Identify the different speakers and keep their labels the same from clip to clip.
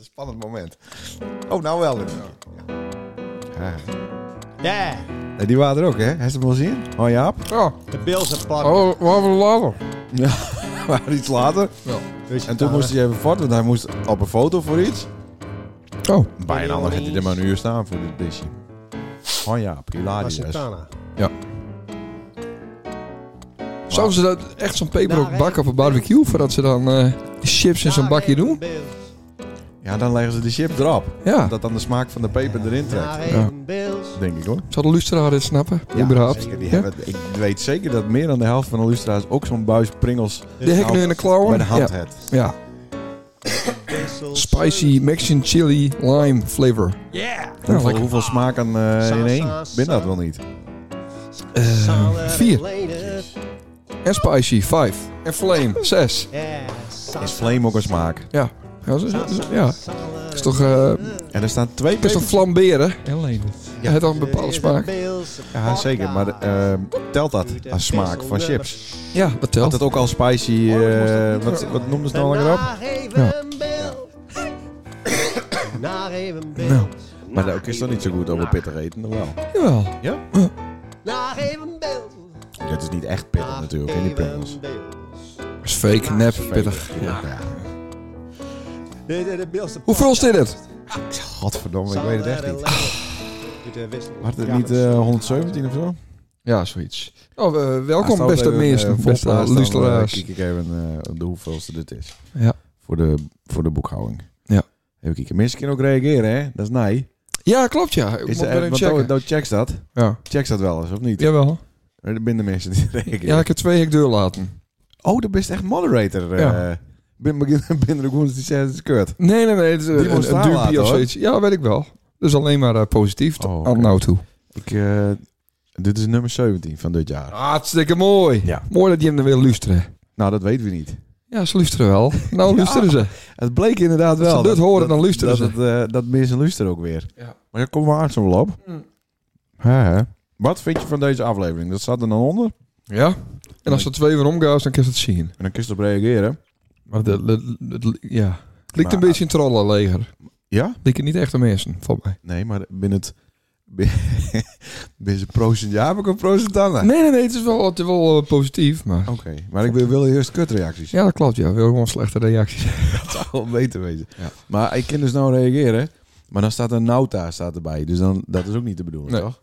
Speaker 1: Spannend moment. Oh, nou wel. Ja.
Speaker 2: Ja,
Speaker 1: Ja, Die waren er ook, hè? Heb je hem al zien? Oh, Jaap?
Speaker 3: Ja,
Speaker 2: de Bills en Park.
Speaker 3: oh, we hebben later.
Speaker 1: Ja, maar iets later.
Speaker 3: Ja.
Speaker 1: En toen moest hij even voort, want hij moest op een foto voor iets.
Speaker 3: Oh,
Speaker 1: Bij een ander gaat hij er maar een uur staan voor dit disje. Oh Jaap,
Speaker 3: Ah,
Speaker 1: hilarious.
Speaker 2: Santana.
Speaker 3: zouden ze dat echt zo'n peperok
Speaker 2: Daar, hè?
Speaker 3: bakken op een barbecue? Voordat ze dan eh, die chips in zo'n bakje doen?
Speaker 1: Ja, dan leggen ze de chip erop.
Speaker 3: Ja,
Speaker 1: Dat dan de smaak van de peper erin trekt.
Speaker 3: Ja.
Speaker 2: Bills.
Speaker 1: Denk ik hoor.
Speaker 3: zal de luisteraar dit snappen?
Speaker 1: Ja,
Speaker 3: überhaupt.
Speaker 1: zeker. Die
Speaker 3: Ja?
Speaker 1: hebben, ik weet zeker dat meer dan de helft van de lustra's ook zo'n buis pringels
Speaker 3: De hek nu in de klauwen?
Speaker 1: bij de hand
Speaker 3: Oh, Ja. Nou,
Speaker 1: heeft.
Speaker 3: ja.
Speaker 2: Bills.
Speaker 3: Spicy Mexican chili lime flavor.
Speaker 2: Yeah.
Speaker 3: Nou,
Speaker 1: hoeveel,
Speaker 3: lekker.
Speaker 1: hoeveel smaken eh,
Speaker 2: Sa-
Speaker 1: in
Speaker 2: sa-
Speaker 1: één? Ben dat
Speaker 2: sa-
Speaker 1: wel niet?
Speaker 3: Eh,
Speaker 2: Solid
Speaker 3: vier.
Speaker 2: later.
Speaker 3: En spicy, 5. En flame, 6.
Speaker 2: Yeah.
Speaker 1: Is flame ook een smaak?
Speaker 3: Ja. Ja, zo- zo- zo- ja.
Speaker 2: Solid
Speaker 3: Is toch, eh
Speaker 1: En er staan twee
Speaker 3: is toch
Speaker 1: pepers.
Speaker 3: flamberen? Ja. Het had een bepaalde smaak.
Speaker 2: Bills.
Speaker 1: Ja, zeker. Maar eh, telt dat als smaak van chips?
Speaker 3: Ja, dat
Speaker 1: Had
Speaker 3: telt.
Speaker 1: het ook al spicy... eh, wat, wat noemden ze nou langer op?
Speaker 3: Ja.
Speaker 2: Naar even Bills.
Speaker 3: Nou,
Speaker 1: Maar dat is toch niet zo goed over pittig eten, nog wel?
Speaker 3: Jawel.
Speaker 2: Naar even Bills.
Speaker 1: Dat is niet echt pittig natuurlijk, hè, die pringels.
Speaker 3: Dat is fake, nep, pittig.
Speaker 1: Ja.
Speaker 2: De, de, de Bills. de
Speaker 3: Hoeveel is dit het?
Speaker 1: Godverdomme, ik weet het echt niet. Ah.
Speaker 2: niet.
Speaker 1: Had het niet eh, 117 of zo?
Speaker 3: Ja, zoiets. Oh, eh, welkom,
Speaker 1: Als het
Speaker 3: beste
Speaker 1: altijd een,
Speaker 3: mensen,
Speaker 1: eh,
Speaker 3: beste
Speaker 1: volplaats, dan, eh,
Speaker 3: luisteraars.
Speaker 1: Kijk ik even eh, de hoeveelste dit is.
Speaker 3: Ja.
Speaker 1: Voor de, voor de boekhouding.
Speaker 3: Ja.
Speaker 1: Even kijken. Mensen kunnen ook reageren, hè? Dat is nee.
Speaker 3: Ja, klopt, ja. Ik
Speaker 1: Is
Speaker 3: moet
Speaker 1: er,
Speaker 3: ben
Speaker 1: eh,
Speaker 3: even
Speaker 1: want dan
Speaker 3: checken.
Speaker 1: dan checks dat.
Speaker 3: Ja.
Speaker 1: Checks dat wel eens, of niet?
Speaker 3: Jawel.
Speaker 1: Er zijn de mensen die reageren.
Speaker 3: Ja, ik heb twee hek deur laten.
Speaker 1: Oh, dat bent echt moderator. eh
Speaker 3: Ja.
Speaker 1: Bin- begin- Binnen de goens die zegt het is kut.
Speaker 3: Nee, nee, nee. Het, is eh, een,
Speaker 1: moest
Speaker 3: een
Speaker 1: daar
Speaker 3: duumpie
Speaker 1: laten,
Speaker 3: of
Speaker 1: hoor.
Speaker 3: zoiets. Ja, weet ik wel. Dus alleen maar eh, positief
Speaker 1: Oh,
Speaker 3: aan
Speaker 1: oké.
Speaker 3: nou toe.
Speaker 1: Ik, eh, dit is nummer 17 van dit jaar.
Speaker 3: Hartstikke mooi.
Speaker 1: Ja.
Speaker 3: Mooi dat je hem dan weer luisteren.
Speaker 1: Nou, dat weten we niet.
Speaker 3: Ja, ze luisteren wel. Nou, luisteren ze.
Speaker 1: Het bleek inderdaad wel.
Speaker 3: Als ze dit horen, dan luisteren
Speaker 1: dat, het, eh, dat mensen luisteren ook weer.
Speaker 3: Ja.
Speaker 1: Maar ja, kom maar zo wel op.
Speaker 3: Mm.
Speaker 1: Hè, hè. Wat vind je van deze aflevering? Dat staat er dan onder.
Speaker 3: Ja. En als er twee weer omgaan, dan kun je het zien.
Speaker 1: En dan kun je erop reageren.
Speaker 3: Maar de, de- de- de- ja. Het lijkt een
Speaker 1: Maar-
Speaker 3: beetje een trollenleger.
Speaker 1: Ja?
Speaker 3: Lijkt het niet echt de mensen, volgens mij.
Speaker 1: Nee, maar binnen het... bin- Binnen het procent ja, heb ik een procent aan. Oké,
Speaker 3: Nee, nee, nee. Het is wel, het is wel eh, positief, maar...
Speaker 1: maar ik wil, wil eerst kutreacties.
Speaker 3: Ja, dat klopt, ja. We hebben gewoon slechte reacties.
Speaker 1: zou wel beter weten.
Speaker 3: Ja.
Speaker 1: Maar ik kan dus nou reageren. Maar dan staat een nauta staat erbij. Dus dan, dat is ook niet de bedoeling,
Speaker 3: Nee.
Speaker 1: toch?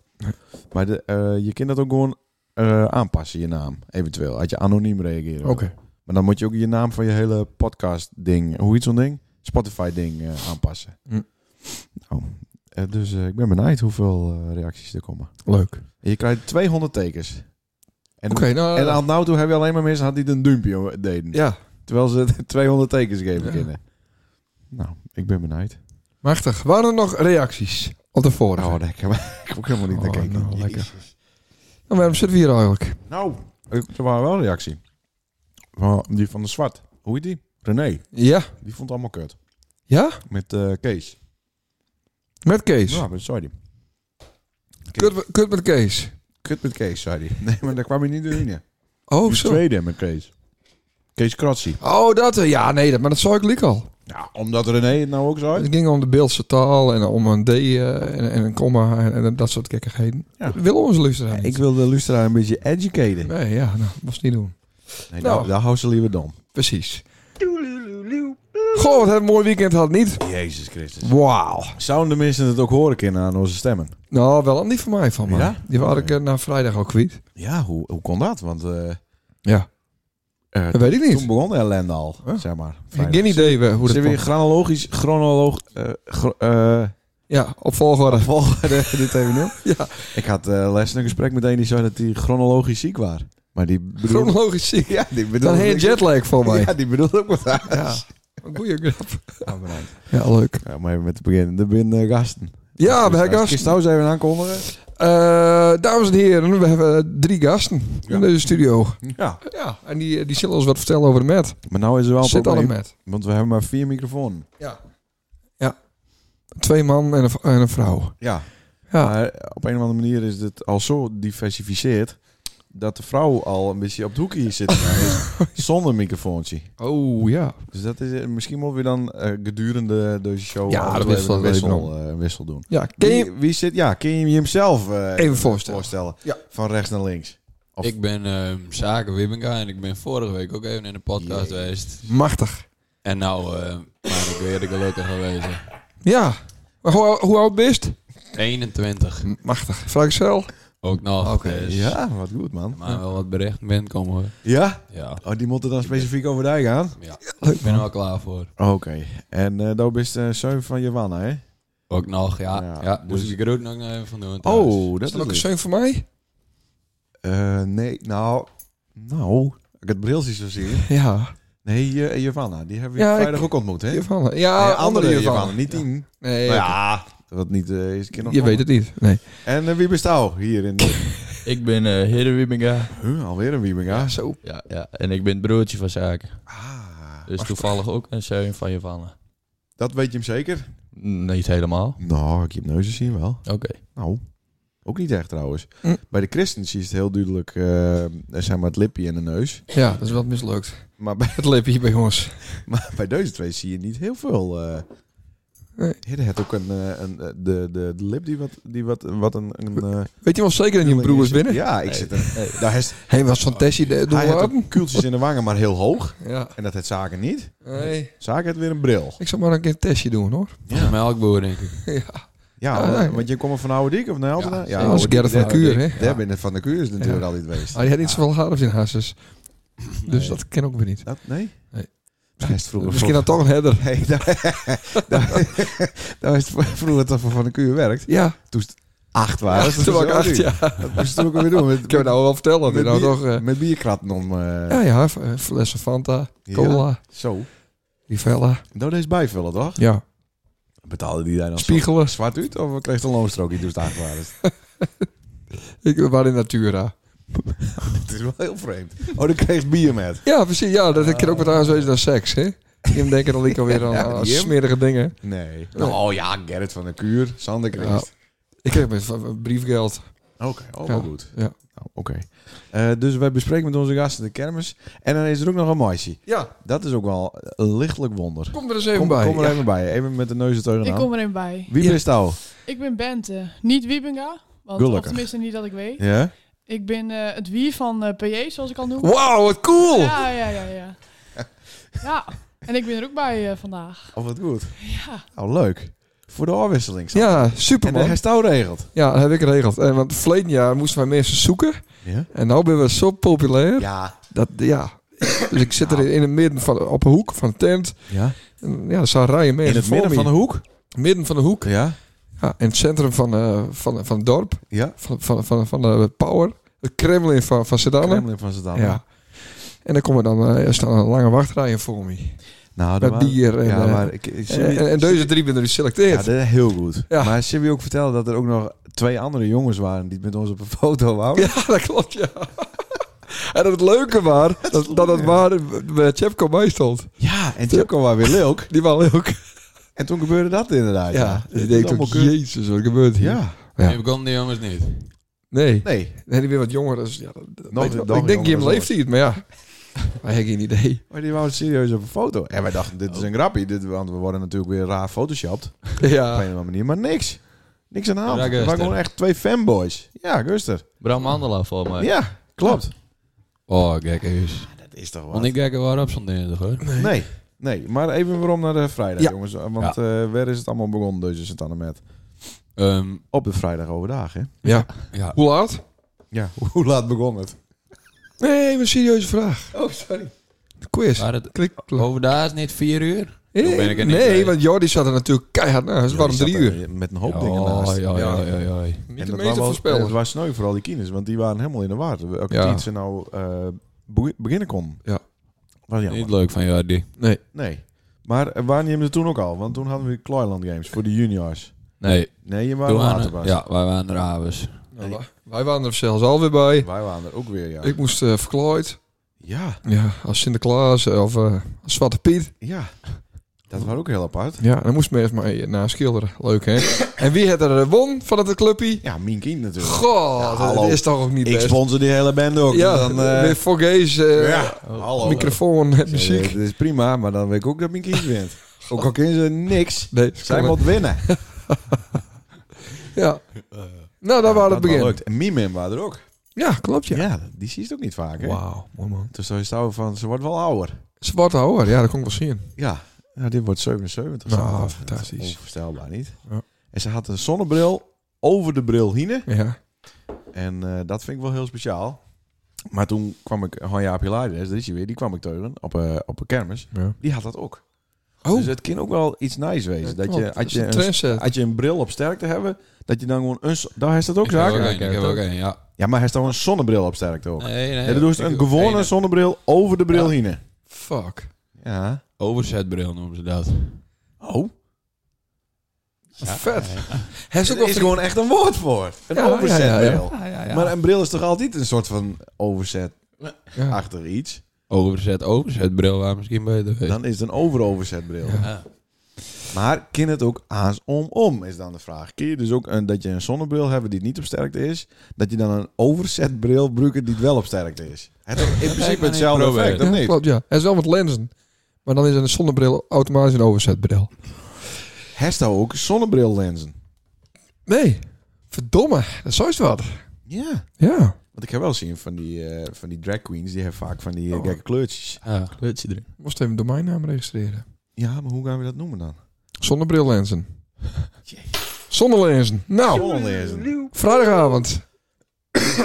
Speaker 1: Maar de, eh, je kan dat ook gewoon eh, aanpassen, je naam. Eventueel. Als je anoniem reageren wil. Maar dan moet je ook je naam van je hele podcast ding, hoe heet zo'n ding? Spotify ding eh, aanpassen.
Speaker 3: Hm.
Speaker 1: Nou, eh, dus eh, ik ben benieuwd hoeveel eh, reacties er komen.
Speaker 3: Leuk.
Speaker 1: En je krijgt 200 tekens. En,
Speaker 3: Oké, nou...
Speaker 1: en aan nou toe hebben we alleen maar mensen gehad die een duimpje eh, deden.
Speaker 3: ja,
Speaker 1: Terwijl ze 200 tekens geven
Speaker 3: Ja.
Speaker 1: kunnen. Nou, ik ben benieuwd.
Speaker 3: machtig. Waren er nog reacties op de vorige?
Speaker 1: Oh, daar kan ik heb ook helemaal niet naar
Speaker 3: Oh,
Speaker 1: kijken.
Speaker 3: nou, lekker.
Speaker 1: Jezus.
Speaker 3: Nou, waarom zitten we hier eigenlijk?
Speaker 1: Nou, er waren wel een reactie. Van- Die van de zwart. Hoe heet die? René.
Speaker 3: Ja.
Speaker 1: Die vond het allemaal kut.
Speaker 3: Ja?
Speaker 1: Met eh, Kees.
Speaker 3: Met Kees.
Speaker 1: Nou, maar sorry.
Speaker 3: kut, met- kut met Kees.
Speaker 1: Kut met Kees, zei hij. Nee, maar daar kwam hij niet doorheen.
Speaker 3: Oh,
Speaker 1: De
Speaker 3: zo.
Speaker 1: tweede met Kees. Kees Kratzi.
Speaker 3: Oh, dat. eh, Ja, nee, dat, maar dat zou ik liek al.
Speaker 1: Ja, omdat René het nou ook zei.
Speaker 3: Het ging om de Beeldse taal en om een D eh, en, en een komma en, en dat soort gekkigheden.
Speaker 1: Ja.
Speaker 3: Dat Wil onze luisteraar niet.
Speaker 1: Ik wil de luisteraar een beetje educaten.
Speaker 3: Nee, ja, nou, moest niet doen.
Speaker 1: Nee,
Speaker 3: Nou.
Speaker 1: daar, daar houdt ze liever dan.
Speaker 3: Precies. Goh, wat hebben we een mooi weekend had niet.
Speaker 1: Jezus Christus.
Speaker 3: Wauw.
Speaker 1: Zouden de mensen het ook horen kunnen aan onze stemmen?
Speaker 3: Nou, wel aan die van mij van mij.
Speaker 1: Ja?
Speaker 3: Die waren ik eh, na vrijdag ook kwijt.
Speaker 1: Ja, hoe, hoe kon dat? Want eh,
Speaker 3: Ja,
Speaker 1: eh,
Speaker 3: dat weet ik
Speaker 1: toen
Speaker 3: niet.
Speaker 1: begon de ellende al,
Speaker 3: Huh?
Speaker 1: zeg maar.
Speaker 3: Ik geen idee eh, hoe
Speaker 1: Hoe
Speaker 3: dat
Speaker 1: Zijn we
Speaker 3: kwam.
Speaker 1: hier chronologisch, chronoloog, eh, gro- eh,
Speaker 3: Ja, op volgorde.
Speaker 1: volgorde dit even doen?
Speaker 3: Ja.
Speaker 1: Ik had eh les een gesprek met een die zei dat hij chronologisch ziek was. Maar die bedoelde...
Speaker 3: Chronologisch zie
Speaker 1: Ja, die bedoelde...
Speaker 3: Dan heen jetlag voor mij.
Speaker 1: Ja, die bedoelde ook wat aan.
Speaker 3: Ja. Een goeie grap. Ja, leuk.
Speaker 1: Ja, maar even met het begin. De bin eh, gasten.
Speaker 3: Ja, we
Speaker 1: Dus, eh,
Speaker 3: hebben
Speaker 1: kun je
Speaker 3: gasten.
Speaker 1: trouwens even aankondigen?
Speaker 3: Eh, dames en heren, we hebben eh, drie gasten
Speaker 1: Ja.
Speaker 3: in deze studio.
Speaker 1: Ja.
Speaker 3: Ja, en die, die zullen ons wat vertellen over de mat.
Speaker 1: Maar nou is er wel een
Speaker 3: Zit al een
Speaker 1: probleem.
Speaker 3: mat.
Speaker 1: Want we hebben maar vier microfoons.
Speaker 3: Ja. Ja. Twee man en een, v- en een vrouw.
Speaker 1: Ja.
Speaker 3: Ja.
Speaker 1: Maar op een of andere manier is het al zo diversificeerd... dat de vrouw al een beetje op de hoek hier zit. Dus zonder microfoontje.
Speaker 3: Oh ja.
Speaker 1: Dus dat is eh, misschien moeten we dan eh, gedurende deze show
Speaker 3: Ja,
Speaker 1: altijd
Speaker 3: dat wissel-
Speaker 1: even een
Speaker 3: dat
Speaker 1: wissel,
Speaker 3: weet
Speaker 1: eh, een wissel doen.
Speaker 3: Ja, ken je
Speaker 1: Wie, wie zit, ja, kun je hem zelf eh,
Speaker 3: even voorstellen?
Speaker 1: voorstellen?
Speaker 3: Ja.
Speaker 1: Van rechts naar links. Of-
Speaker 4: Ik ben ehm Zaken Wibbenga en ik ben vorige week ook even in de podcast geweest.
Speaker 3: Machtig.
Speaker 4: En nou eh ben ik weer de gelukkige geweest.
Speaker 3: Ja. Maar hoe, hoe oud bist?
Speaker 4: 21
Speaker 3: Machtig. Vraag zelf.
Speaker 4: ook nog. dus-
Speaker 1: Eh, Ja, wat goed man.
Speaker 4: Maar wel wat berichten binnenkomen hoor.
Speaker 1: Ja?
Speaker 4: Ja.
Speaker 1: Oh, die moeten dan specifiek over dijk gaan?
Speaker 4: ja.
Speaker 3: Leuk
Speaker 4: Ik ben er
Speaker 3: man.
Speaker 4: wel klaar voor.
Speaker 1: Oké. En eh daar bist eh zoon van Johanna, hè?
Speaker 4: Ook nog, ja.
Speaker 1: Ja,
Speaker 4: ja,
Speaker 1: dus-
Speaker 4: dus ik de groeten ook nog even van doen. thuis.
Speaker 1: Oh, dat
Speaker 3: Is
Speaker 1: is
Speaker 3: dat ook
Speaker 1: leuk.
Speaker 3: een steun voor mij?
Speaker 1: Eh, nee, nou... Nou, ik het brilsje zo zien.
Speaker 3: Ja.
Speaker 1: Nee, eh, Giovanna, die hebben we
Speaker 3: Ja,
Speaker 1: vrijdag
Speaker 3: ik-
Speaker 1: ook ontmoet, hè?
Speaker 3: Hiervan. eh, Ja,
Speaker 1: Nee, andere
Speaker 3: hiervan.
Speaker 1: Giovanna, niet tien.
Speaker 3: Nee.
Speaker 1: Nou ja, wat niet eh, is kind nog
Speaker 3: Je weet het niet. Nee.
Speaker 1: En eh, wie bestaat hier in de...
Speaker 5: Ik ben uh, Hidde Wibinga.
Speaker 1: huh, alweer een Wiebinga.
Speaker 3: eh, Ja, zo.
Speaker 5: Ja, ja. En ik ben het broertje van Zaken.
Speaker 1: Ah,
Speaker 5: Dus toevallig ook een zoon van Giovanna.
Speaker 1: dat weet je hem zeker?
Speaker 5: Niet helemaal.
Speaker 1: Nou, ik heb neuzen zien wel.
Speaker 5: Oké.
Speaker 1: Nou, ook niet echt trouwens.
Speaker 3: Hm.
Speaker 1: Bij de christen zie je het heel duidelijk, eh zeg maar het lipje en de neus.
Speaker 3: Ja, dat is wat mislukt.
Speaker 1: Maar bij,
Speaker 3: Het leep hier bij ons.
Speaker 1: maar bij deze twee zie je niet heel veel. eh
Speaker 3: Nee.
Speaker 1: Hidde had ook een, eh, een eh, de, de, de lip die wat, die wat, wat een... een eh,
Speaker 3: Weet je wel zeker dat je een broer is binnen?
Speaker 1: Ja, ik zit er... Daar heeft,
Speaker 3: Hé, was van Tessie de
Speaker 1: hij had
Speaker 3: doorlopen?
Speaker 1: ook kuultjes in de wangen, maar heel hoog.
Speaker 3: Ja.
Speaker 1: En dat het zaken niet.
Speaker 3: Hey.
Speaker 1: Zaken had weer een bril.
Speaker 3: Ik zal maar een keer een testje doen hoor.
Speaker 4: Een melkboer, denk ik.
Speaker 3: Ja.
Speaker 1: Ja,
Speaker 3: Ja,
Speaker 1: want-
Speaker 3: Ah, nee.
Speaker 1: want je komt van Oude Diek of naar Altena?
Speaker 4: Ja,
Speaker 1: Ja,
Speaker 4: zeker.
Speaker 1: Oude
Speaker 3: Als
Speaker 1: Diek,
Speaker 3: Gerrit van
Speaker 1: daar-
Speaker 3: de Kuur, hè?
Speaker 1: Daar binnen van de Kuur is natuurlijk
Speaker 3: Ja.
Speaker 1: al niet geweest.
Speaker 3: Ah, die had iets wel harder in hasses. Dus dat ken ook weer niet.
Speaker 1: Dat, nee?
Speaker 3: Nee.
Speaker 1: Daar is het vroeger
Speaker 3: Misschien dan toch een header.
Speaker 1: Nee, daar, daar, daar is het vroeger toch van Van de Kuur werkt.
Speaker 3: Ja,
Speaker 1: Acht waren.
Speaker 3: toen was ik acht jaar.
Speaker 1: Dat moest je ook weer doen. Met,
Speaker 3: Ik heb het nou wel vertellen.
Speaker 1: met,
Speaker 3: Dit nou
Speaker 1: bier-
Speaker 3: toch, eh,
Speaker 1: met bierkratten om... eh,
Speaker 3: ja, ja, f- eh, flessen Fanta,
Speaker 1: ja,
Speaker 3: cola,
Speaker 1: Zo.
Speaker 3: Rivella.
Speaker 1: Nou, deze bijvullen, toch?
Speaker 3: Ja,
Speaker 1: Betaalde die daar dan
Speaker 3: spiegelen.
Speaker 1: zo- zwart uit? Of kreeg je een loonstrookje toen het acht waren?
Speaker 3: Ik was in Natura.
Speaker 1: Het is wel heel vreemd. Oh, dan kreeg je bier met.
Speaker 3: Ja, precies. Ja, dat heb ik er ook wat aanwezen dan seks, hè? Jim denken dan ik alweer aan,
Speaker 1: Ja,
Speaker 3: aan
Speaker 1: Jim.
Speaker 3: smerige dingen.
Speaker 1: Nee. Oh ja, Gerrit van de Kuur. Sander kreeg
Speaker 3: Ja. Ik kreeg met v- briefgeld.
Speaker 1: Oké, oh,
Speaker 3: Ja.
Speaker 1: wel goed.
Speaker 3: Ja.
Speaker 1: Nou, Oké. Eh, dus wij bespreken met onze gasten de kermis. En dan is er ook nog een meisje.
Speaker 3: Ja,
Speaker 1: Dat is ook wel een lichtelijk wonder.
Speaker 3: kom er eens even
Speaker 1: Kom,
Speaker 3: bij.
Speaker 1: kom er
Speaker 3: Ja.
Speaker 1: even bij. Even met de neus er
Speaker 6: Ik
Speaker 1: tegenaan.
Speaker 6: kom erin bij.
Speaker 1: Wie
Speaker 3: Ja.
Speaker 1: bent jou?
Speaker 6: Ik ben Bente, niet Wiebenga. Want of
Speaker 1: Gelukkig.
Speaker 6: tenminste niet dat ik weet.
Speaker 1: Ja?
Speaker 6: Ik ben eh, het wie van eh PJ, zoals ik al noem.
Speaker 3: Wauw, wat cool!
Speaker 6: Ja, ja, ja, ja. ja, en ik ben er ook bij eh, vandaag.
Speaker 1: Of wat goed?
Speaker 6: Ja.
Speaker 1: Nou, leuk. Voor de afwisseling. Sander.
Speaker 3: Ja,
Speaker 1: En de
Speaker 3: superman.
Speaker 1: herstel regelt.
Speaker 3: Ja, dat heb ik geregeld. En want verleden jaar moesten wij mensen zoeken.
Speaker 1: Ja?
Speaker 3: En nou ben we zo populair.
Speaker 1: Ja.
Speaker 3: Dat, ja. Dus ik zit er in, in het midden van, op een hoek van de tent.
Speaker 1: ja.
Speaker 3: En, ja, er staan rijen mensen
Speaker 1: In het
Speaker 3: voor
Speaker 1: midden
Speaker 3: me.
Speaker 1: van de hoek?
Speaker 3: midden van de hoek.
Speaker 1: Ja.
Speaker 3: Ja, in het centrum van, eh, van, van het dorp.
Speaker 1: Ja.
Speaker 3: Van, van, van, van de Power. Het Kremlin van, van Sedan.
Speaker 1: Kremlin van Zedan.
Speaker 3: Ja. En dan komen dan, eh, er staan een lange wachtrijen voor me.
Speaker 1: Nou,
Speaker 3: Met
Speaker 1: daar waren-
Speaker 3: bier en,
Speaker 1: Ja,
Speaker 3: eh,
Speaker 1: maar ik, ik,
Speaker 3: En, en, en deze drie ben er
Speaker 1: Ja,
Speaker 3: geselecteerd.
Speaker 1: dat is heel goed.
Speaker 3: Ja.
Speaker 1: Maar ze wil ook vertellen dat er ook nog twee andere jongens waren die met ons op een foto wouden.
Speaker 3: Ja, dat klopt, ja. En het leuke was dat, dat het waar bij Chepco bij stond.
Speaker 1: Ja, en Jacco was weer leuk.
Speaker 3: Die waren leuk.
Speaker 1: En toen gebeurde dat inderdaad.
Speaker 3: Ja,
Speaker 1: Dat
Speaker 3: ik
Speaker 1: is
Speaker 3: denk
Speaker 1: allemaal
Speaker 3: ook,
Speaker 1: kut.
Speaker 3: jezus, wat gebeurt hier?
Speaker 1: Ja,
Speaker 3: Ja.
Speaker 4: Nee, we konden die jongens niet.
Speaker 3: Nee.
Speaker 1: nee.
Speaker 3: Nee, die weer wat jonger. Dus, ja, dat- dat-
Speaker 1: Nog-
Speaker 3: ik-
Speaker 1: nog
Speaker 3: ik denk,
Speaker 1: jonger
Speaker 3: Jim
Speaker 1: dan
Speaker 3: leeft hij het, maar ja. Wij hebben geen idee.
Speaker 1: Maar die wouden serieus op een foto. En wij dachten, dit is
Speaker 3: Oh.
Speaker 1: een grappie. Dit, want we worden natuurlijk weer raar photoshopt.
Speaker 3: Ah.
Speaker 1: Op een
Speaker 3: Ja.
Speaker 1: of andere manier. Maar niks. Niks aan de hand.
Speaker 4: Ja,
Speaker 1: Het
Speaker 4: Guster.
Speaker 1: waren gewoon echt twee fanboys. Ja, Guster.
Speaker 5: Bram Mandela voor mij.
Speaker 1: Ja, klopt.
Speaker 4: Oh, gek is.
Speaker 1: Dat is toch
Speaker 4: Want ik kijk er waarop zo'n dinsdag hoor.
Speaker 1: Nee. Nee, maar even waarom naar de vrijdag,
Speaker 3: Ja.
Speaker 1: jongens. Want eh, waar is het allemaal begonnen, deze sint anne met?
Speaker 4: Ehm,
Speaker 1: Op de vrijdag overdag, hè?
Speaker 3: ja.
Speaker 4: ja.
Speaker 3: Hoe laat?
Speaker 1: Ja, hoe laat begon het?
Speaker 3: Nee, een serieuze vraag.
Speaker 1: Oh, sorry.
Speaker 3: Quiz.
Speaker 4: Waar het
Speaker 3: Klik.
Speaker 4: overdag is niet vier uur?
Speaker 3: Eh,
Speaker 4: ben ik er niet
Speaker 3: nee,
Speaker 4: bij.
Speaker 3: want Jordi zat er natuurlijk keihard naast. Het waren drie uur.
Speaker 1: Met een hoop
Speaker 4: Ja,
Speaker 1: dingen naast.
Speaker 4: Ja, ja, ja, ja, ja.
Speaker 3: Niet
Speaker 1: En
Speaker 3: de
Speaker 1: dat
Speaker 3: meeste
Speaker 1: was wel- Het
Speaker 3: voorspellen.
Speaker 1: was sneu voor al die kines, want die waren helemaal in de war. Welke
Speaker 3: Ja.
Speaker 1: tijd ze nou eh, be- beginnen kon.
Speaker 3: Ja.
Speaker 1: Was
Speaker 4: Niet
Speaker 1: jammer.
Speaker 4: leuk van jou, die.
Speaker 3: Nee.
Speaker 1: Nee. Maar eh, waren je er toen ook al? Want toen hadden we Kloiland Games voor de juniors.
Speaker 4: Nee,
Speaker 1: Nee, je was
Speaker 4: toen
Speaker 1: later
Speaker 4: waren,
Speaker 1: pas.
Speaker 4: ja, wij waren er avonds.
Speaker 3: Nou, wa- Wij waren er zelfs alweer bij.
Speaker 1: Wij waren er ook weer, ja.
Speaker 3: Ik moest eh verklooid.
Speaker 1: Ja,
Speaker 3: Ja, als Sinterklaas eh, of eh, als Zwarte Piet.
Speaker 1: ja. Dat Dat was ook heel apart.
Speaker 3: Ja, dan moest me eerst maar eh, naar schilderen. Leuk, hè? en wie had er eh, won van het clubje?
Speaker 1: Ja, Mien Kien natuurlijk.
Speaker 3: Goh, dat
Speaker 1: hallo.
Speaker 3: is toch ook niet
Speaker 1: Ik
Speaker 3: best.
Speaker 1: sponsor die hele band ook.
Speaker 3: ja,
Speaker 1: dan, eh,
Speaker 3: weer Fogees, eh,
Speaker 1: ja, hallo.
Speaker 3: microfoon,
Speaker 1: Muziek.
Speaker 3: en muziek.
Speaker 1: dat is prima, maar dan weet ik ook dat Mien Kien wint. Ook al kunnen ze niks.
Speaker 3: Nee,
Speaker 1: Zij
Speaker 3: kom maar.
Speaker 1: moet winnen.
Speaker 3: Ja. Nou, daar waren
Speaker 1: Eh, Dat
Speaker 3: het begin.
Speaker 1: lukt. En Mimin was er ook.
Speaker 3: Ja, klopt,
Speaker 1: Ja.
Speaker 3: ja.
Speaker 1: die zie je het ook niet vaak. Hè? Dus
Speaker 3: Wauw, mooi man.
Speaker 1: Toen zou je staan van, ze wordt wel ouder.
Speaker 3: Zwart hoor, ja, dat kon ik wel zien.
Speaker 1: Ja, nou, dit wordt 77.
Speaker 3: Nou,
Speaker 1: Dat is
Speaker 3: fantastisch.
Speaker 1: Onvoorstelbaar niet.
Speaker 3: Ja.
Speaker 1: En ze had een zonnebril over de bril hine.
Speaker 3: Ja.
Speaker 1: En eh, dat vind ik wel heel speciaal. Maar toen kwam ik, Han Jaapje Leiders, dat is hij weer, die kwam ik teuren op, eh, op een kermis.
Speaker 3: ja.
Speaker 1: Die had dat ook.
Speaker 3: Oh,
Speaker 1: Dus het kan ook wel iets nice wezen. Dat je,
Speaker 3: klopt.
Speaker 1: als,
Speaker 3: Oh, is
Speaker 1: je
Speaker 3: een
Speaker 1: een,
Speaker 3: trendset.
Speaker 1: als je een bril op sterkte hebben, dat je dan gewoon een... zo- Daar is dat ook
Speaker 4: Ik heb ook
Speaker 1: zaken.
Speaker 4: een, ik heb ook een, ja.
Speaker 1: Ja, maar hij is dan een zonnebril op sterkte ook.
Speaker 4: Nee, nee.
Speaker 1: Ja, dat doet
Speaker 4: ik-
Speaker 1: een gewone
Speaker 4: een
Speaker 1: zonnebril over de bril hine.
Speaker 3: Fuck.
Speaker 1: Ja.
Speaker 4: Overzetbril noemen ze dat.
Speaker 1: Oh.
Speaker 3: Vet. Hij is ook
Speaker 1: Er
Speaker 3: wel
Speaker 1: is gewoon echt een woord voor. Een
Speaker 3: Ja, ja,
Speaker 1: overzetbril.
Speaker 3: ja, ja.
Speaker 6: Ja, ja, ja.
Speaker 1: Maar een bril is toch altijd een soort van overzet
Speaker 3: Ja.
Speaker 1: achter iets?
Speaker 4: Overzet, overzetbril waar misschien beter weet.
Speaker 1: Dan is het een overoverzetbril.
Speaker 4: Ja.
Speaker 1: Maar kan het ook aans om om, is dan de vraag. Kun je dus ook een, dat je een zonnebril hebben die niet op sterkte is, dat je dan een overzetbril gebruikt die het wel op sterkte is? Het is in
Speaker 4: ik
Speaker 1: principe
Speaker 4: ben
Speaker 1: hetzelfde
Speaker 4: niet
Speaker 1: effect,
Speaker 4: proberen.
Speaker 1: of
Speaker 3: Ja,
Speaker 1: niet?
Speaker 3: klopt, ja. Hij is wel met lenzen. Maar dan is een zonnebril automatisch een overzetbril.
Speaker 1: Hesto ook zonnebrillenzen.
Speaker 3: Nee. Verdomme, dat is zoiets wat.
Speaker 1: Ja.
Speaker 3: Ja.
Speaker 1: Want ik heb wel zien van die, eh, van die drag queens, die hebben vaak van die eh,
Speaker 3: Oh.
Speaker 1: gekke kleurtjes.
Speaker 4: Ja.
Speaker 5: Kleurtje erin.
Speaker 3: Moest even domeinnaam registreren.
Speaker 1: Ja, maar hoe gaan we dat noemen dan?
Speaker 3: Zonnebrillenzen. Zonnelenzen. Nou,
Speaker 1: Zonnelenzen.
Speaker 3: vrijdagavond.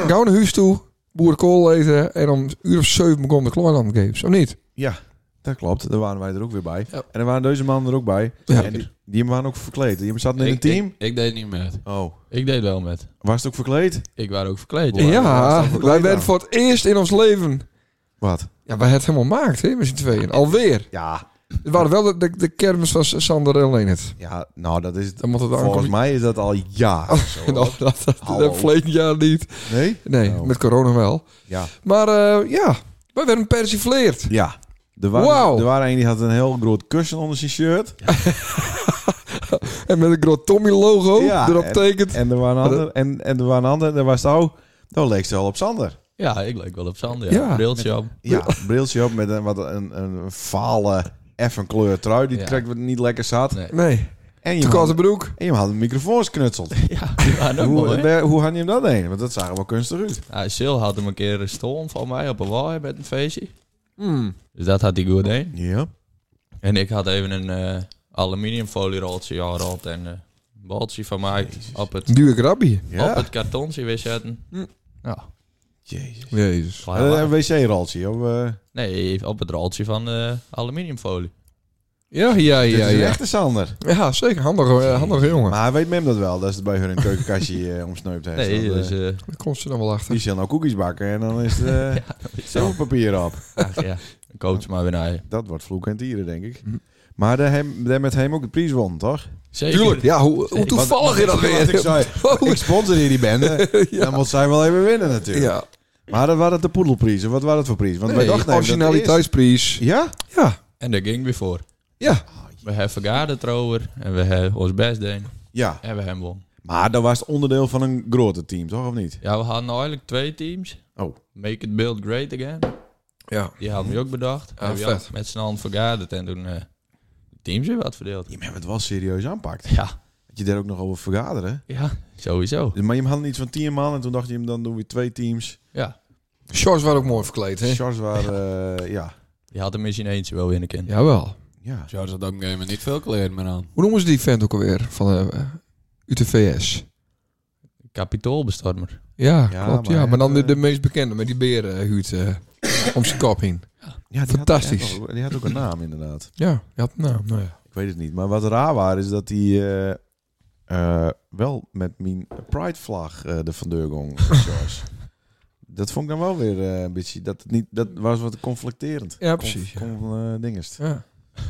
Speaker 3: Gauw naar huis toe. Boerenkool eten. En om een uur of zeven begon de Klooiland Games. Of niet?
Speaker 1: Ja, dat klopt. Daar waren wij er ook weer bij.
Speaker 3: Ja.
Speaker 1: En er waren deze mannen er ook bij.
Speaker 3: Ja.
Speaker 1: En die, die waren ook verkleed. Die zaten in
Speaker 4: Ik-
Speaker 1: een team.
Speaker 4: Ik, ik deed niet met.
Speaker 1: Oh,
Speaker 5: Ik deed wel met.
Speaker 1: was het ook verkleed?
Speaker 5: Ik was ook verkleed.
Speaker 1: Hoe-
Speaker 5: ja.
Speaker 1: waar is
Speaker 3: Ja,
Speaker 1: dat
Speaker 3: wij
Speaker 1: verkleed
Speaker 3: werden
Speaker 1: aan?
Speaker 3: voor het eerst in ons leven.
Speaker 1: Wat?
Speaker 3: Ja, wij het helemaal maakt, hè, met z'n tweeën. Alweer.
Speaker 1: Ja,
Speaker 3: Het waren wel de, de, de kermis van Sander en Leonard.
Speaker 1: ja nou dat is het.
Speaker 3: Dan moet het
Speaker 1: Volgens
Speaker 3: aankomen.
Speaker 1: mij is dat al jaren zo.
Speaker 3: Nou, dat, dat, dat,
Speaker 1: Hallo.
Speaker 3: verleden jaar niet.
Speaker 1: Oh. Nee?
Speaker 3: Nee,
Speaker 1: Nou.
Speaker 3: met corona wel.
Speaker 1: Ja.
Speaker 3: Maar eh, ja, wij werden persifleerd.
Speaker 1: Ja. Er waren,
Speaker 3: Wauw.
Speaker 1: er waren een die had een heel groot kussen onder zijn shirt.
Speaker 3: En met een groot Tommy logo
Speaker 1: Ja,
Speaker 3: erop tekent.
Speaker 1: En er waren een ander. En, en er waren een ander. En daar was nou... Nou leek ze wel op Sander.
Speaker 5: ik leek wel op Sander.
Speaker 3: Ja.
Speaker 5: Ja. Briltje op.
Speaker 1: Ja, briltje op met een, wat een, een vale, effen kleur trui die
Speaker 5: Ja.
Speaker 1: trekt wat niet lekker zat.
Speaker 5: Nee.
Speaker 3: Nee,
Speaker 1: En, je
Speaker 3: te
Speaker 1: had,
Speaker 3: korte broek.
Speaker 1: en je had een microfoon geknutseld.
Speaker 5: Ja, die waren ook mooi.
Speaker 1: hoe, eh, waar- hoe had je hem dat heen? Want dat zag er wel kunstig uit.
Speaker 5: Ja, Sil had hem een keer een storm van mij op een wal met een feestje.
Speaker 3: Hmm.
Speaker 5: Dus dat had hij goed heen.
Speaker 1: Ja.
Speaker 5: En ik had even een eh aluminiumfolieroltje gehaald en eh, een baltje van mij op het,
Speaker 3: Duur grabby.
Speaker 1: Ja.
Speaker 5: op het kartontje weer zetten.
Speaker 3: Hm.
Speaker 5: Ja.
Speaker 1: Jezus.
Speaker 3: Jezus.
Speaker 5: Klaar
Speaker 1: Eh,
Speaker 5: waren.
Speaker 1: een wc-roltje. Of, eh,
Speaker 5: Nee, op het roltje van eh, aluminiumfolie.
Speaker 3: Ja, ja,
Speaker 1: dit
Speaker 3: ja,
Speaker 1: is een
Speaker 3: ja.
Speaker 1: echte Sander.
Speaker 3: Ja, zeker. Handige, eh, handige jongen.
Speaker 1: Maar hij weet mem dat wel, dat ze het bij hun in het keukenkastje eh omsneupt heeft.
Speaker 5: Nee,
Speaker 1: Want, eh,
Speaker 5: dus... eh,
Speaker 3: Daar komt ze dan wel achter.
Speaker 1: die zal nou koekjes bakken en dan is het eh zoveel papier op.
Speaker 5: ach ja, een coach maar weer naar je.
Speaker 1: Dat wordt vloek en tieren, denk ik.
Speaker 3: Hm.
Speaker 1: Maar daar hem- daar met hem ook de prijs won, toch?
Speaker 5: Zeker.
Speaker 3: Tuurlijk, ja, hoe, hoe toevallig is dat
Speaker 1: Want ik
Speaker 3: weer? Oh,
Speaker 1: zei, ik sponsor hier die bende. Dan moet zij wel even winnen natuurlijk.
Speaker 3: Ja,
Speaker 1: Maar dat waren het de poedelprijs. Of wat waren het voor prijs? Want wij
Speaker 3: nee,
Speaker 1: dachten even dat het
Speaker 3: originaliteitsprijs.
Speaker 1: eerst- Ja?
Speaker 3: Ja,
Speaker 5: En daar ging weer voor.
Speaker 3: ja.
Speaker 5: We hebben vergaderd erover en we hebben ons best deed
Speaker 1: Ja.
Speaker 5: en we hebben won.
Speaker 1: Maar dat was het onderdeel van een groter team, toch? Of niet?
Speaker 5: Ja, we hadden eigenlijk twee teams.
Speaker 1: Oh.
Speaker 5: Make it build great again.
Speaker 3: Ja.
Speaker 5: Die hadden we ook bedacht.
Speaker 3: Ah,
Speaker 5: Hebben we
Speaker 3: vet.
Speaker 5: al met z'n allen vergaderd en toen eh teams weer wat verdeeld.
Speaker 1: Je hebt het wel serieus aanpakt.
Speaker 5: Ja,
Speaker 1: Dat je daar ook nog over vergaderen.
Speaker 5: ja, sowieso.
Speaker 1: Maar je had iets van tien man en toen dacht je hem dan doen we twee teams.
Speaker 5: Ja,
Speaker 3: Shorts waren ook mooi verkleed, hè?
Speaker 1: Charles waren, eh, ja.
Speaker 5: je had hem misschien eentje wel winnen kunnen.
Speaker 3: Jawel.
Speaker 1: Ja.
Speaker 4: Charles had op een gegeven moment niet veel kleren meer aan.
Speaker 3: Hoe noemen ze die vent ook alweer? Van eh, UTVS.
Speaker 5: Kapitoolbestormer.
Speaker 3: Ja,
Speaker 1: Ja,
Speaker 3: klopt.
Speaker 1: maar
Speaker 3: ja, maar dan de,
Speaker 1: het, eh,
Speaker 3: de meest bekende met die berenhuid eh om zijn kop heen.
Speaker 1: ja die
Speaker 3: Fantastisch.
Speaker 1: Had, die had ook een naam inderdaad.
Speaker 3: Ja, je had nou, nou ja.
Speaker 1: Ik weet het niet. Maar wat raar was, is dat hij eh, eh, wel met mijn pride vlag eh, de van deur ging, Charles. Dat vond ik dan wel weer eh, een beetje... Dat, het niet, dat was wat conflicterend.
Speaker 3: Ja, precies, ja.
Speaker 1: Kon, dingest.
Speaker 3: Ja.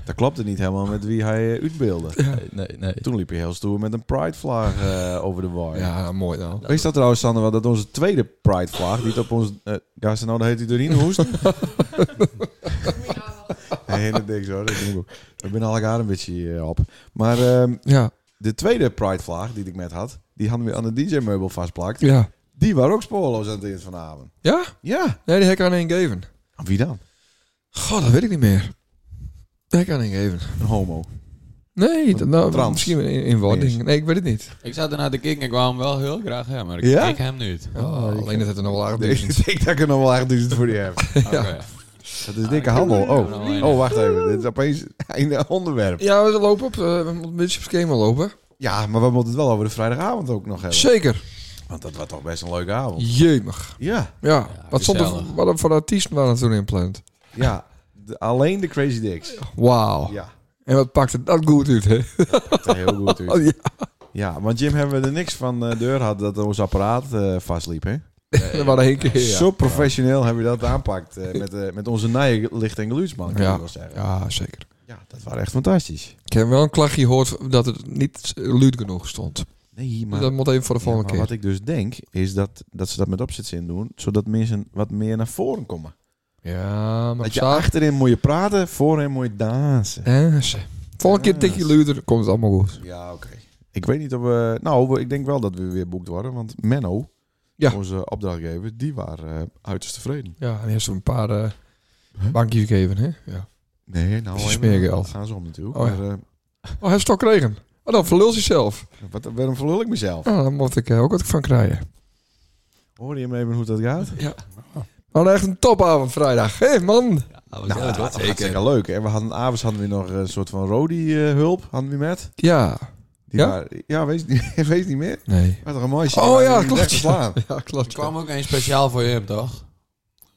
Speaker 1: Dat klopte niet helemaal met wie hij eh, uitbeelde.
Speaker 5: Nee, nee, nee.
Speaker 1: Toen liep hij heel stoer met een pride vlag eh, over de war.
Speaker 3: ja, nou, mooi nou.
Speaker 1: Weet je dat trouwens, Sander, wel dat onze tweede pride vlag, die het op ons... eh ja, ze nou, dat heet hij erin hoest.
Speaker 6: Ja, wel.
Speaker 1: Nee, dat denk ik zo. Dat, doen we ook. We zijn al elkaar een beetje eh, op. Maar ehm,
Speaker 3: Ja,
Speaker 1: de tweede Pride vlaag die ik met had, die hadden we aan de DJ-meubel vastplakt.
Speaker 3: ja.
Speaker 1: Die waren ook spoorloos aan het eind van de avond.
Speaker 3: Ja?
Speaker 1: Ja.
Speaker 3: Nee, die heb ik aan één geven.
Speaker 1: Aan wie dan?
Speaker 3: God, dat weet ik niet meer. Die heb ik aan één geven.
Speaker 1: Een homo.
Speaker 3: Nee, dat- nou,
Speaker 1: Trans.
Speaker 3: misschien in, in wording. Nee, ik weet het niet.
Speaker 4: Ik zat ernaar te kijken, ik wou hem wel heel graag hebben, maar ik
Speaker 1: Ja?
Speaker 4: kijk hem niet.
Speaker 3: Oh, alleen dat het er nog wel aardig
Speaker 1: Ik
Speaker 3: is.
Speaker 1: denk dat ik er nog wel 8000 voor die heb.
Speaker 4: Oké.
Speaker 1: Dat is dikke handel.
Speaker 4: Nou,
Speaker 1: Oh.
Speaker 4: nee.
Speaker 1: oh, wacht even. Dit is opeens een onderwerp.
Speaker 3: Ja, we lopen op. eh, we moeten een beetje op schema lopen.
Speaker 1: Ja, maar we moeten het wel over de vrijdagavond ook nog hebben.
Speaker 3: Zeker.
Speaker 1: Want dat was toch best een leuke avond.
Speaker 3: Jemig.
Speaker 1: Ja.
Speaker 3: Ja, wat stond
Speaker 4: gezellig.
Speaker 3: er, wat er voor artiesten waren er toen in plant?
Speaker 1: Ja. De- alleen de Crazy Dicks.
Speaker 3: Wauw.
Speaker 1: Ja.
Speaker 3: En wat pakte dat goed uit, hè?
Speaker 1: Dat is heel goed. uit.
Speaker 3: Oh, ja.
Speaker 1: Ja, want Jim hebben we er niks van eh, deur had dat ons apparaat eh, vastliep, hè?
Speaker 3: Dat waren één keer, ja.
Speaker 1: Zo professioneel hebben we dat aanpakt eh, met, eh, met onze nije licht en geluidsman, kan
Speaker 3: Ja.
Speaker 1: ik wel zeggen. Ja.
Speaker 3: Ja, zeker.
Speaker 1: dat was echt fantastisch.
Speaker 3: Ik heb wel een klachtje gehoord dat het niet luid genoeg stond.
Speaker 1: Nee,
Speaker 3: Dus
Speaker 1: maar,
Speaker 3: dat moet even voor de
Speaker 1: Ja, maar
Speaker 3: volgende
Speaker 1: wat
Speaker 3: keer.
Speaker 1: ik dus denk, is dat, dat ze dat met opzetzin doen, zodat mensen wat meer naar voren komen.
Speaker 3: Ja, maar
Speaker 1: dat je
Speaker 3: zacht.
Speaker 1: achterin moet je praten, voorin moet je dansen.
Speaker 3: Ja, ze. Volgende keer een tikje luider, komt het allemaal goed.
Speaker 1: Ja, oké. Ik weet niet of we... Nou, we- ik denk wel dat we weer boekt worden, want Menno,
Speaker 3: Ja.
Speaker 1: onze opdrachtgever, die waren eh, uiterst tevreden.
Speaker 3: Ja, en eerst een paar eh, bankjes gegeven, hè? Ja.
Speaker 1: Nee, nou...
Speaker 3: Dat is
Speaker 1: even-
Speaker 3: smeergeld.
Speaker 1: Gaan ze om natuurlijk.
Speaker 3: Oh, ja.
Speaker 1: maar, eh,
Speaker 3: Oh, hij heeft het al gekregen. Oh, dan verlul ze zelf.
Speaker 1: Wat, waarom verlul ik mezelf?
Speaker 3: Nou, dan moet ik eh, ook wat van krijgen.
Speaker 1: Oh, Hoor je hem even hoe dat gaat?
Speaker 3: Maar echt een topavond vrijdag. Hé, man.
Speaker 4: Nou,
Speaker 1: Nou,
Speaker 4: dat
Speaker 1: dat was
Speaker 4: wordt
Speaker 1: hartstikke leuk. En we hadden avonds hadden we nog een soort van Rodi-hulp, hadden we met.
Speaker 3: Ja.
Speaker 1: Die
Speaker 3: Ja?
Speaker 1: waren- ja weet, weet niet meer.
Speaker 3: Nee.
Speaker 1: Wat een mooi shit.
Speaker 3: Oh,
Speaker 1: Waren
Speaker 3: ja,
Speaker 1: die
Speaker 3: klopt,
Speaker 1: recht geslaan.
Speaker 3: Ja, klopt.
Speaker 4: Er kwam ook een speciaal voor je, toch?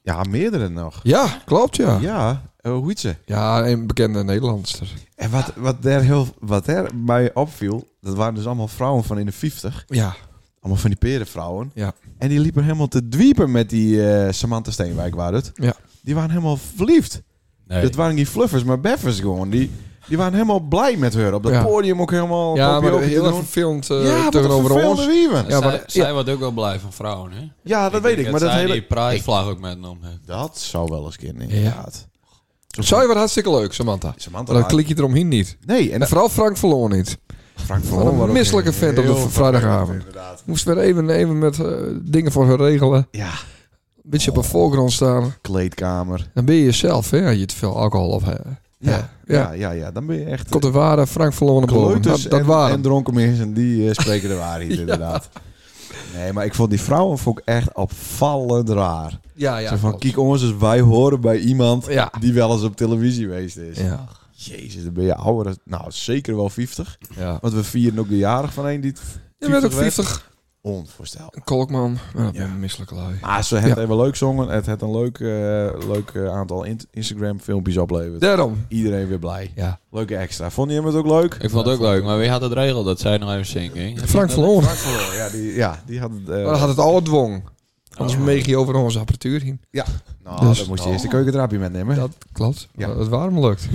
Speaker 1: Ja, meerdere nog.
Speaker 3: Ja, klopt, ja.
Speaker 1: Ja,
Speaker 3: Ja,
Speaker 1: eh, hoe heet ze?
Speaker 3: een bekende Nederlandster.
Speaker 1: En wat, wat, daar heel, wat er mij opviel, dat waren dus allemaal vrouwen van in de 50.
Speaker 3: Ja.
Speaker 1: Allemaal van die perenvrouwen.
Speaker 3: Ja.
Speaker 1: En die liepen helemaal te dwiepen met die eh, Samantha Steenwijk, waren het.
Speaker 3: Ja.
Speaker 1: Die waren helemaal verliefd.
Speaker 4: Nee.
Speaker 1: Dat waren niet fluffers, maar beffers gewoon. Die, die waren helemaal blij met haar. Op dat
Speaker 3: Ja.
Speaker 1: podium ook helemaal...
Speaker 3: Ja,
Speaker 1: poppy
Speaker 3: maar
Speaker 1: ook
Speaker 3: heel
Speaker 1: te
Speaker 3: erg
Speaker 1: doen.
Speaker 3: verfilmd eh,
Speaker 1: ja, wat een
Speaker 3: tegenover ons.
Speaker 1: vervelende wieven.
Speaker 3: Ja,
Speaker 4: ja,
Speaker 3: maar-
Speaker 4: maar,
Speaker 3: ja.
Speaker 4: zij, zij wordt ook wel blij van vrouwen, hè?
Speaker 1: Ja, dat weet ik. Maar dat
Speaker 4: zij
Speaker 1: hele...
Speaker 4: die pridevlag ook met hem heeft.
Speaker 1: Dat zou wel eens kunnen, inderdaad. Zo van-
Speaker 3: Zij was hartstikke leuk, Samantha.
Speaker 1: Samantha
Speaker 3: Maar dan
Speaker 1: Laak-
Speaker 3: klik je eromheen niet.
Speaker 1: Nee, en
Speaker 3: En vooral Frank verloor niet.
Speaker 1: Frank van
Speaker 3: Wat
Speaker 1: Loon was
Speaker 3: een
Speaker 1: ook
Speaker 3: misselijke vent op de
Speaker 1: heel
Speaker 3: v- vrijdagavond.
Speaker 1: Inderdaad.
Speaker 3: Moest weer even, even met eh, dingen voor haar regelen.
Speaker 1: Ja,
Speaker 3: Een beetje
Speaker 1: Oh.
Speaker 3: op een voorgrond staan.
Speaker 1: kleedkamer.
Speaker 3: Dan ben je jezelf, hè, als je te veel alcohol op hebt.
Speaker 1: Ja,
Speaker 3: Ja.
Speaker 1: ja, ja, ja, dan ben je echt...
Speaker 3: Komt de ware, Frank verloor naar boven. Dat,
Speaker 1: kleuters
Speaker 3: dat
Speaker 1: en,
Speaker 3: waren.
Speaker 1: en dronken mensen, die eh, spreken de waarheid, inderdaad. Nee, maar ik vond die vrouwen vond ik echt opvallend raar.
Speaker 3: ja, ja.
Speaker 1: Zo van,
Speaker 3: klopt.
Speaker 1: kijk ons, dus wij horen bij iemand
Speaker 3: Ja.
Speaker 1: die wel eens op televisie geweest is.
Speaker 3: Ja.
Speaker 1: Jezus, dan ben je ouder. dan- Nou, zeker wel 50.
Speaker 3: ja.
Speaker 1: Want we vieren ook de jarig van een die het
Speaker 3: Je bent ook
Speaker 1: 50 werd.
Speaker 3: 50.
Speaker 1: Onvoorstelbaar.
Speaker 3: Kolkman. Ja, dat
Speaker 1: Ja.
Speaker 3: ben een misselijke lui.
Speaker 1: Maar ze heeft
Speaker 3: Ja.
Speaker 1: even leuk zongen. Het heeft een leuk, eh, leuk eh, aantal in- Instagram-filmpjes opleverd.
Speaker 3: Daarom.
Speaker 1: Iedereen weer blij.
Speaker 3: Ja.
Speaker 1: Leuke extra. Vond je hem het ook leuk?
Speaker 4: Ik vond het ook leuk, maar wie had het regel dat zij nog even zingen? ging?
Speaker 3: Frank verloor.
Speaker 1: Frank van Loon, ja, die, ja, die had het... eh,
Speaker 3: Maar Oh, dat had het al dwong. Anders meeg je over onze apparatuur heen.
Speaker 1: Nou,
Speaker 3: Dus-
Speaker 1: dan moest je eerst de keukendraapje metnemen.
Speaker 3: Dat klopt.
Speaker 1: Ja.
Speaker 3: Dat het warm lukt.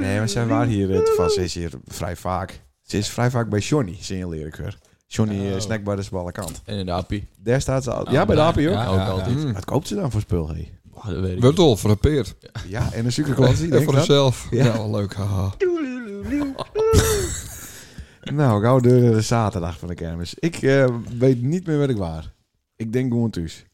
Speaker 1: Nee, maar zij waren hier eh, te vast. Ze is hier vrij vaak. Ze is vrij vaak bij Johnny, signaleer ik weer. Johnny eh,
Speaker 4: Oh.
Speaker 1: snackbar is ballenkant.
Speaker 5: En in de appie.
Speaker 1: Daar staat ze al. Ja, bij de API ook.
Speaker 4: Ja,
Speaker 5: ook
Speaker 4: ja,
Speaker 5: altijd.
Speaker 3: Mm.
Speaker 1: Wat koopt ze dan voor spul, hé?
Speaker 5: Oh, dat weet ik niet.
Speaker 3: Wuttel, voor de peer.
Speaker 1: Ja, en een suikerklantie,
Speaker 3: En
Speaker 1: denk ik
Speaker 3: voor
Speaker 1: dan.
Speaker 3: zichzelf. Ja,
Speaker 1: Ja.
Speaker 3: wel leuk. Haha.
Speaker 1: Nou, gauw door de zaterdag van de kermis. Ik eh, weet niet meer waar ik waar. Ik denk gewoon thuis.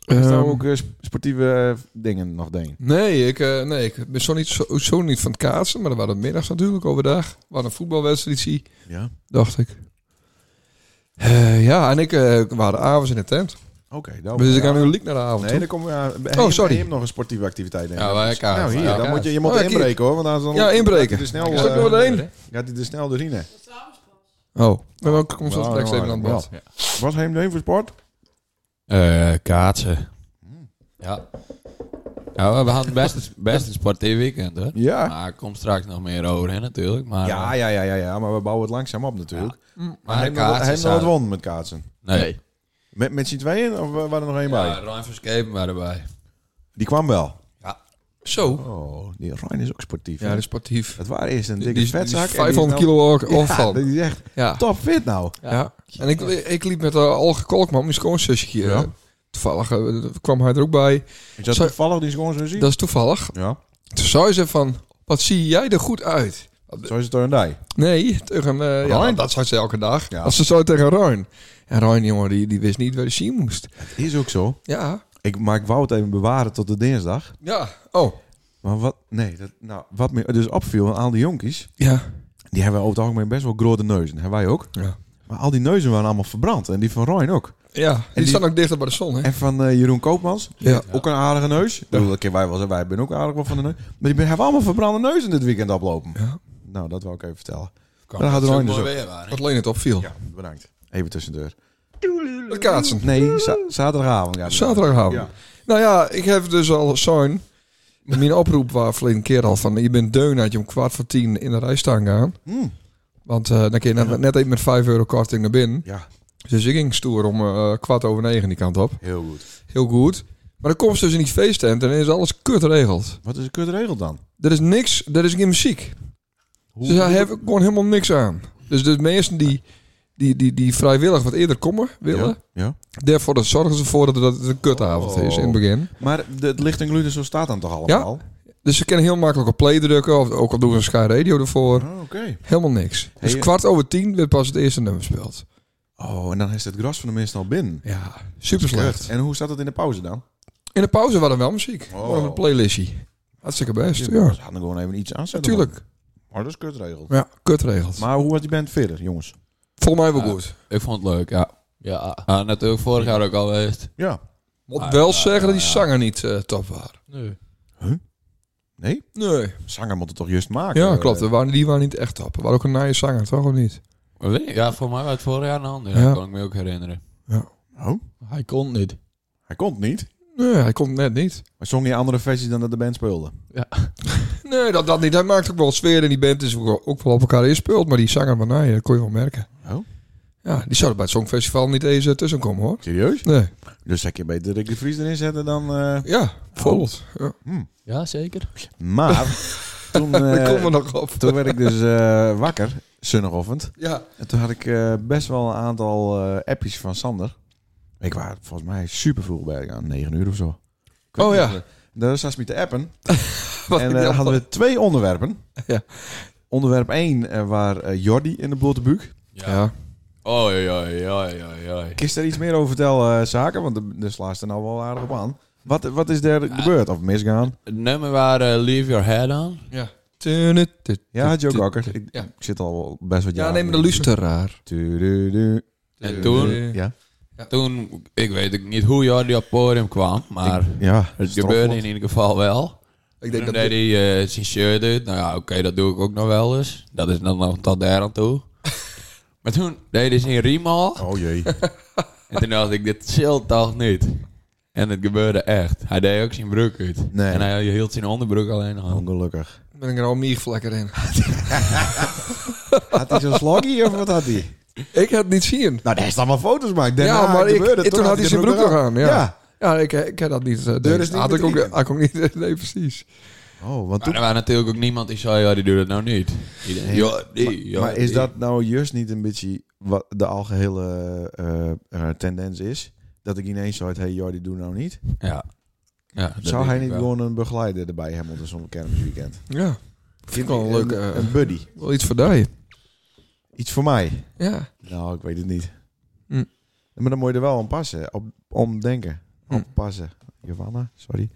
Speaker 1: Er staan
Speaker 3: Ehm,
Speaker 1: ook eh, sp- sportieve eh, dingen nog deen.
Speaker 3: Nee, ik, eh, nee, ik ben zo niet, zo, zo niet van het kaatsen. Maar er waren middags natuurlijk overdag. We hadden een voetbalwedstrijd zie,
Speaker 1: Ja,
Speaker 3: dacht ik. Eh, ja, en ik eh waren avonds in de tent.
Speaker 1: oké. dan-
Speaker 3: dus ik ga nu liek naar de avond.
Speaker 1: Oh, Nee,
Speaker 3: toe.
Speaker 1: dan kom je aan.
Speaker 3: Oh, sorry.
Speaker 1: Je hebt nog een sportieve activiteit, denk ik.
Speaker 4: Ja, wij elkaar.
Speaker 1: nou, hier,
Speaker 4: Ja.
Speaker 1: dan moet je, je moet
Speaker 3: Oh, ja,
Speaker 1: inbreken hoor. Want anders dan
Speaker 3: Ja, inbreken.
Speaker 1: Gaat hij er snel,
Speaker 3: Is dat
Speaker 1: eh,
Speaker 3: nog wat één?
Speaker 1: gaat hij er snel doorheen. hè.
Speaker 3: Oh, maar dan komt zo
Speaker 1: Nou,
Speaker 3: straks
Speaker 1: nou,
Speaker 3: even aan het
Speaker 1: nou,
Speaker 3: bod.
Speaker 1: Was hij hem doorheen voor sport?
Speaker 4: Eh, kaatsen. Ja. ja. We hadden best, het- best een sportief weekend, hè?
Speaker 3: Ah,
Speaker 1: Ja.
Speaker 4: Maar er komt straks nog meer over, hè, natuurlijk. Maar, eh,
Speaker 1: Ja, ja, ja, ja, ja, maar we bouwen het langzaam op natuurlijk. Maar hij
Speaker 4: maar de
Speaker 1: heeft nog- hij
Speaker 4: kaatsen
Speaker 1: heeft nog wat
Speaker 4: zaten-
Speaker 1: won met kaatsen.
Speaker 4: Nee.
Speaker 1: Met, met z'n tweeën of wa- waren er nog één
Speaker 4: Ja,
Speaker 1: bij?
Speaker 4: Ryan Verscapen waren erbij.
Speaker 1: Die kwam wel.
Speaker 3: Zo.
Speaker 1: Oh, die Ryan is ook sportief.
Speaker 3: Ja,
Speaker 1: hè?
Speaker 3: dat is sportief.
Speaker 1: Het waren eerst een
Speaker 3: Die,
Speaker 1: dikke
Speaker 3: die is
Speaker 1: vetzak. en die is
Speaker 3: 500
Speaker 1: nou-
Speaker 3: kilo ook
Speaker 1: Ja,
Speaker 3: afval.
Speaker 1: die is echt
Speaker 3: Ja.
Speaker 1: top fit nou.
Speaker 3: Ja. En ik, ik liep met eh, Alge Kolkman, mijn schoonzusje hier.
Speaker 1: Ja.
Speaker 3: eh, Toevallig eh, kwam hij er ook bij.
Speaker 1: Is dat
Speaker 3: Zo-
Speaker 1: toevallig die schoon zo zien?
Speaker 3: Dat is toevallig.
Speaker 1: Ja.
Speaker 3: Toen zei ze van, wat zie jij er goed uit?
Speaker 1: Zo is het door een dij.
Speaker 3: Nee, tegen eh ja,
Speaker 1: Rijn?
Speaker 3: dat zei ze elke dag.
Speaker 1: Ja.
Speaker 3: Als ze zo tegen Rijn. En Rijn, jongen, die, die wist niet waar hij zien moest.
Speaker 1: Is ook zo.
Speaker 3: Ja.
Speaker 1: Ik, maar ik wou het even bewaren tot de dinsdag.
Speaker 3: Ja. Oh.
Speaker 1: Maar wat, nee, dat, nou, wat me dus opviel aan al die jonkies,
Speaker 3: Ja.
Speaker 1: die hebben over het algemeen best wel grote neuzen. Hebben wij ook.
Speaker 3: Ja.
Speaker 1: Maar al die neuzen waren allemaal verbrand. En die van Ryan ook.
Speaker 3: Ja. Die,
Speaker 1: die-
Speaker 3: staan ook dichter bij de zon, hè?
Speaker 1: En van eh, Jeroen Koopmans.
Speaker 3: Ja.
Speaker 1: Ook een aardige neus. Ik bedoel, dat keer wij, wel zijn, wij hebben ook aardig wat van de neus. Maar die hebben allemaal verbrande neuzen dit weekend oplopen.
Speaker 3: Ja.
Speaker 1: Nou, dat wou ik even vertellen.
Speaker 4: Kan.
Speaker 1: Maar dan gaat Ryan dus ook.
Speaker 4: weer waren.
Speaker 3: Wat alleen het opviel.
Speaker 1: Ja, bedankt. Even tussendoor.
Speaker 3: Het kaatsen.
Speaker 1: Nee, za- zaterdagavond. Ja,
Speaker 3: Zaterdagavond.
Speaker 1: Ja.
Speaker 3: Nou ja, ik heb dus al zo'n... Mijn oproep was verleden keer al van... Je bent deun dat je om kwart voor tien in de rij staan gaan.
Speaker 1: Hmm.
Speaker 3: Want eh, dan kun je net, net even met 5 euro korting naar binnen.
Speaker 1: Ja,
Speaker 3: Dus ik ging stoer om eh, kwart over negen die kant op.
Speaker 1: heel goed.
Speaker 3: Heel goed. Maar dan komt ze dus in die feesttent en dan is alles kut regeld.
Speaker 1: Wat is een kutregel dan?
Speaker 3: Er is niks, er is geen muziek. Dus daar hebben gewoon helemaal niks aan. Dus de mensen die, die, die, die vrijwillig wat eerder komen willen,
Speaker 1: Ja, ja.
Speaker 3: daarvoor dat zorgen ze ervoor dat het een kutavond is in het
Speaker 1: Oh.
Speaker 3: begin.
Speaker 1: Maar de, het licht en gluten, zo staat dan toch allemaal?
Speaker 3: Dus ze kunnen heel makkelijk op play drukken, of ook al doen ze een Sky Radio ervoor.
Speaker 1: Oh, Oké.
Speaker 3: Helemaal niks. Dus
Speaker 1: Hey,
Speaker 3: kwart over tien werd pas het eerste nummer speeld.
Speaker 1: Oh, en dan is het gras van de mist al binnen.
Speaker 3: Ja, super slecht.
Speaker 1: En hoe staat dat in de pauze dan?
Speaker 3: In de pauze waren wel muziek.
Speaker 1: Oh.
Speaker 3: Gewoon een playlistje. Hartstikke best,
Speaker 1: Ze
Speaker 3: ja.
Speaker 1: hadden gewoon even iets aanzetten.
Speaker 3: Natuurlijk.
Speaker 1: Maar dat is kutregel.
Speaker 3: Ja, kut regeld.
Speaker 1: Maar hoe was die band verder, jongens?
Speaker 3: Volgens mij wel
Speaker 4: Ja.
Speaker 3: goed.
Speaker 4: Ik vond het leuk, ja.
Speaker 5: Ja.
Speaker 4: Ah, natuurlijk vorig jaar ook al geweest.
Speaker 1: Ja.
Speaker 3: Moet
Speaker 4: Ah,
Speaker 3: wel
Speaker 4: ja,
Speaker 3: zeggen dat die
Speaker 4: ja.
Speaker 3: zanger niet eh, top waren.
Speaker 5: Nee.
Speaker 1: Nee?
Speaker 3: Nee.
Speaker 1: Zanger moet het toch juist maken?
Speaker 3: Ja,
Speaker 1: Eh,
Speaker 3: klopt. Er waren, die waren niet echt top. Er waren ook een naaie zanger, toch? Of niet?
Speaker 4: Maar weet ik, ja, voor mij was het vorig jaar een ander.
Speaker 3: Ja.
Speaker 4: Dat kan ik me ook herinneren.
Speaker 1: Oh,
Speaker 5: Hij kon niet.
Speaker 1: hij kon het niet.
Speaker 3: Nee, hij komt net niet.
Speaker 1: Maar zong je andere versies dan dat de band speelde?
Speaker 3: Nee, dat, dat niet. Hij maakt ook wel sfeer en die band is ook wel, ook wel op elkaar inspeeld. Maar die zanger van naaien, dat kon je wel merken.
Speaker 1: Oh.
Speaker 3: Ja, die zouden bij het Songfestival niet eens eh, tussen komen, hoor.
Speaker 1: Serieus?
Speaker 3: Nee.
Speaker 1: Dus zou ik je beter Rick de Vries erin zetten dan... eh,
Speaker 3: Ja, bijvoorbeeld.
Speaker 1: Oh.
Speaker 3: Ja.
Speaker 5: Ja, zeker.
Speaker 1: Maar toen, eh,
Speaker 3: Daar komen we nog op.
Speaker 1: toen werd ik dus eh, wakker, zondagochtend.
Speaker 3: Ja.
Speaker 1: En toen had ik eh, best wel een aantal eh appjes van Sander. Ik was volgens mij super vroeg bij, aan 9 uur of zo. Ik weet
Speaker 3: Oh,
Speaker 1: niet
Speaker 3: ja.
Speaker 1: of we- Daar zat ze me te appen.
Speaker 3: Wat
Speaker 1: en
Speaker 3: ik
Speaker 1: eh,
Speaker 3: wel-
Speaker 1: hadden we twee onderwerpen.
Speaker 3: Ja.
Speaker 1: Onderwerp 1 waar eh, Jordi in de blote buik.
Speaker 3: Ja.
Speaker 4: Oei, oei, oei, oei, oei.
Speaker 1: Kun je daar iets meer over vertellen, eh, zaken? Want de- de slaast er nou wel aardig op aan. Wat, wat is er gebeurd? Of misgaan?
Speaker 4: Het nummer waar eh, Leave Your Head On.
Speaker 3: Ja.
Speaker 1: Ja, had je ook wakker. Ik,
Speaker 3: Ja.
Speaker 1: ik zit al wel best wat
Speaker 3: Ja, neem de luisteraar.
Speaker 1: Tududu.
Speaker 5: Eh,
Speaker 4: En toen,
Speaker 1: Ja.
Speaker 4: toen, ik weet ook niet hoe Jordi op het podium kwam, maar
Speaker 1: Ja.
Speaker 4: het
Speaker 1: strof-
Speaker 4: gebeurde in ieder geval wel.
Speaker 3: Ik denk
Speaker 4: Ik denk
Speaker 3: dat...
Speaker 4: dat hij eh, zijn shirt uit. Nou ja, oké, dat doe ik ook nog wel eens. Dat is dan nog tot daar aan toe. maar toen deed hij zijn riem al.
Speaker 1: Oh jee.
Speaker 4: En toen dacht ik, dit zult toch niet. En het gebeurde echt. Hij deed ook zijn broek uit.
Speaker 1: Nee. Oh,
Speaker 4: En hij hield zijn onderbroek alleen aan.
Speaker 1: Ongelukkig.
Speaker 3: Ben ik er al miervlekker in.
Speaker 1: Had hij zo'n sloggy of wat had hij?
Speaker 3: Ik had het niet zien.
Speaker 1: Nou, daar is allemaal foto's maar. ah,
Speaker 3: Ja, maar ik,
Speaker 1: gebeurde,
Speaker 3: toen had hij zijn broek nog aan. Ja, ja.
Speaker 1: Ja.
Speaker 3: ik, ik had dat niet. eh, nee,
Speaker 1: is niet
Speaker 3: had ik ook,
Speaker 1: bedreven.
Speaker 3: had ik ook niet. Nee, precies.
Speaker 1: Oh, want
Speaker 4: Maar
Speaker 1: toen...
Speaker 4: er was natuurlijk ook niemand die zei, ja, die doet het nou niet. Iedereen,
Speaker 1: Nee,
Speaker 4: ja, die,
Speaker 3: Eh,
Speaker 4: ja,
Speaker 1: Maar is
Speaker 4: die.
Speaker 1: dat nou juist niet een beetje wat de algehele eh, eh, tendens is? Dat ik ineens zei, hey Jordi, doe nou niet.
Speaker 4: Ja. ja dat
Speaker 1: Zou
Speaker 4: denk
Speaker 1: hij
Speaker 4: ik
Speaker 1: niet
Speaker 4: wel.
Speaker 1: gewoon een begeleider erbij hebben onder zo'n kermisweekend?
Speaker 3: Ja. Vind ik wel een leuk. eh,
Speaker 1: Een buddy.
Speaker 3: wel iets voor die.
Speaker 1: Iets voor mij.
Speaker 3: Ja.
Speaker 1: Nou, ik weet het niet.
Speaker 3: Hm.
Speaker 1: Maar dan moet je er wel aan passen. Op, om denken.
Speaker 3: Hm.
Speaker 1: Op passen. Giovanna, sorry.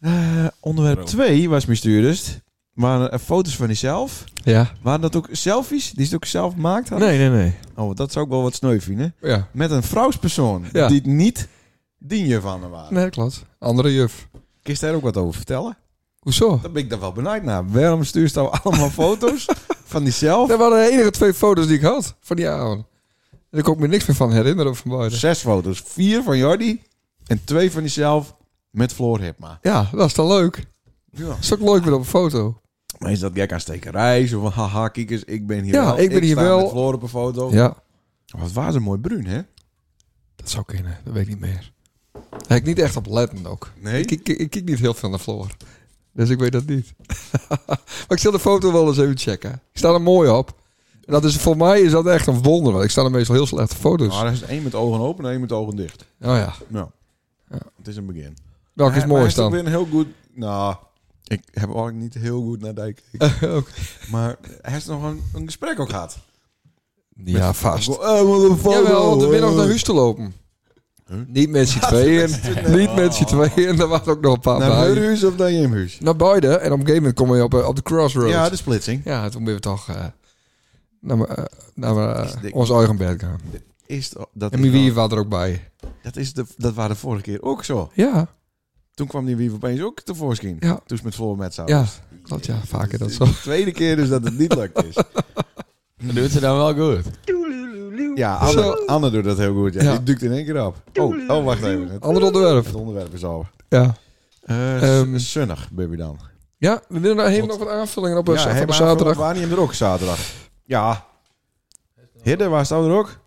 Speaker 1: Eh, onderwerp 2 was mijn stuurders. Waren eh, foto's van jezelf.
Speaker 3: Ja.
Speaker 1: Waren dat ook selfies? Die ze ook zelf gemaakt hadden?
Speaker 3: Nee, nee, nee.
Speaker 1: Oh, dat zou ook wel wat sneu vinden.
Speaker 3: Ja.
Speaker 1: Met een vrouwspersoon.
Speaker 3: Ja.
Speaker 1: Die het niet dien je van hem waren.
Speaker 3: Nee, klopt. Andere juf.
Speaker 1: Kun je daar ook wat over vertellen?
Speaker 3: Hoezo?
Speaker 1: Daar ben ik dan wel benieuwd naar. Waarom stuur je nou allemaal foto's van diezelf?
Speaker 3: Dat waren de enige twee foto's die ik had van die avond. En ik kon me niks meer van herinneren van beide.
Speaker 1: Zes foto's. Vier van Jordi. En twee van jezelf. Met Floor Hipma.
Speaker 3: Ja, dat is dan leuk.
Speaker 1: Ja.
Speaker 3: Dat is ook leuk weer op een foto.
Speaker 1: Maar is dat gek aan stekerij? Zo van, haha, kijk eens, ik ben hier
Speaker 3: Ja,
Speaker 1: wel.
Speaker 3: ik ben hier
Speaker 1: sta
Speaker 3: wel.
Speaker 1: met Floor op een foto.
Speaker 3: Ja.
Speaker 1: Wat was een mooi bruin, hè?
Speaker 3: Dat zou kunnen. Dat weet ik niet meer. Daar heb ik niet echt op letten ook.
Speaker 1: Nee?
Speaker 3: Ik, ik, ik kijk niet heel veel naar Floor. Dus ik weet dat niet. maar ik zal de foto wel eens even checken. Ik sta er mooi op. En dat is, voor mij is dat echt een wonder. Want ik sta er meestal heel slecht op foto's.
Speaker 1: Maar er is één met ogen open en één met ogen dicht.
Speaker 3: Oh ja.
Speaker 1: Nou,
Speaker 3: Ja.
Speaker 1: het is een begin.
Speaker 3: Welke is
Speaker 1: Maar hij
Speaker 3: mooi
Speaker 1: is ook
Speaker 3: dan?
Speaker 1: weer een heel goed... Nou, Ik heb eigenlijk niet heel goed naar Dijk gekeken.
Speaker 3: Ook.
Speaker 1: Maar hij is nog een, een gesprek ook gehad.
Speaker 3: Ja, vast.
Speaker 1: Eh, wat een foto.
Speaker 3: Jawel, de winnaar naar huis te lopen.
Speaker 1: Huh?
Speaker 3: Niet met z'n tweeën. Niet met z'n tweeën. Er waren ook nog een paar
Speaker 1: Naar
Speaker 3: bij.
Speaker 1: hun huis of naar je huis?
Speaker 3: Naar beide. En op een gegeven moment kom je op, eh, op de crossroads.
Speaker 1: Ja, dus-
Speaker 3: Ja,
Speaker 1: de splitsing.
Speaker 3: toen ben je toch eh, naar, eh, naar eh,
Speaker 1: Is dik.
Speaker 3: ons eigen bed gaan.
Speaker 1: Is dat, dat,
Speaker 3: En
Speaker 1: is
Speaker 3: wie
Speaker 1: wel-
Speaker 3: was er ook bij?
Speaker 1: dat, is de, dat waren de vorige keer ook zo.
Speaker 3: Ja,
Speaker 1: Toen kwam die wief opeens ook tevoorschijn.
Speaker 3: Ja.
Speaker 1: Toen is het met Floor met zou.
Speaker 3: ja. Klopt, ja. Vaker dat zo.
Speaker 1: De tweede keer dus dat het niet lukt is.
Speaker 4: Dat doet ze dan wel goed.
Speaker 1: Ja,
Speaker 3: Zo.
Speaker 1: Anne, Anne doet dat heel goed. Ja.
Speaker 3: Ja.
Speaker 1: Die duikt in één keer op. Oh, oh wacht even. Het,
Speaker 3: Ander onderwerp.
Speaker 1: het onderwerp is al.
Speaker 3: Ja.
Speaker 1: Eh,
Speaker 3: Ehm.
Speaker 1: s- Zonnig, baby dan.
Speaker 3: Ja, we willen daar even nog wat aanvullingen op. eh, van
Speaker 1: hebben
Speaker 3: zaterdag.
Speaker 1: Waar niet hem er ook zaterdag? Ja. Hidde, waar staan we er ook?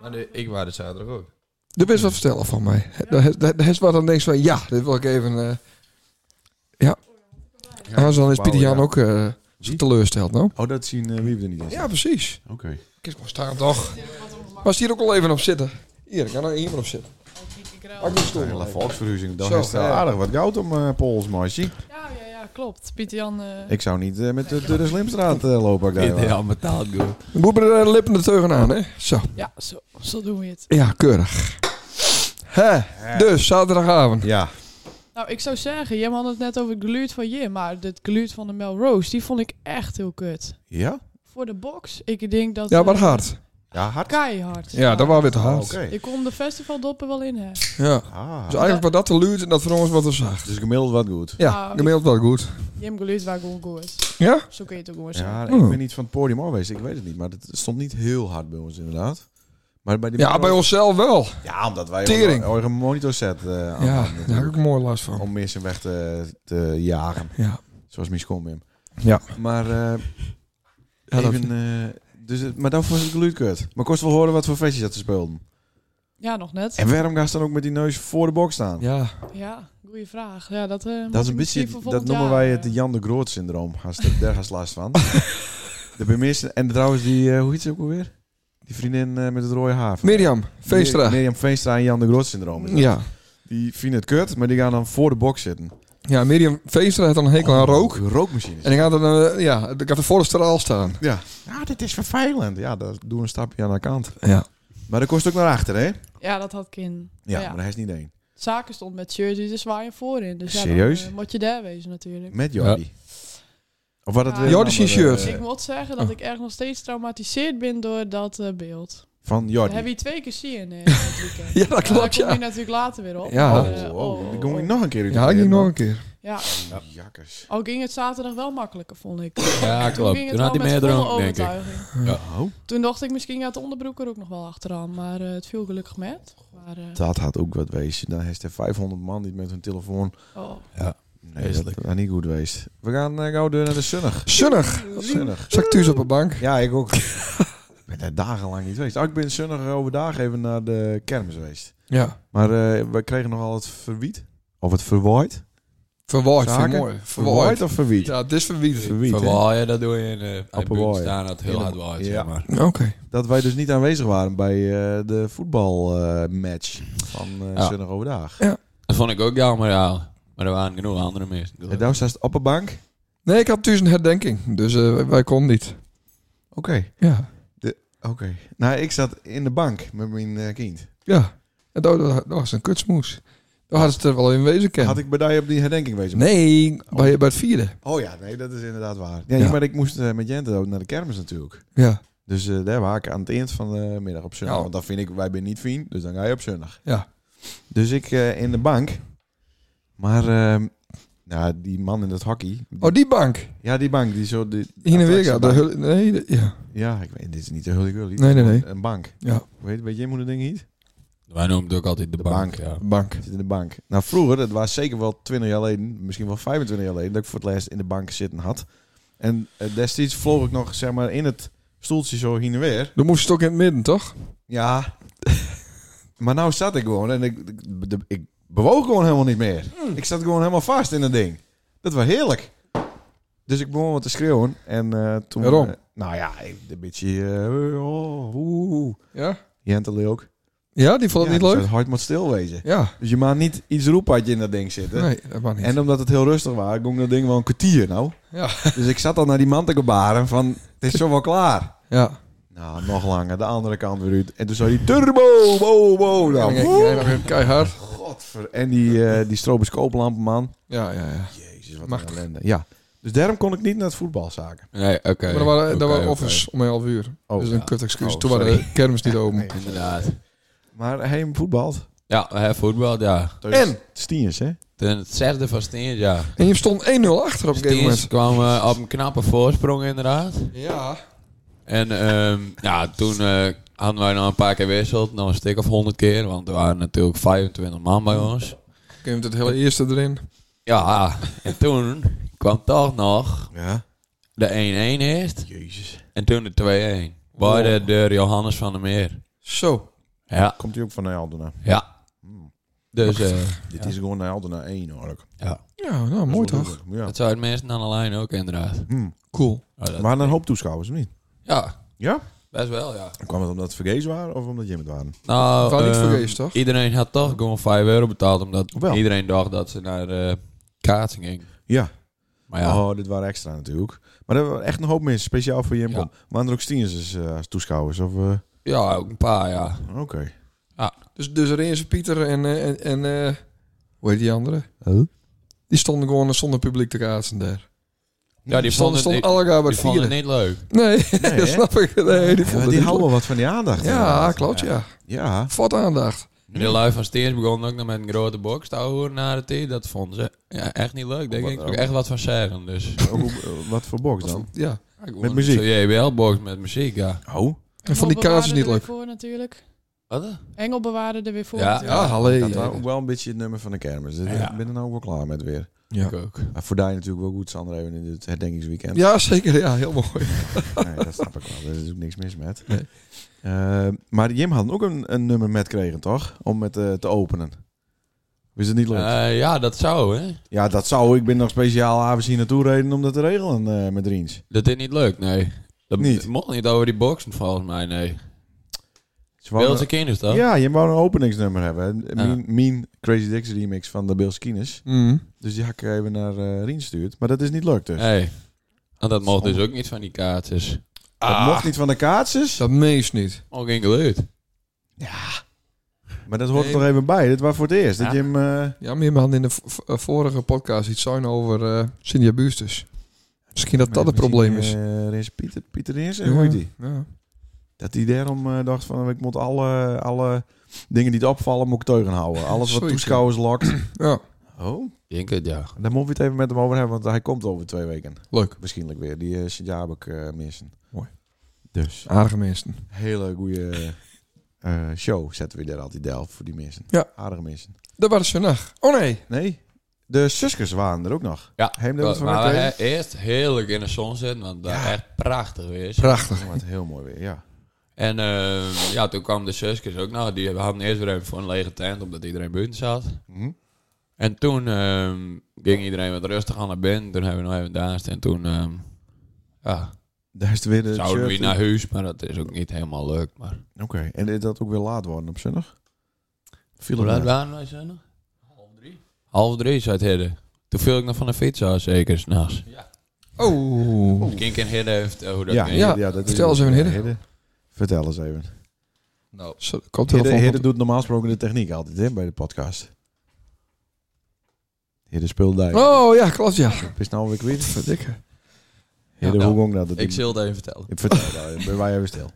Speaker 5: Maar de- ik was er zaterdag ook.
Speaker 3: Er best wat vertellen van mij. Er is- Er is wat dan denk van, ja, dit wil ik even... eh, ja. Anders dan is
Speaker 1: wauw,
Speaker 3: Pieter Jan
Speaker 1: ja.
Speaker 3: ook eh, zo teleursteld, nou.
Speaker 1: Oh, dat zien eh, wie we er niet in.
Speaker 3: Ja, precies.
Speaker 1: Oké.
Speaker 3: Ik is gewoon staan, toch? Was hier ook al even op zitten? Hier, ik kan er iemand op zitten. Pak die stoel.
Speaker 1: Hele
Speaker 3: maar even.
Speaker 1: volksverhuizing. Dan
Speaker 3: Zo,
Speaker 1: is het wel
Speaker 3: ja.
Speaker 1: aardig wat goud om eh Pools, meisje.
Speaker 6: Ja, ja, ja, klopt. Pieter Jan. eh,
Speaker 1: Ik zou niet eh, met de, door de Slimstraat eh, lopen. Ik daar,
Speaker 4: Ja, betaald goed.
Speaker 3: We moeten er de lippen de teugen aan, hè? Zo.
Speaker 6: Ja, zo, zo doen we het.
Speaker 3: Ja, keurig. Hè? Dus, zaterdagavond.
Speaker 1: Ja.
Speaker 6: Nou, ik zou zeggen, jij had het net over het geluid van je, maar het geluid van de Melrose, die vond ik echt heel kut.
Speaker 1: Ja?
Speaker 6: Voor de box, ik denk dat...
Speaker 3: Ja,
Speaker 6: eh,
Speaker 3: maar hard.
Speaker 1: Ja, hard. Ah,
Speaker 6: Keihard.
Speaker 3: Ja, dat was weer te hard.
Speaker 1: Oh, Oké.
Speaker 6: Ik kom de festivaldoppen wel in, hè.
Speaker 3: Ja.
Speaker 1: Ah.
Speaker 3: Dus eigenlijk wat dat te luid en dat van ons wat we zagen.
Speaker 1: Dus gemiddeld wat goed.
Speaker 3: Ja, gemiddeld wel goed.
Speaker 6: Jim geluid waar gewoon goed.
Speaker 3: Ja?
Speaker 6: Zo kun je het ook gewoon zeggen.
Speaker 1: Ja,
Speaker 3: Hmm.
Speaker 1: ik ben niet van het podium af geweest. Ik weet het niet. Maar het stond niet heel hard bij ons inderdaad. Maar bij die
Speaker 3: Ja, bij onszelf wel.
Speaker 1: Ja, omdat wij
Speaker 3: Tering.
Speaker 1: een eigen monitorset eh aan
Speaker 3: Ja,
Speaker 1: hadden
Speaker 3: daar heb
Speaker 1: natuurlijk.
Speaker 3: ik mooi last van.
Speaker 1: Om mensen weg te, te jagen.
Speaker 3: Ja.
Speaker 1: Zoals mijn schoonmim.
Speaker 3: Ja.
Speaker 1: Maar, eh,
Speaker 3: Ja, dat-
Speaker 1: even, eh, dus, het- maar daarvoor was het geluid kut. Maar kost wel horen wat voor feestjes dat ze speelden.
Speaker 6: Ja, nog net.
Speaker 1: En waarom gaan ze dan ook met die neus voor de box staan?
Speaker 3: Ja.
Speaker 6: Ja, goede vraag. Ja, dat, eh, moet
Speaker 1: Dat is
Speaker 6: ik
Speaker 1: een
Speaker 6: misschien
Speaker 1: beetje,
Speaker 6: voor
Speaker 1: dat
Speaker 6: volgend
Speaker 1: noemen
Speaker 6: jaar,
Speaker 1: wij
Speaker 6: eh,
Speaker 1: het Jan de Groot syndroom. Als de- Daar gaat last van. de bemissen. En trouwens, die, eh, hoe heet ze ook alweer? Die vriendin eh, met het rode haar.
Speaker 3: Mirjam, Veenstra.
Speaker 1: Mir- Mirjam Veenstra en Jan de Groot syndroom. is dat.
Speaker 3: Ja.
Speaker 1: Die vinden het kut, maar die gaan dan voor de box zitten.
Speaker 3: Ja, Mirjam Veenstra heeft dan een hekel aan rook.
Speaker 1: Rookmachines.
Speaker 3: En ik had dan, eh, ja, ik had er voor de straal staan.
Speaker 1: Ja. ja, dit is vervelend. Ja, dat doe een stapje aan de kant.
Speaker 3: Ja.
Speaker 1: Maar dat kost ook naar achter, hè? Ja,
Speaker 6: Ja, dat had Kin.
Speaker 1: maar hij is niet één.
Speaker 6: Zaken stond met Jersey te zwaaien voorin. Dus ja,
Speaker 1: Serieus?
Speaker 6: Dan, eh, moet je daar wezen natuurlijk.
Speaker 1: Met Jordi. Of wat het
Speaker 6: Ja.
Speaker 1: weer een
Speaker 3: Jordi zijn
Speaker 1: andere,
Speaker 3: shirt.
Speaker 1: eh,
Speaker 6: ik moet zeggen dat ik echt nog steeds traumatiseerd ben door dat eh, beeld.
Speaker 1: van
Speaker 6: Dat heb
Speaker 1: Jordi.
Speaker 6: je twee keer zien eh, het weekend.
Speaker 3: Ja, dat
Speaker 6: Daar
Speaker 3: klopt,
Speaker 6: kom je
Speaker 3: ja.
Speaker 6: natuurlijk later weer op.
Speaker 3: Ja.
Speaker 6: Maar, eh,
Speaker 1: Oh, oh, die kom ik nog een keer uit.
Speaker 3: Ja, ik niet nog een keer.
Speaker 6: Ja,
Speaker 1: Ja. Jakkers.
Speaker 6: al ging het zaterdag wel makkelijker, vond ik.
Speaker 4: Ja,
Speaker 6: Toen
Speaker 4: klopt.
Speaker 6: ging
Speaker 4: Toen
Speaker 6: het
Speaker 4: had
Speaker 6: wel
Speaker 4: hij meer
Speaker 6: met volle
Speaker 4: dronken, denk ik.
Speaker 6: overtuiging.
Speaker 1: Oh,
Speaker 6: Toen dacht ik, misschien gaat de onderbroek er ook nog wel achteraan. Maar eh, het viel gelukkig met. Maar, eh,
Speaker 1: dat had ook wat wezen. Dan heeft er 500 man die met hun telefoon...
Speaker 6: oh.
Speaker 1: Nee, dat had niet goed geweest. We gaan eh, gauw door naar de zonnig.
Speaker 3: Sunnig.
Speaker 1: Zonnig.
Speaker 3: Zat thuis op een bank.
Speaker 1: Ja, ik ook. ik ben daar dagenlang niet geweest. Oh, ik ben zonnig overdag even naar de kermis geweest.
Speaker 3: Ja.
Speaker 1: Maar eh, we kregen nogal het verwiet. Of het verwaaid.
Speaker 3: Oh, Verwaaid, vind ik
Speaker 1: Zaken?
Speaker 3: mooi.
Speaker 1: Verwaaid
Speaker 3: Verwaaid.
Speaker 1: of verwiet?
Speaker 3: Ja, dit is verwiet.
Speaker 1: Verwiet, hè?
Speaker 4: Verwaaien, dat doe je in eh, bij
Speaker 1: Appelwaaien.
Speaker 4: buurt staan dat heel hard waait,
Speaker 1: Ja.
Speaker 4: zeg maar.
Speaker 3: Oké.
Speaker 1: Dat wij dus niet aanwezig waren bij eh, de voetbalmatch van eh
Speaker 4: Ja.
Speaker 1: zonnig overdag.
Speaker 4: Dat vond ik ook jammer, ja. Maar er waren genoeg andere mensen.
Speaker 1: En daar staat het op een bank.
Speaker 3: Nee, ik had thuis een herdenking. Dus eh, wij konden niet.
Speaker 1: Oké.
Speaker 3: Ja.
Speaker 1: Oké. Nou, ik zat in de bank met mijn eh, kind.
Speaker 3: Ja. En dat, dat, dat was een kutsmoes. Daar had het er wel in wezen kennen.
Speaker 1: Had ik bij die op die herdenking wezen?
Speaker 3: Nee, bij, bij het vierde.
Speaker 1: Oh ja, nee, dat is inderdaad waar. Ja,
Speaker 3: Ja.
Speaker 1: Maar ik moest eh, met Jente ook naar de kermis natuurlijk.
Speaker 3: Ja.
Speaker 1: Dus eh, daar waar ik aan het eind van de middag op zondag.
Speaker 3: Ja.
Speaker 1: Want dan vind ik, wij ben niet fijn, dus dan ga je op zondag.
Speaker 3: Ja.
Speaker 1: Dus ik eh, in de bank. Maar ehm, nou, die man in dat hockey. die-
Speaker 3: Oh, die bank.
Speaker 1: Ja, die bank. Die zo, die,
Speaker 3: Heen en weer
Speaker 1: attractiebank.
Speaker 3: gaat. De hul- Nee, de- ja.
Speaker 1: Ja, ik weet, dit is niet de hulde gully.
Speaker 3: Nee, nee, nee.
Speaker 1: Een bank.
Speaker 3: Ja.
Speaker 1: Weet, weet jij hoe dat ding heet?
Speaker 4: Wij noemen het ook altijd de,
Speaker 1: De
Speaker 4: bank,
Speaker 1: bank.
Speaker 4: ja.
Speaker 3: Bank.
Speaker 1: Ik zit in de bank. Nou, vroeger, dat was zeker wel 20 jaar geleden, misschien wel 25 jaar geleden, dat ik voor het laatst in de bank zitten had. En eh, destijds vloog ik nog, zeg maar, in het stoeltje zo heen en weer.
Speaker 3: Dan moest het ook in het midden, toch?
Speaker 1: Ja. maar nou zat ik gewoon en ik, ik, de- ik bewoog gewoon helemaal niet meer.
Speaker 3: Hmm.
Speaker 1: Ik zat gewoon helemaal vast in dat ding. Dat was heerlijk. Dus ik begon wat te schreeuwen en eh, toen...
Speaker 3: Waarom?
Speaker 1: eh, nou ja, ik- een beetje... eh, oh, oeh, oeh.
Speaker 3: Ja.
Speaker 1: Jente Leeuw ook.
Speaker 3: Ja, die vond
Speaker 1: Ja,
Speaker 3: het niet
Speaker 1: dus
Speaker 3: leuk?
Speaker 1: Het hart moet stil wezen.
Speaker 3: Ja,
Speaker 1: Dus je mag niet iets roepen uit je in dat ding zitten.
Speaker 3: nee, dat mag niet.
Speaker 1: En omdat het heel rustig was, ging dat ding wel een kwartier nou.
Speaker 3: Ja.
Speaker 1: Dus ik zat al naar die man te gebaren van, het is zo wel klaar.
Speaker 3: ja.
Speaker 1: Nou, nog langer. De andere kant weer uit. En toen zei hij turbo, bo, bo. Nou,
Speaker 3: En dan ging- en dan ging keihard.
Speaker 1: godver. En die, eh, die stroboscooplampen, man.
Speaker 3: Ja, ja, ja.
Speaker 1: Jezus, wat
Speaker 3: Machtig.
Speaker 1: een ellende. Ja. Dus daarom kon ik niet naar het voetbal zaken.
Speaker 4: Nee, oké.
Speaker 3: Maar dan waren,
Speaker 4: Oké,
Speaker 3: dan waren
Speaker 4: oké.
Speaker 3: offers om een half uur.
Speaker 1: Oh,
Speaker 3: dus een
Speaker 4: ja.
Speaker 3: kut excuus.
Speaker 1: Oh,
Speaker 3: Toen waren
Speaker 1: sorry.
Speaker 3: de kermis niet open.
Speaker 1: Nee.
Speaker 4: Inderdaad.
Speaker 1: Maar hij hem voetbalt.
Speaker 4: Ja, hè, voetbal, ja.
Speaker 1: En? Stiens, hè?
Speaker 4: Ten het zesde van Steens, ja.
Speaker 3: En je stond 1-0 achter op een gegeven moment.
Speaker 4: Steens kwam eh, op een knappe voorsprong, inderdaad.
Speaker 3: Ja.
Speaker 4: En ehm, ja, toen eh, hadden wij nog een paar keer wisseld. Nog een stuk of 100 keer, want er waren natuurlijk 25 man bij ons.
Speaker 3: Kun je het hele eerste erin?
Speaker 4: Ja, en toen kwam toch nog
Speaker 1: Ja.
Speaker 4: de 1-1 eerst.
Speaker 1: Jezus.
Speaker 4: En toen de 2-1. Beide de
Speaker 3: Oh.
Speaker 4: door Johannes van der Meer.
Speaker 3: Zo.
Speaker 4: Ja,
Speaker 1: Komt hij ook van Nijaldena? Hmm.
Speaker 4: ja. Dus eh,
Speaker 1: Dit is gewoon Nijaldena 1, hoor. Dat
Speaker 4: ja,
Speaker 3: Ja, nou,
Speaker 1: is
Speaker 3: mooi
Speaker 1: wel
Speaker 3: toch?
Speaker 1: leuk. Ja.
Speaker 4: dat zou het mensen aan de lijn ook inderdaad.
Speaker 1: Hm.
Speaker 3: Cool.
Speaker 4: Ja, dat-
Speaker 1: Maar een hoop toeschouwers, of niet?
Speaker 4: ja,
Speaker 1: Ja?
Speaker 4: best wel, ja.
Speaker 1: Kwam het omdat het vergees waren of omdat Jim het waren?
Speaker 4: Nou,
Speaker 3: Het was Nou, niet
Speaker 4: ehm,
Speaker 3: vergeefs, toch?
Speaker 4: Iedereen had toch gewoon 5 euro betaald, omdat
Speaker 1: Wel.
Speaker 4: iedereen dacht dat ze naar eh kaatsen ging.
Speaker 1: Ja.
Speaker 4: Maar ja,
Speaker 1: Oh, dit waren extra natuurlijk. Maar er waren echt een hoop mensen, speciaal voor Jim.
Speaker 4: Ja.
Speaker 1: kom. Waren er ook Stiens eh, als toeschouwers? Of, eh,
Speaker 4: ja, ook een paar, ja.
Speaker 1: Oké.
Speaker 3: Dus, dus Rins, Pieter en... eh, en, en eh, hoe heet die andere?
Speaker 1: Huh?
Speaker 3: Die stonden gewoon zonder publiek te kaatsen daar.
Speaker 4: Ja, die
Speaker 3: stonden,
Speaker 4: vonden,
Speaker 3: stonden
Speaker 4: die,
Speaker 3: alle elkaar bij
Speaker 4: die
Speaker 3: het
Speaker 4: vonden
Speaker 3: vieren.
Speaker 4: het niet leuk.
Speaker 3: Nee,
Speaker 1: Nee, hè?
Speaker 3: dat snap ik. Nee, die vonden
Speaker 1: Ja,
Speaker 3: het
Speaker 1: die houden
Speaker 3: niet leuk.
Speaker 1: wel wat van die aandacht.
Speaker 3: Ja,
Speaker 1: inderdaad.
Speaker 3: klopt, ja.
Speaker 1: Ja.
Speaker 3: Vat aandacht.
Speaker 4: De lui van Steers begon ook nog met een grote box te houden naar het tee. Dat vonden ze ja, echt niet leuk.
Speaker 3: Oh,
Speaker 4: Daar
Speaker 1: Wat
Speaker 4: ging ik ook
Speaker 1: ook.
Speaker 4: echt wat van zeggen. Dus.
Speaker 1: Ook op- eh, wat voor box dan?
Speaker 3: Ja.
Speaker 1: Met muziek?
Speaker 4: JBL-box met muziek, ja.
Speaker 1: Oh.
Speaker 3: En van die kaas is niet
Speaker 6: er weer
Speaker 3: leuk.
Speaker 6: voor natuurlijk.
Speaker 4: Wat?
Speaker 6: Engel bewaarde er weer voor
Speaker 4: Ja,
Speaker 6: natuurlijk.
Speaker 3: Ja, hallo.
Speaker 1: Dat was ook wel een beetje het nummer van de kermis. Dus
Speaker 4: Ja.
Speaker 1: Ik ben er nou ook wel klaar met weer.
Speaker 4: Ik ook.
Speaker 1: Maar voor daar natuurlijk wel goed, Sander, even in het herdenkingsweekend.
Speaker 3: Ja, zeker. Ja, heel mooi.
Speaker 1: Nee, dat snap ik wel. Daar is ook niks mis met.
Speaker 3: Nee.
Speaker 1: Eh, maar Jim had ook een, een nummer met kregen, toch? Om het eh, te openen. Of Is het niet leuk?
Speaker 4: Eh, ja, dat zou, hè.
Speaker 1: ja, dat zou. Ik ben nog speciaal avonds hier naartoe reden om dat te regelen eh, met Riens.
Speaker 4: Dat is niet leuk, nee. Dat
Speaker 1: Niet?
Speaker 4: mocht niet over die boxen, volgens mij, nee.
Speaker 1: Ze wouden-
Speaker 4: Beeldse kinders, toch?
Speaker 1: eh, Ja, je wou een openingsnummer hebben.
Speaker 4: Ja.
Speaker 1: Mean, mean Crazy Dicks remix van de Bill Skinners.
Speaker 3: Mm.
Speaker 1: Dus die had ik even naar eh Rien stuurt. Maar dat is niet leuk dus.
Speaker 4: Nee. En dat mocht dus ook niet van die kaartjes.
Speaker 3: Ah.
Speaker 1: Dat mocht niet van de kaatsers.
Speaker 3: Dat meest niet.
Speaker 4: Ook in geluid.
Speaker 1: Maar dat hoort
Speaker 3: Nee.
Speaker 1: er toch even bij. Dit was voor het eerst. Dat
Speaker 4: Ja.
Speaker 1: je hem... eh,
Speaker 3: Ja, maar we hadden in de v- v- vorige podcast iets zijn over eh Cindy Bustus. Misschien dat dat het
Speaker 1: misschien,
Speaker 3: probleem is.
Speaker 1: eh, Rins Pieter, Pieter eh, Rins,
Speaker 3: Ja.
Speaker 1: hoe heet die?
Speaker 3: Ja.
Speaker 1: Dat hij daarom eh, dacht van... Ik moet alle, alle dingen die het opvallen, moet ik teugen houden. Alles wat
Speaker 3: Zoiets,
Speaker 1: toeschouwers lokt.
Speaker 3: ja,
Speaker 1: Oh,
Speaker 4: Ik Denk het, ja.
Speaker 1: daar moeten we het even met hem over hebben. Want hij komt over twee weken.
Speaker 3: leuk.
Speaker 1: Waarschijnlijk weer. Die uh, Sint-Jabek eh, missen.
Speaker 3: Mooi.
Speaker 1: Dus.
Speaker 3: Aardige mensen.
Speaker 1: Hele goede eh, show zetten we daar altijd Delft voor die mensen.
Speaker 3: Ja.
Speaker 1: Aardige mensen.
Speaker 3: Dat waren ze nacht. Oh nee.
Speaker 1: Nee, de zuskers waren er ook nog.
Speaker 4: Ja,
Speaker 1: Heem dat
Speaker 4: maar
Speaker 1: van
Speaker 4: maar
Speaker 1: mij
Speaker 4: we eerst heerlijk in de zon zitten, want dat echt prachtig weer. is.
Speaker 3: Prachtig.
Speaker 1: Oh, Wat heel mooi weer, ja.
Speaker 4: En eh, ja, toen kwamen de zusjes ook nog. Die hadden eerst weer even voor een lege tent, omdat iedereen buiten zat.
Speaker 1: Mhm.
Speaker 4: En toen ehm, ging iedereen wat rustig aan naar binnen. Toen hebben we nog even danst. En toen ehm, ja,
Speaker 1: Daar is het weer de
Speaker 4: zouden we
Speaker 1: shirt.
Speaker 4: naar huis, maar dat is ook niet helemaal leuk. Maar
Speaker 1: Oké, en is dat ook weer laat worden op zondag? Viel
Speaker 4: hoe
Speaker 1: het
Speaker 4: laat
Speaker 1: mee?
Speaker 4: waren wij zo nog? Half drie. Half drie, zei het Hidde. Toen viel ik nog van de fiets af, zeker, s'nachts.
Speaker 3: Oh.
Speaker 4: Kink en Hidde heeft eh, hoe dat
Speaker 1: Ja,
Speaker 4: ging.
Speaker 1: ja,
Speaker 3: Ja,
Speaker 1: ja, dat is
Speaker 3: vertel eens even, Hidde.
Speaker 1: Vertel eens even.
Speaker 3: Nou,
Speaker 1: Hidde,
Speaker 3: koptelefoon.
Speaker 1: Hidde doet normaal gesproken de techniek altijd hè, bij de podcast. Hidde speelt daar.
Speaker 3: Oh ja, klopt ja.
Speaker 1: Is nou weer kwijt? Nou,
Speaker 3: Verdikke.
Speaker 1: Hidde,
Speaker 5: Ja.
Speaker 1: hoe ging dat?
Speaker 5: Ik zal het even vertellen.
Speaker 1: Ik vertel daar. eh, Ben wij even stil.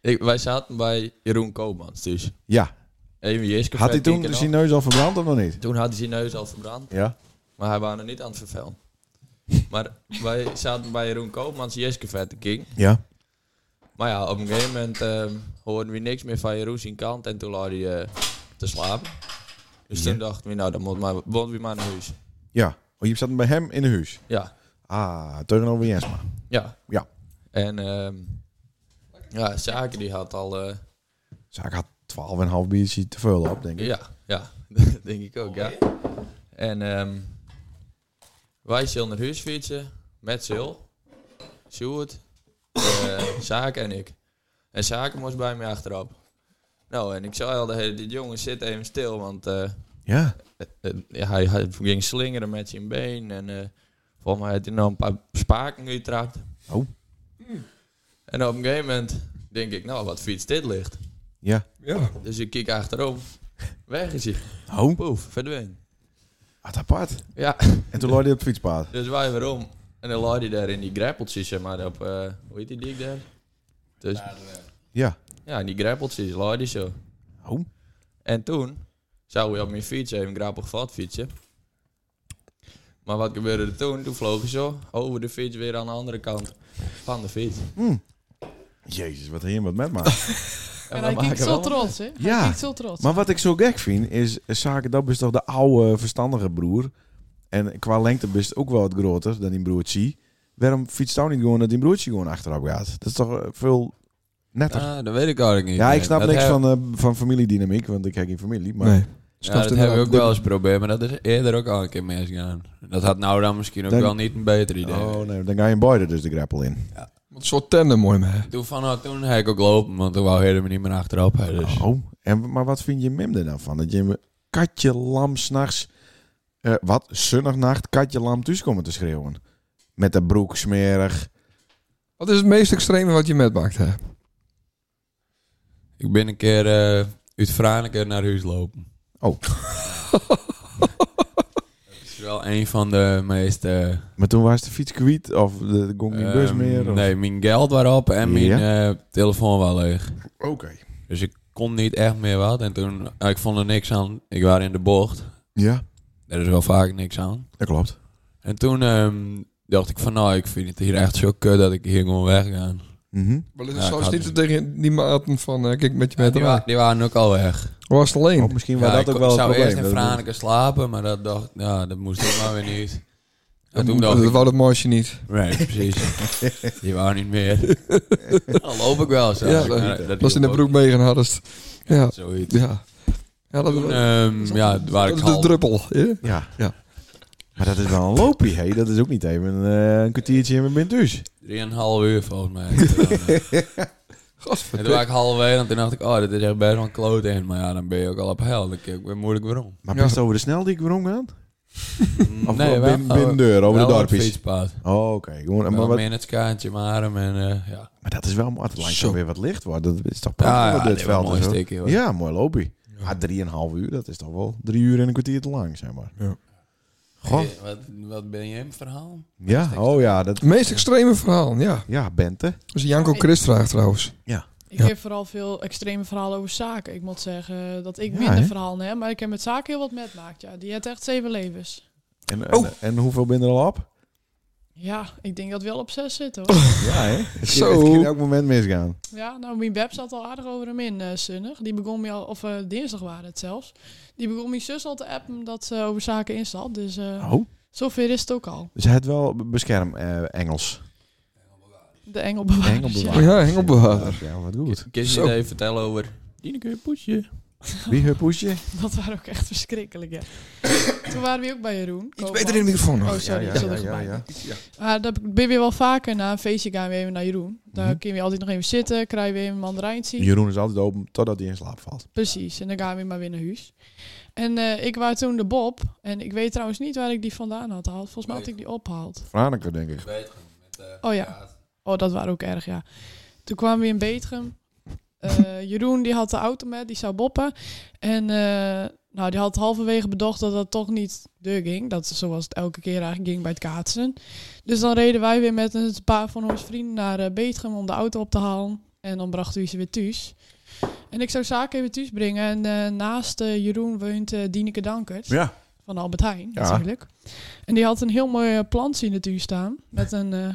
Speaker 5: Ik, wij zaten bij Jeroen Koopmans dus.
Speaker 1: Ja,
Speaker 5: Even Jiske
Speaker 1: had hij toen
Speaker 5: verkeken
Speaker 1: zijn
Speaker 5: nog.
Speaker 1: neus al verbrand of nog niet?
Speaker 5: Toen had hij zijn neus al verbrand,
Speaker 1: Ja.
Speaker 5: maar hij was er niet aan het vervelen. maar wij zaten bij Jeroen Koopmans Jiske King.
Speaker 1: Ja.
Speaker 5: Maar ja, op een gegeven moment ehm, hoorden we niks meer van Jeroen zijn kant en toen lag hij eh, te slapen. Dus toen dachten we, nou dan moet maar, wonen we maar naar huis.
Speaker 1: Ja. Oh, je zat bij hem in de huis.
Speaker 5: Ja,
Speaker 1: Ah, tegenover Jensma.
Speaker 5: ja.
Speaker 1: Ja.
Speaker 5: En ehm ja, Zaken die had al, eh,
Speaker 1: Zaak Dus had 12,5 biertje te veel op, denk ik.
Speaker 5: ja, ja, dat denk ik ook, ja. En ehm, wij zullen naar huis fietsen met Sil, Sjoerd, eh, Zaken en ik. En Zaken moest bij mij achterop. Nou, en ik zei al, de hele- die jongen zit even stil, want eh,
Speaker 1: Ja.
Speaker 5: eh, ja, hij, hij ging slingeren met zijn been. En eh, volgens mij had hij nog een paar spaken getrapt.
Speaker 1: Oh.
Speaker 5: En op een gegeven moment denk ik, nou, wat fiets dit ligt.
Speaker 1: Ja.
Speaker 3: Ja.
Speaker 5: Dus ik kijk achterom. Weg is hij.
Speaker 1: Oh,
Speaker 5: Poef, verdween.
Speaker 1: wat apart.
Speaker 5: Ja,
Speaker 1: En toen lag hij op het fietspaad.
Speaker 5: dus wij weer om. En dan lag hij daar in die grappeltjes, zeg maar, op, eh, hoe heet die dik daar? Dus,
Speaker 1: Ja.
Speaker 5: ja, in die grappeltjes lag hij zo.
Speaker 1: Oh.
Speaker 5: En toen zou hij op mijn fiets even grappig vat fietsen. Maar wat gebeurde er toen? Toen vloog hij zo over de fiets weer aan de andere kant van de fiets.
Speaker 1: Jezus, wat hier wat met maakt.
Speaker 6: En hij kijkt zo trots, hè? Hij
Speaker 1: Ja.
Speaker 6: kijkt zo trots.
Speaker 1: maar wat ik zo gek vind, is Zaken dat is toch de oude, verstandige broer. En qua lengte is het ook wel wat groter dan die broertje. Waarom fietst hij niet gewoon dat die broertje gewoon achterop gaat? Dat is toch eh, veel netter?
Speaker 4: Ah, dat weet ik eigenlijk niet.
Speaker 1: ja, ik
Speaker 4: meer.
Speaker 1: snap
Speaker 4: Dat
Speaker 1: niks
Speaker 4: heb-
Speaker 1: van, eh, van familiedynamiek, want ik heb geen familie. Maar
Speaker 3: Nee.
Speaker 4: Ja,
Speaker 3: Snap
Speaker 4: dat
Speaker 3: het
Speaker 4: hebben we ook
Speaker 3: inderdaad.
Speaker 4: wel eens geprobeerd, maar dat is eerder ook al een keer misgegaan. Dat had nou dan misschien ook
Speaker 1: Dan-
Speaker 4: wel niet een beter idee.
Speaker 1: Oh nee, dan ga je in beide dus de grappel in.
Speaker 3: Wat een soort tandem mooi mee.
Speaker 4: Toen van nou, toen heb ik ook lopen, want toen wou hij er me niet meer achterop. hè, Dus.
Speaker 1: Oh, en, maar wat vind je Mim er dan van? Dat je een katje lam s'nachts, eh wat, zonnignacht, katje lam thuis komen te schreeuwen. Met de broek smerig.
Speaker 3: Wat is het meest extreme wat je metmaakt? Hè?
Speaker 4: Ik ben een keer eh uit Franeker naar huis lopen.
Speaker 1: Oh.
Speaker 4: dat is wel een van de meest... eh,
Speaker 1: Maar toen was de fiets kwijt of de, de ging geen bus
Speaker 4: ehm,
Speaker 1: meer. of-
Speaker 4: Nee, mijn geld waarop en mijn
Speaker 1: Ja.
Speaker 4: eh, telefoon was leeg.
Speaker 1: Oké.
Speaker 4: Dus ik kon niet echt meer wat. En toen, eh, ik vond er niks aan. Ik was in de bocht.
Speaker 1: Ja,
Speaker 4: Er is wel vaak niks aan.
Speaker 1: dat klopt.
Speaker 4: En toen ehm, dacht ik van nou, ik vind het hier echt zo kut dat ik hier gewoon wegga.
Speaker 1: Mhm.
Speaker 3: Maar
Speaker 4: Ja, ik
Speaker 3: het
Speaker 4: had-
Speaker 3: niet zo tegen die maten van, eh, kijk met je met
Speaker 4: die, wa- die waren ook al weg.
Speaker 3: Was het alleen?
Speaker 1: Oh, misschien was
Speaker 4: Ja,
Speaker 1: dat
Speaker 4: ik
Speaker 1: ook wel het
Speaker 4: zou
Speaker 1: probleem.
Speaker 4: eerst in
Speaker 1: dat-
Speaker 4: Franeker slapen, maar dat dacht ja, dat moest ook maar weer niet. En
Speaker 3: dat
Speaker 4: toen dacht
Speaker 3: dat
Speaker 4: ik,
Speaker 3: wou dat meisje niet.
Speaker 4: nee, precies. Die waren niet meer. Dan loop ik wel zo.
Speaker 3: Ja, dat- was in de broek meegenhardest. Ja,
Speaker 4: Zoiets.
Speaker 3: ja. Ja, dat,
Speaker 4: Toen,
Speaker 3: dat
Speaker 4: ehm, ja, waar ik
Speaker 3: is de
Speaker 4: half...
Speaker 3: druppel. Hè?
Speaker 1: ja.
Speaker 3: Ja.
Speaker 1: Maar dat is wel een loopie, hé. Dat is ook niet even eh, een kwartiertje in mijn bent thuis.
Speaker 4: Drieënhalf uur volgens mij. en toen was ik halverwege en toen dacht ik, oh, dit is echt best wel een kloot in. Maar ja, dan ben je ook al op hel. Dan kijk ik weer moeilijk weer om.
Speaker 1: Maar
Speaker 3: Ja.
Speaker 1: best over de snel die ik weer omgaan? Of
Speaker 4: nee, wel- eh,
Speaker 1: binnen, binnen deur, over
Speaker 4: wel
Speaker 1: de
Speaker 4: op het
Speaker 1: dorpjes?
Speaker 4: fietspad.
Speaker 1: Oh, oké. Gewoon-
Speaker 4: Maar
Speaker 1: Maar,
Speaker 4: wel
Speaker 1: wat,
Speaker 4: meer in het skaantje, mijn arm en eh, ja.
Speaker 1: maar dat is wel mooi. Het lijkt
Speaker 3: Zo.
Speaker 1: dan weer wat licht wordt. Dat is toch
Speaker 4: Ja,
Speaker 1: prachtig
Speaker 4: Ah, ja,
Speaker 1: op dit
Speaker 4: dit wel een
Speaker 1: veld.
Speaker 4: mooi
Speaker 1: en zo.
Speaker 4: stukje. hoor.
Speaker 1: Ja, mooi lopie. Ah, drieënhalf uur, dat is toch wel drie uur en een kwartier te lang, zeg maar.
Speaker 3: Ja.
Speaker 1: Goh.
Speaker 4: Eh, Wat, wat ben je in het verhaal?
Speaker 1: Ja, oh ja, dat...
Speaker 3: Het meest extreme verhaal, ja.
Speaker 1: Ja, Bente.
Speaker 3: Dat is een Janko Christ vraag trouwens.
Speaker 6: Ik
Speaker 3: Ja.
Speaker 6: heb vooral veel extreme verhalen over zaken. Ik moet zeggen dat ik
Speaker 1: Ja,
Speaker 6: minder
Speaker 1: hè?
Speaker 6: verhalen heb, maar ik heb met zaken heel wat metmaakt. Ja, die had echt zeven levens.
Speaker 1: En,
Speaker 3: Oh.
Speaker 1: en, en hoeveel ben je er al op?
Speaker 6: Ja, ik denk dat we al op zes zitten hoor.
Speaker 1: Ja, hè? Het kan-
Speaker 3: Zo.
Speaker 1: Het kan elk moment misgaan.
Speaker 6: Ja, nou, mijn Beb zat al aardig over hem in, eh zonnig. Die begon me al, of eh, dinsdag waren het zelfs. Die begon mijn zus al te appen dat ze over zaken instapt. Dus eh
Speaker 1: Oh.
Speaker 6: zover is het ook al.
Speaker 1: Dus het wel be- bescherm eh, Engels.
Speaker 6: De engel bewaard.
Speaker 1: Hengelbewaarder.
Speaker 3: Ja, hengelbewaarder.
Speaker 1: Ja, wat goed.
Speaker 5: Kun je
Speaker 3: Zo.
Speaker 5: het even vertellen over... Dineke, poesje.
Speaker 1: Wie hun poesje?
Speaker 6: Dat waren ook echt verschrikkelijk, ja. Toen waren we ook bij Jeroen.
Speaker 3: Iets
Speaker 6: Koopman.
Speaker 3: beter in de microfoon nog.
Speaker 6: Oh, sorry.
Speaker 1: ja,
Speaker 6: ik zat
Speaker 1: ja,
Speaker 6: er
Speaker 1: ja,
Speaker 6: voorbij.
Speaker 1: ja.
Speaker 6: Maar dat ben je wel vaker. Na een feestje gaan we even naar Jeroen. Daar
Speaker 1: Mhm.
Speaker 6: kun je altijd nog even zitten. Krijgen we even een mandarijntje.
Speaker 1: Jeroen is altijd open totdat hij in slaap valt.
Speaker 6: Precies. En dan gaan we maar weer naar huis. En eh, ik was toen de Bob. En ik weet trouwens niet waar ik die vandaan had gehaald. Volgens mij had ik die opgehaald.
Speaker 1: Franeker, denk ik.
Speaker 6: Oh ja. Oh, dat waren ook erg, ja. Toen kwamen we in Betegem. Eh, Jeroen die had de auto met, die zou boppen. En eh, nou, die had halverwege bedacht dat dat toch niet deur ging. Dat is zoals het elke keer eigenlijk ging bij het kaatsen. Dus dan reden wij weer met een paar van onze vrienden naar eh Betegem om de auto op te halen. En dan brachten we ze weer thuis. En ik zou zaken even thuis brengen. En eh, naast eh, Jeroen woont eh, Dieneke Dankert
Speaker 1: Ja.
Speaker 6: van Albert Heijn
Speaker 1: Ja.
Speaker 6: natuurlijk. En die had een heel mooi eh, plant zien natuurlijk staan. Met een, eh,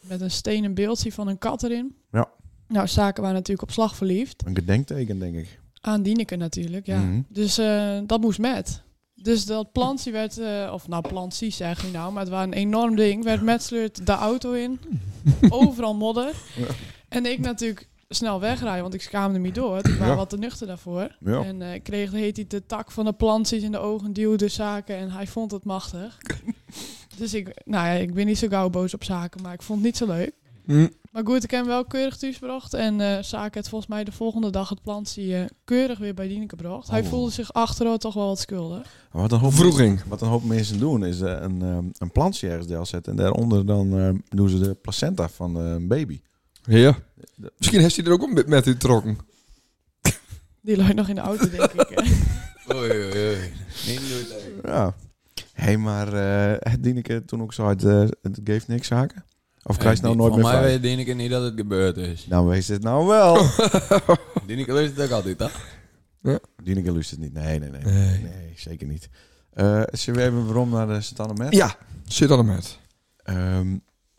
Speaker 6: met een stenen beeldje van een kat erin.
Speaker 1: Ja.
Speaker 6: Nou, zaken waren natuurlijk op slag verliefd.
Speaker 1: Een gedenkteken, denk ik.
Speaker 6: Aan Dieneke natuurlijk, ja.
Speaker 1: Mhm.
Speaker 6: Dus eh, dat moest met. Dus dat plantje werd, eh, of nou plantje zeg je nou, maar het was een enorm ding. Werd metseleurd de auto in. Overal modder. En ik natuurlijk snel wegrijden, want ik schaamde me door. Ik was
Speaker 1: Ja.
Speaker 6: wat te nuchter daarvoor.
Speaker 1: Ja.
Speaker 6: En eh, ik kreeg heet hij de tak van de plant zit in de ogen, duwde zaken en hij vond het machtig. dus ik, nou ja, ik ben niet zo gauw boos op zaken, maar ik vond het niet zo leuk.
Speaker 3: Hm.
Speaker 6: Maar goed, ik heb hem wel keurig thuisgebracht. En eh Saak het volgens mij de volgende dag het plantje eh, keurig weer bij Dieneke gebracht. Hij
Speaker 1: Oh.
Speaker 6: voelde zich achteraf toch wel wat schuldig.
Speaker 1: Wat een hoop,
Speaker 3: Vroeging.
Speaker 1: Wat een hoop mensen doen is eh, een, ehm, een plantje ergens zetten. En daaronder dan ehm, doen ze de placenta van de baby.
Speaker 3: Ja. Misschien heeft hij er ook een bit met u trokken.
Speaker 6: Die luidt nog in de auto, denk ik. hè.
Speaker 4: Oei, oei, oei. Niet goed, hè.
Speaker 1: Ja. Hé, hey, maar eh het Dieneke toen ook zo uit, eh, het geeft niks zaken?
Speaker 3: Eh,
Speaker 1: Of krijg je nou
Speaker 4: En
Speaker 1: nooit meer
Speaker 4: Voor mij
Speaker 1: vrij?
Speaker 4: weet Dieneke niet dat het gebeurd is.
Speaker 1: Nou, wees het nou wel.
Speaker 4: Dieneke luistert ook altijd, hè?
Speaker 1: Dieneke luistert niet. Nee, nee, nee. Nee, zeker niet. Eh zullen we even waarom naar de Sint-Anne Met?
Speaker 3: Ja, zit aan hem met.
Speaker 1: Ehm,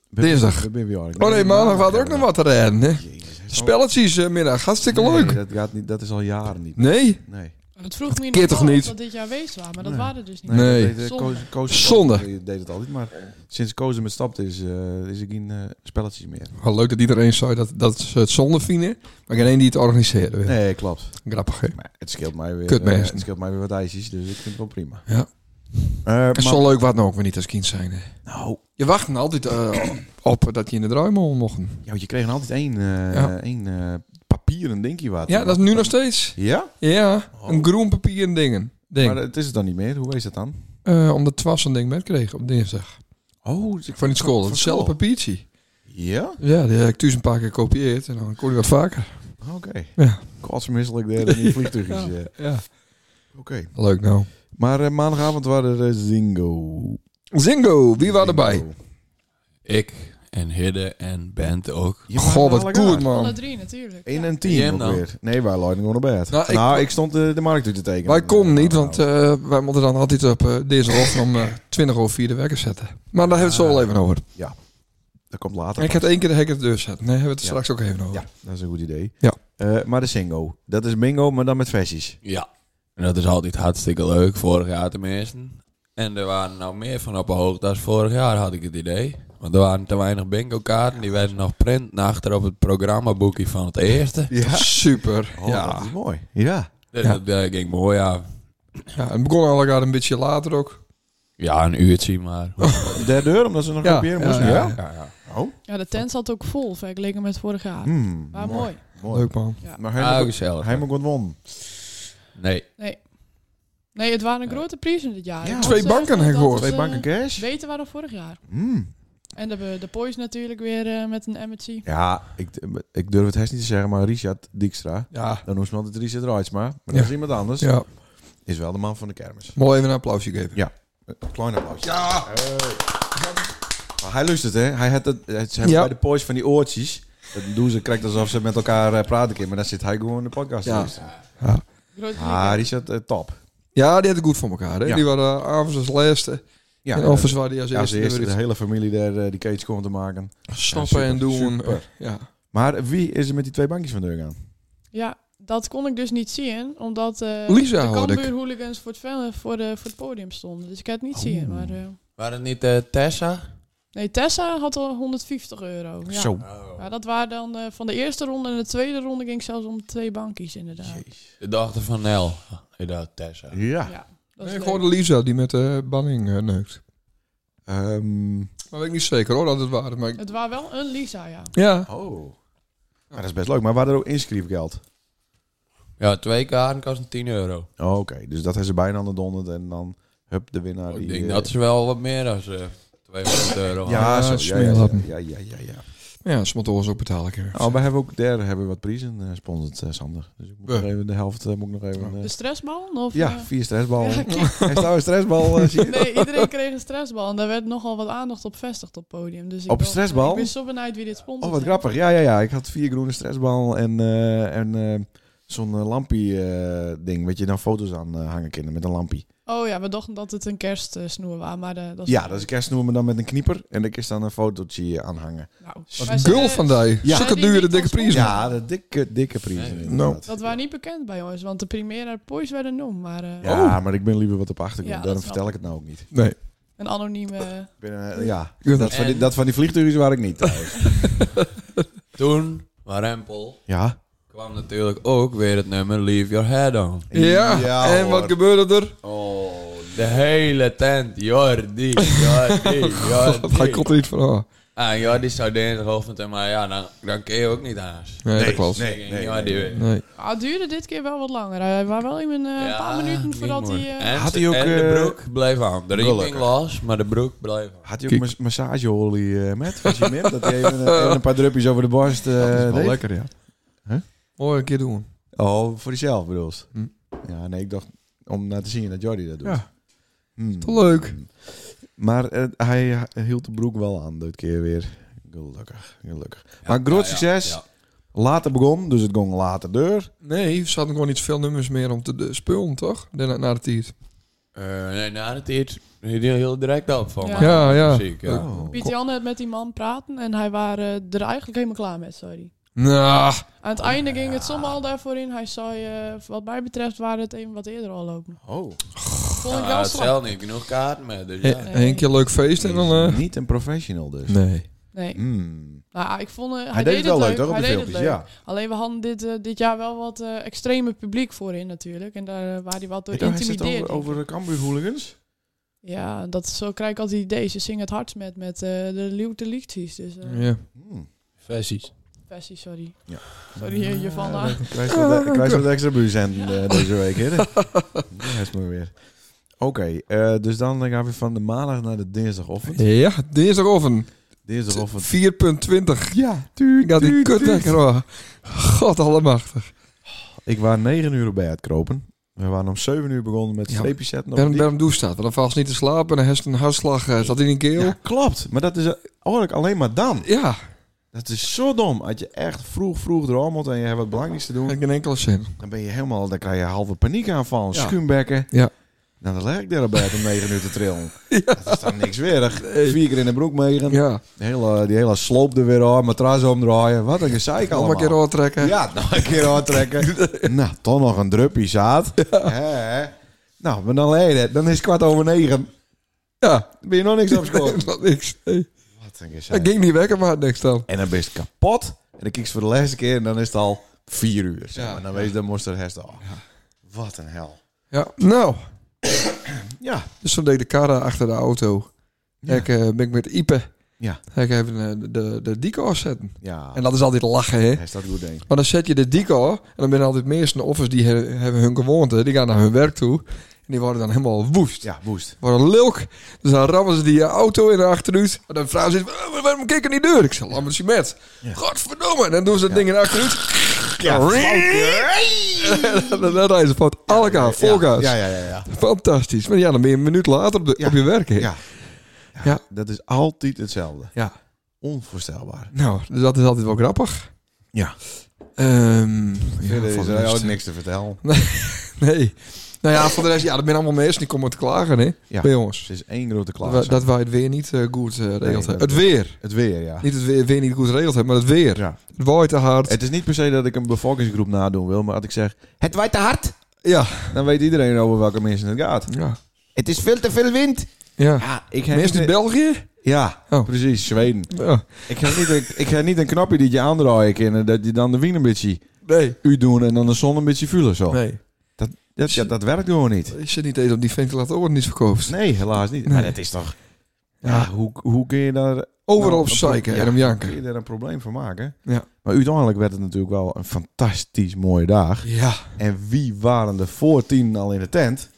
Speaker 1: we-
Speaker 3: Dinsdag.
Speaker 1: we- we- we- we-
Speaker 3: Oh nee, maandag had ook nog wat te redden. hè.
Speaker 1: Jezus, heeft al-
Speaker 3: Spelletjes eh, middag, hartstikke
Speaker 1: Nee,
Speaker 3: leuk.
Speaker 1: dat, gaat niet, dat is al jaren niet.
Speaker 3: Nee,
Speaker 1: Nee.
Speaker 6: Maar Dat vroeg me in
Speaker 3: keer
Speaker 6: ieder
Speaker 3: toch
Speaker 6: geval
Speaker 3: niet?
Speaker 6: of dat dit jaar wees waren, maar dat
Speaker 1: Nee.
Speaker 6: waren dus niet.
Speaker 3: Nee.
Speaker 1: dat deed, eh, Koos, Koos,
Speaker 3: Zonde.
Speaker 1: Koos, eh, deed het altijd, maar sinds Koos er met stapt is, eh, is er geen eh, spelletjes meer.
Speaker 3: Wel leuk dat iedereen zei dat, dat ze het zonde vinden. Maar geen één die het organiseerde. weer.
Speaker 1: Nee, klopt.
Speaker 3: Grappig, hè?
Speaker 1: Maar het scheelt mij weer,
Speaker 3: Kut
Speaker 1: eh,
Speaker 3: mensen.
Speaker 1: het scheelt mij weer wat ijsjes, dus ik vind het wel prima.
Speaker 3: Ja.
Speaker 1: Eh,
Speaker 3: En
Speaker 1: maar-
Speaker 3: zo leuk wat nou ook weer niet als kind zijn. Hè.
Speaker 1: nou,
Speaker 3: Je wacht nou altijd eh, op dat je in de druimel mocht.
Speaker 1: ja, want je kreeg altijd één, eh,
Speaker 3: Ja.
Speaker 1: één eh, papieren dingetje wat.
Speaker 3: Ja, dat is nu nog steeds.
Speaker 1: Ja?
Speaker 3: Ja, een groen papier en dingen. Ding.
Speaker 1: Oh. Maar het is het dan niet meer. Hoe is dat dan?
Speaker 3: Eh, omdat Twas een ding met kreeg op dinsdag.
Speaker 1: Oh,
Speaker 3: Van iets school.
Speaker 1: Van
Speaker 3: Hetzelfde
Speaker 1: school.
Speaker 3: papiertje.
Speaker 1: Ja?
Speaker 3: Ja, die heb ik thuis een paar keer gekopieerd. En dan kon ik wat vaker.
Speaker 1: Oké.
Speaker 3: Ja.
Speaker 1: Kotsmisselijk daar in die vliegtuigjes. eh. Oké.
Speaker 3: ja. Leuk nou.
Speaker 1: Maar eh, maandagavond waren er eh, Zingo.
Speaker 3: Zingo, wie waren erbij?
Speaker 4: Ik en Hidde en Bent ook.
Speaker 1: Je
Speaker 3: Goh,
Speaker 1: waren
Speaker 3: wat goed,
Speaker 1: allegaar.
Speaker 6: Alle
Speaker 3: man.
Speaker 6: drie natuurlijk.
Speaker 1: 1
Speaker 6: ja.
Speaker 1: en
Speaker 4: Jij
Speaker 1: 10 ook
Speaker 4: hem dan?
Speaker 1: weer. Nee, wij leiden gewoon op bed.
Speaker 3: Nou,
Speaker 1: Nou,
Speaker 3: ik-
Speaker 1: ik, stond eh, de markt uit te tekenen.
Speaker 3: Wij konden niet,
Speaker 1: Nou,
Speaker 3: want eh, wij moeten dan altijd op eh, deze ochtend om eh 20 over 4 de wekker zetten. Maar daar hebben we het zo
Speaker 1: Ah,
Speaker 3: wel even over.
Speaker 1: Dat komt later.
Speaker 3: Ik had één keer de hek op de deur zetten. Nee, hebben we
Speaker 1: Ja.
Speaker 3: het straks ook even over.
Speaker 1: Ja, dat is een goed idee.
Speaker 3: Ja.
Speaker 1: Eh, maar de Zingo. Dat is bingo, maar dan met versies.
Speaker 4: Ja. En dat is altijd hartstikke leuk, vorig jaar tenminste. En er waren nou meer van op de hoogte als vorig jaar, had ik het idee. Want er waren te weinig bingo-kaarten, die werden nog print achter op het programmaboekje van het eerste.
Speaker 1: Ja.
Speaker 3: Super.
Speaker 1: Oh,
Speaker 3: ja.
Speaker 1: dat is mooi. Ja.
Speaker 4: Dus
Speaker 3: Ja.
Speaker 4: dat eh, ging mooi af.
Speaker 3: ja. Het begon al een beetje later ook.
Speaker 4: Ja, een uurtje maar.
Speaker 1: De derde deur, omdat ze nog
Speaker 3: Ja,
Speaker 1: kopiëren moesten.
Speaker 3: ja,
Speaker 1: Oh, Ja.
Speaker 3: ja.
Speaker 1: Oh.
Speaker 6: Ja, de tent zat ook vol vergeleken met vorig jaar.
Speaker 3: Hm.
Speaker 1: Hmm,
Speaker 6: Maar Ah, mooi.
Speaker 1: mooi.
Speaker 3: Leuk man.
Speaker 1: Maar
Speaker 4: Ah,
Speaker 1: hij
Speaker 4: gezellig.
Speaker 1: Heimel won.
Speaker 4: Nee.
Speaker 6: Nee, het waren een grote prijzen dit jaar.
Speaker 1: Ja.
Speaker 3: Twee
Speaker 6: Ik moet zeggen
Speaker 3: banken heb ik
Speaker 6: dat
Speaker 3: gehoord.
Speaker 6: het,
Speaker 1: Twee
Speaker 6: eh,
Speaker 1: banken cash.
Speaker 6: Beter waren dan vorig jaar.
Speaker 1: Hmm.
Speaker 6: En de, de Poys natuurlijk weer eh, met een MSC.
Speaker 1: Ja, ik, ik durf het hest niet te zeggen, maar Richard Dijkstra.
Speaker 3: Ja.
Speaker 1: Dan noemt ze altijd Richard Reitsma. Maar dat
Speaker 3: Ja.
Speaker 1: is iemand anders.
Speaker 3: ja.
Speaker 1: Is wel de man van de kermis.
Speaker 3: Mooi even een applausje geven.
Speaker 1: Een klein applaus. Ja! Maar hij lust het, hè? Hij had het, het zijn
Speaker 3: Ja.
Speaker 1: bij de poys van die oortjes. Dat doen ze, krijgt alsof ze met elkaar eh, praten kunnen. Maar dan zit hij gewoon in de podcast te
Speaker 3: Ja.
Speaker 1: luisteren.
Speaker 6: Groot
Speaker 1: Ah, Richard, eh, top.
Speaker 3: Ja, die had het goed voor elkaar. Hè?
Speaker 1: Ja.
Speaker 3: Die waren avonds als laatste.
Speaker 1: Ja,
Speaker 3: en
Speaker 1: eh,
Speaker 3: overigens waren die als
Speaker 1: als
Speaker 3: eerste.
Speaker 1: eerste de
Speaker 3: weer
Speaker 1: hele familie daar eh, die cage kon te maken.
Speaker 3: iets snappen
Speaker 1: Ja, super,
Speaker 3: en doen. eh,
Speaker 1: super.
Speaker 3: Ja.
Speaker 1: Maar wie is er met die twee bankjes van deur gaan?
Speaker 6: Ja, dat kon ik dus niet zien, omdat eh
Speaker 3: Lisa
Speaker 6: de
Speaker 3: hoorde ik.
Speaker 6: Cambuur hooligans voor het, vel- eh, voor, de, voor het podium stonden. Dus ik had het niet
Speaker 1: Oh.
Speaker 6: zien. Maar, eh,
Speaker 4: Waren het niet eh, Tessa?
Speaker 6: nee, Tessa had al 150 euro. Ja.
Speaker 1: Zo.
Speaker 6: Ja, dat waren dan eh, van de eerste ronde en de tweede ronde ging zelfs om twee bankies inderdaad.
Speaker 4: De dochter van Nel. Inderdaad, Tessa.
Speaker 1: Ja.
Speaker 6: Ja, dat is
Speaker 3: Nee, ik
Speaker 6: leuk.
Speaker 3: hoorde Lisa die met de banning eh, neukt.
Speaker 1: Ehm,
Speaker 3: Maar weet ik niet zeker hoor dat het waar Maar ik-
Speaker 6: Het was wel een Lisa, ja.
Speaker 3: Ja.
Speaker 1: oh. Ja, dat is best leuk. Maar waren er ook inschrijfgeld?
Speaker 4: Ja, twee kaarten kosten 10 euro.
Speaker 1: Oh, Oké, dus dat hebben ze bijna aan de donderd. En dan, hup, de winnaar.
Speaker 4: Oh, ik
Speaker 1: die,
Speaker 4: denk
Speaker 1: eh,
Speaker 4: dat is wel wat meer dan eh 200 euro.
Speaker 1: Ja,
Speaker 3: Ah,
Speaker 1: zo, ja, ja,
Speaker 3: smeerlappen.
Speaker 1: ja, ja, ja, ja.
Speaker 3: Ja, smotoors ook betalen keer.
Speaker 1: Oh, we hebben ook daar hebben we wat prijzen eh, sponsord, eh, Sander. Dus ik moet
Speaker 3: Ja.
Speaker 1: nog even de helft eh, moet ik nog even. eh,
Speaker 6: De stressbal? Of,
Speaker 1: ja,
Speaker 6: eh,
Speaker 1: vier stressballen.
Speaker 6: ja,
Speaker 1: Hij
Speaker 6: kijk.
Speaker 1: staat een stressbal. eh, zie je?
Speaker 6: Nee, iedereen kreeg een stressbal. En daar werd nogal wat aandacht op vestigd op het podium. Dus
Speaker 1: Op
Speaker 6: ik
Speaker 1: een
Speaker 6: dacht,
Speaker 1: stressbal?
Speaker 6: Ik ben zo benieuwd wie dit sponsort.
Speaker 1: Oh, wat
Speaker 6: is.
Speaker 1: grappig. Ja, ja, ja. Ik had vier groene stressballen en, eh, en eh, zo'n eh, lampie eh, ding. Weet je, dan foto's aan eh, hangen kinderen met een lampie.
Speaker 6: Oh ja, we dachten dat het een kerstsnoer was. Maar eh, dat is
Speaker 1: Ja, dat is een kerstnoer, maar dan met een knieper. En ik is dan een fotootje aan hangen.
Speaker 6: Nou,
Speaker 1: Wat
Speaker 6: wij
Speaker 3: Gul
Speaker 6: zijn, eh,
Speaker 3: van die.
Speaker 1: Ja.
Speaker 3: Zulke
Speaker 6: Zijn die
Speaker 3: dure
Speaker 6: niet
Speaker 3: dikke
Speaker 6: van
Speaker 3: prijzen.
Speaker 1: Ja, de dikke, dikke prijzen.
Speaker 4: Nee.
Speaker 1: inderdaad.
Speaker 6: Dat was niet bekend bij ons, want de primaire poys werden noemd, maar eh,
Speaker 1: Ja, maar ik ben liever wat op achtergrond.
Speaker 6: Ja, dat
Speaker 1: Daarom
Speaker 6: snap
Speaker 1: vertel ik het nou ook niet.
Speaker 3: Nee.
Speaker 6: een anonieme...
Speaker 1: Ik ben, eh, ja,
Speaker 3: Ja.
Speaker 1: dat van, die,
Speaker 4: En-
Speaker 1: dat van die vliegtuigen waar ik niet thuis.
Speaker 4: Toen, waar Rempel,
Speaker 1: ja.
Speaker 4: kwam natuurlijk ook weer het nummer Leave Your Head On.
Speaker 3: Ja.
Speaker 1: Ja,
Speaker 3: en wat
Speaker 1: hoor.
Speaker 3: gebeurde er?
Speaker 4: Oh, de hele tent. Jordi, Jordi, Jordi.
Speaker 3: Hij komt er niet van. oh. af.
Speaker 4: Ah, ja, die zou dinsdagochtend en maar ja, dan, dan kun je ook niet haast.
Speaker 3: Nee, dat klopt.
Speaker 1: Nee, nee,
Speaker 4: ja, die weer.
Speaker 3: Nee.
Speaker 6: Ah, het duurde dit keer wel wat langer. Hij was wel in een eh,
Speaker 4: Ja,
Speaker 6: paar minuten
Speaker 4: niet
Speaker 6: voordat
Speaker 4: mooi.
Speaker 6: hij... eh,
Speaker 4: en,
Speaker 1: Had hij ook,
Speaker 4: en de
Speaker 1: eh,
Speaker 4: broek bleef aan. De ring
Speaker 1: gelukkig.
Speaker 4: los, maar de broek bleef aan.
Speaker 1: Had hij ook
Speaker 3: Kijk.
Speaker 1: mas massageolie eh, met? Was je met? Dat hij even, eh, even een paar drupjes over de borst eh deed?
Speaker 3: lekker, ja.
Speaker 1: Huh?
Speaker 3: Mooi een keer doen.
Speaker 1: Oh, voor jezelf bedoel je?
Speaker 3: Hm.
Speaker 1: Ja, nee, ik dacht om naar te zien dat Jordi dat doet.
Speaker 3: Ja.
Speaker 1: Hm.
Speaker 3: Toch leuk.
Speaker 1: Maar eh, hij hield de broek wel aan dit keer weer. Gelukkig, gelukkig.
Speaker 4: Ja,
Speaker 1: maar groot
Speaker 4: ja, ja,
Speaker 1: succes.
Speaker 4: ja.
Speaker 1: Later begon, dus het ging later deur.
Speaker 3: Nee, er zaten gewoon niet zoveel nummers meer om te de, spullen, toch? Na, na de tiert.
Speaker 4: Eh, nee, na het eerst hield hij heel direct op van
Speaker 6: Ja.
Speaker 4: mij.
Speaker 3: Ja, ja.
Speaker 4: Ziek, ja.
Speaker 1: Oh.
Speaker 6: Piet Jan had met die man praten en hij was eh, er eigenlijk helemaal klaar mee, sorry.
Speaker 3: Nou,
Speaker 6: Aan het einde ging het soms al daarvoor in. Hij zei, eh, wat mij betreft waren het even wat eerder al lopen.
Speaker 1: Oh.
Speaker 6: Vond ik
Speaker 4: Nou,
Speaker 6: wel
Speaker 4: het
Speaker 6: slap.
Speaker 4: zelf niet genoeg kaarten met, dus ja.
Speaker 3: een één keer leuk feest en dan... eh,
Speaker 1: Niet een professional dus.
Speaker 3: Nee.
Speaker 6: Nee.
Speaker 1: Hmm.
Speaker 6: Nou, ik vond, eh, hij,
Speaker 1: Hij, deed het wel leuk, toch? Op
Speaker 6: Hij
Speaker 1: de
Speaker 6: deed het
Speaker 1: filmpjes,
Speaker 6: leuk.
Speaker 1: ja.
Speaker 6: Alleen we hadden dit, eh, dit jaar wel wat eh extreme publiek voor in natuurlijk. En daar eh, waren die wat door
Speaker 1: Ik dacht, hij zit
Speaker 6: intimideerd.
Speaker 1: over, over de Cambuur hooligans.
Speaker 6: Ja, dat, zo krijg ik altijd ideeën. Ze zingen het hardst met, met eh, de Leeuwte Lichties. Dus, eh,
Speaker 3: Ja.
Speaker 4: Hm.
Speaker 1: Hmm.
Speaker 4: Versies.
Speaker 6: versie, sorry.
Speaker 1: Ja.
Speaker 6: Sorry, eh, Giovanna.
Speaker 1: Ik krijg je wat, ik krijg je wat extra buurcent eh, deze week, hè? Ja, is maar weer. Oké, eh, dus dan gaan we van de maandag naar de dinsdagochtend.
Speaker 3: Ja, dinsdagochtend.
Speaker 1: Dinsdagochtend.
Speaker 3: 4.20.
Speaker 1: Ja,
Speaker 3: Tuurlijk. Ja, die
Speaker 1: tuurlijk,
Speaker 3: kutwekker. hoor. God
Speaker 1: Nou,
Speaker 3: allemachtig.
Speaker 1: ik was negen uur bij het kropen. We waren om zeven uur begonnen met
Speaker 3: Ja.
Speaker 1: streepjes zetten. Op
Speaker 3: Ben
Speaker 1: die-
Speaker 3: ben hem douche staat. Want dan valt ze niet te slapen en dan heeft ze een hartslag. eh, zat in een keel.
Speaker 1: ja,
Speaker 3: Ja.
Speaker 1: klopt. Maar dat is eh, eigenlijk alleen maar dan. Dat is zo dom. Als je echt vroeg, vroeg eraan moet en je hebt wat belangrijks te doen,
Speaker 3: Heb ik geen enkele zin.
Speaker 1: dan ben je helemaal, dan krijg je halve paniek aanval,
Speaker 3: Ja.
Speaker 1: schuimbekken.
Speaker 3: Ja.
Speaker 1: Nou, dan leg ik daar op bed om negen uur te trillen. Dat is dan niks weerig. Vier keer in de broek meegen.
Speaker 3: Ja.
Speaker 1: De hele, die hele sloop er weer aan, matras omdraaien. Wat een gezeik
Speaker 3: Nog een
Speaker 1: allemaal.
Speaker 3: keer doortrekken.
Speaker 1: Ja, nog een keer aantrekken. nou, toch nog een druppie zaad. Hè, hè. Nou, maar dan leid het. Dan is het kwart over negen.
Speaker 3: Ja.
Speaker 1: Dan ben je nog niks op school.
Speaker 3: Dat niks. Nee.
Speaker 1: Wat een
Speaker 3: Hij
Speaker 1: gezeik.
Speaker 3: ging niet weg, maar had niks dan.
Speaker 1: En dan ben je kapot. En dan kijk je voor de laatste keer en dan is het al vier uur. Zeg
Speaker 3: Ja.
Speaker 1: maar. Dan weet je, dan moest er herst al. Wat een hel.
Speaker 3: Ja. Nou,
Speaker 1: Ja.
Speaker 3: dus toen deed ik de kara achter de auto.
Speaker 1: Ja.
Speaker 3: Ik eh, ben ik met Ipe.
Speaker 1: Ja. Ah.
Speaker 3: Ik even eh, de, de, de deco afzetten.
Speaker 1: Ja.
Speaker 3: En dat is altijd lachen, hè.
Speaker 1: Hij staat goed denk ik.
Speaker 3: Maar dan zet je de deco en dan ben je altijd meesten offers die he- hebben hun gewoonte. Die gaan naar hun werk toe. En die worden dan helemaal woest.
Speaker 1: Ja, woest.
Speaker 3: Wat een lulk. Dus dan rammen ze die eh, auto in de achteruit. En dan vrouw zit, "Wa- waarom kijk ik niet deur? Ik zeg, laat me zien met.
Speaker 1: Ja.
Speaker 3: Godverdomme. En dan doen ze dat ding in de achteruit.
Speaker 1: Ja,
Speaker 3: En dan rijden ze van het alle kaar, vol gas.
Speaker 1: Ja, ja, ja. ja.
Speaker 3: Fantastisch. Maar ja, dan ben je een minuut later op, de-
Speaker 1: Ja.
Speaker 3: op je werk. hè?
Speaker 1: Ja. Ja,
Speaker 3: Ja.
Speaker 1: Dat is altijd hetzelfde.
Speaker 3: Ja.
Speaker 1: Onvoorstelbaar.
Speaker 3: Nou, dus dat is altijd wel grappig.
Speaker 1: Ja.
Speaker 3: Ehm ja,
Speaker 1: Verder
Speaker 3: voor
Speaker 1: is
Speaker 3: de
Speaker 1: er ook
Speaker 3: rest-
Speaker 1: niks te vertellen.
Speaker 3: Nee. Nou ja, voor de rest, ja, dat zijn allemaal mensen die komen te klagen, hè?
Speaker 1: Ja.
Speaker 3: Bij ons.
Speaker 1: Het is één grote
Speaker 3: Dat,
Speaker 1: klas.
Speaker 3: wij- dat wij het weer niet eh, goed eh, regeld
Speaker 1: dat-
Speaker 3: hebben. Het weer.
Speaker 1: Het weer, ja.
Speaker 3: Niet het weer, weer niet goed geregeld hebben, maar het weer.
Speaker 1: ja.
Speaker 3: Het waait te hard.
Speaker 1: Het is niet per se dat ik een bevolkingsgroep nadoen wil, maar als ik zeg... Het waait te hard!
Speaker 3: Ja.
Speaker 1: Dan weet iedereen over welke mensen het gaat.
Speaker 3: Ja.
Speaker 1: Het is veel te veel wind!
Speaker 3: Ja.
Speaker 1: Ja, ik heb
Speaker 3: Mensen uit België?
Speaker 1: Ja,
Speaker 3: Oh.
Speaker 1: precies. Zweden.
Speaker 3: Ja.
Speaker 1: Ik ga niet, een- ik ga niet een knopje die je aandraaien kunnen, dat je dan de wien een beetje
Speaker 3: Nee.
Speaker 1: u doen en dan de zon een beetje vullen zo.
Speaker 3: Nee.
Speaker 1: Dat, ja, dat werkt gewoon niet.
Speaker 3: Oh. Ik zit niet eens op die ventilatoren niet verkoopt.
Speaker 1: Nee, helaas niet.
Speaker 3: Nee.
Speaker 1: Maar dat is toch... Ja,
Speaker 3: Ja.
Speaker 1: hoe, hoe kun je daar
Speaker 3: Overal
Speaker 1: Nou,
Speaker 3: op
Speaker 1: een
Speaker 3: zeiken
Speaker 1: pro-
Speaker 3: en om
Speaker 1: ja, Kun
Speaker 3: janken.
Speaker 1: je daar een probleem van maken?
Speaker 3: Ja.
Speaker 1: Maar uiteindelijk werd het natuurlijk wel een fantastisch mooie dag.
Speaker 3: Ja.
Speaker 1: En wie waren er voor tien al in de tent?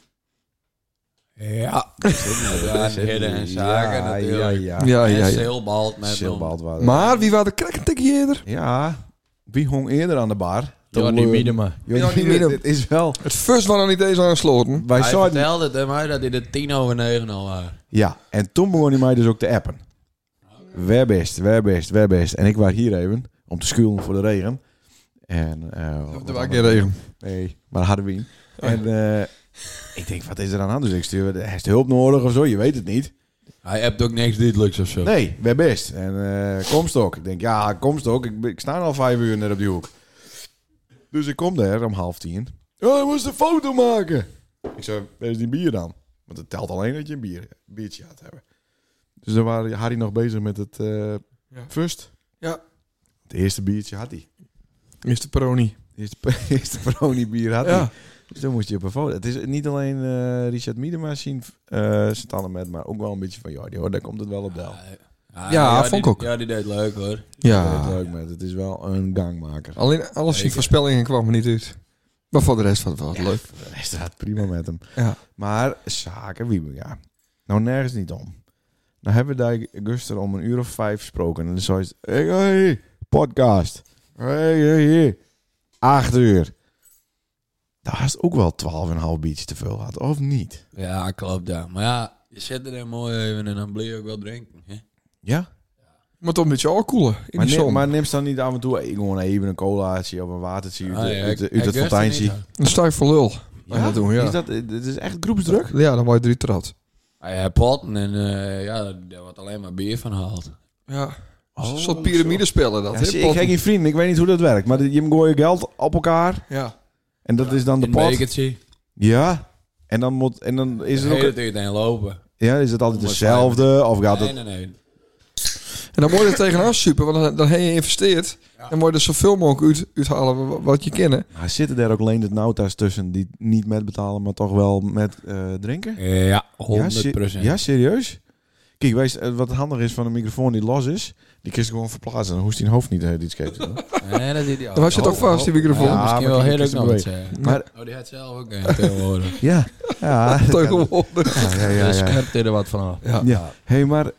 Speaker 4: Ja.
Speaker 1: Ja,
Speaker 4: Ja, hidden en zaken
Speaker 1: ja, ja,
Speaker 4: natuurlijk.
Speaker 1: ja.
Speaker 3: Ja, ja,
Speaker 4: En
Speaker 3: ja.
Speaker 4: Silbald met hem.
Speaker 1: Silbald waren
Speaker 3: Maar wie waren de krekkentikkie eerder?
Speaker 1: Ja, wie hong eerder aan de bar?
Speaker 5: Johnny
Speaker 1: Toen, eh,
Speaker 5: Miedema.
Speaker 1: Johnny
Speaker 3: Johnny
Speaker 1: Miedema.
Speaker 3: Miedema.
Speaker 1: Dit is wel...
Speaker 3: Het first was nog niet eens aangesloten.
Speaker 1: Wij
Speaker 4: Hij
Speaker 1: zouden...
Speaker 4: vertelde het hem, hij, dat hij de 10 over 9 al was.
Speaker 1: Ja, en toen begon hij mij dus ook te appen. Waar best, waar best, waar best. En ik was hier even, om te schuilen voor de regen. En... eh
Speaker 3: Er was geen regen. Oh
Speaker 1: Nee, maar Harwin. En eh, ik denk, wat is er aan de hand? Dus ik stuur, hij heeft hulp nodig of zo, je weet het niet.
Speaker 4: Hij hebt ook niks duidelijks of zo.
Speaker 1: Nee, we best. En eh, komstok. Ik denk, ja, komstok. Ik, ben- ik sta al vijf uur net op die hoek. Dus ik kom daar om half tien. Ja, ik moest een foto maken. Ik zei, waar is die bier dan? Want het telt alleen dat je een bier, biertje had hebben. Dus dan waren Harry nog bezig met het eh
Speaker 3: Ja.
Speaker 1: first.
Speaker 3: Ja.
Speaker 1: Het eerste biertje had hij.
Speaker 3: Mr. Peroni.
Speaker 1: Het eerste, eerste Peroni bier had hij.
Speaker 3: Ja.
Speaker 1: Dus dan moest je op een foto. Het is niet alleen eh, Richard Miedema zien eh staan met, maar ook wel een beetje van Jordi hoor. Daar komt het wel op del.
Speaker 4: Hij-
Speaker 3: Ja,
Speaker 4: die-
Speaker 3: vond ik ook.
Speaker 4: Ja, die deed leuk hoor.
Speaker 1: Dat is
Speaker 3: Ja.
Speaker 1: leuk met. Het is wel een gangmaker.
Speaker 3: Alleen alles die
Speaker 4: Zeker.
Speaker 3: voorspellingen kwamen niet uit. Maar voor de rest was het wel leuk.
Speaker 1: Hij staat prima met hem.
Speaker 3: Ja.
Speaker 1: Maar zaken, wie ja. Nou, nergens niet om. Nou hebben we daar Guster om een uur of vijf gesproken. En dan zei ze, hey, hey, podcast. Hey, hey, hey. Acht uur. Daar is ook wel twaalf en een half biertje te veel had, of niet?
Speaker 4: Ja, klopt ja. Maar ja, je zit er dan mooi even en dan blijf je ook wel drinken. Hè?
Speaker 1: Ja.
Speaker 3: Maar toch een beetje alkoelen in
Speaker 1: Maar
Speaker 3: die
Speaker 1: neem,
Speaker 3: zon.
Speaker 1: maar neem ze dan niet af en toe eh, gewoon even een colaatje of een watertje uit, de-
Speaker 4: Ah, ja,
Speaker 1: uit, de-
Speaker 4: ik-
Speaker 1: uit
Speaker 4: ik
Speaker 1: het
Speaker 4: wist
Speaker 1: fonteintje.
Speaker 4: niet, ja.
Speaker 3: Een stijf voor lul. Ja, dat doen we, ja.
Speaker 1: Is dat, het is echt groepsdruk.
Speaker 3: Ja, dan word je drie trad.
Speaker 4: Ah, ja, potten en eh, ja, daar wordt alleen maar bier van gehaald.
Speaker 3: Ja. een soort piramidespellen dat,
Speaker 1: Oh, Ja,
Speaker 3: hè,
Speaker 1: zie, ik
Speaker 3: potten.
Speaker 1: heb geen vrienden, ik weet niet hoe dat werkt. Maar je gooit geld op elkaar
Speaker 3: Ja.
Speaker 1: en dat is dan de
Speaker 4: een
Speaker 1: pot.
Speaker 4: bekertje.
Speaker 1: Ja, en dan, moet, en dan
Speaker 4: Is
Speaker 1: is,
Speaker 4: er
Speaker 1: het ook,
Speaker 4: ook een... lopen.
Speaker 1: ja, is het altijd
Speaker 4: Om het
Speaker 1: hetzelfde of gaat
Speaker 4: nee,
Speaker 1: het...
Speaker 4: nee, nee.
Speaker 3: En dan word je er tegenaan super, want dan, dan heb je geïnvesteerd. En word je er zoveel mogelijk uit, uithalen wa- wat je kennen.
Speaker 1: Maar zitten daar ook Leendert Nauta's tussen die niet met betalen, maar toch wel met eh, drinken?
Speaker 4: Ja, 100%.
Speaker 1: Ja, se- Ja, serieus? Kijk, wees, eh, wat handig is van een microfoon die los is, die kun je gewoon verplaatsen. Dan hoest hij een hoofd niet eh, iets geven.
Speaker 4: Nee, dat is die
Speaker 3: Dan was je toch vast, die microfoon.
Speaker 4: Ja,
Speaker 1: Ja,
Speaker 4: misschien wel
Speaker 1: maar
Speaker 4: heel
Speaker 1: kijk,
Speaker 4: leuk
Speaker 1: het is
Speaker 4: nog
Speaker 1: een
Speaker 4: wat zeggen.
Speaker 1: Maar
Speaker 4: Oh, die had zelf ook een tegenwoordig.
Speaker 1: ja, ja. ja,
Speaker 3: Tegenwoordig.
Speaker 1: ja, ja,
Speaker 4: Dus
Speaker 1: ja.
Speaker 4: ik heb er wat van af.
Speaker 3: Ja.
Speaker 1: Ja. hey, maar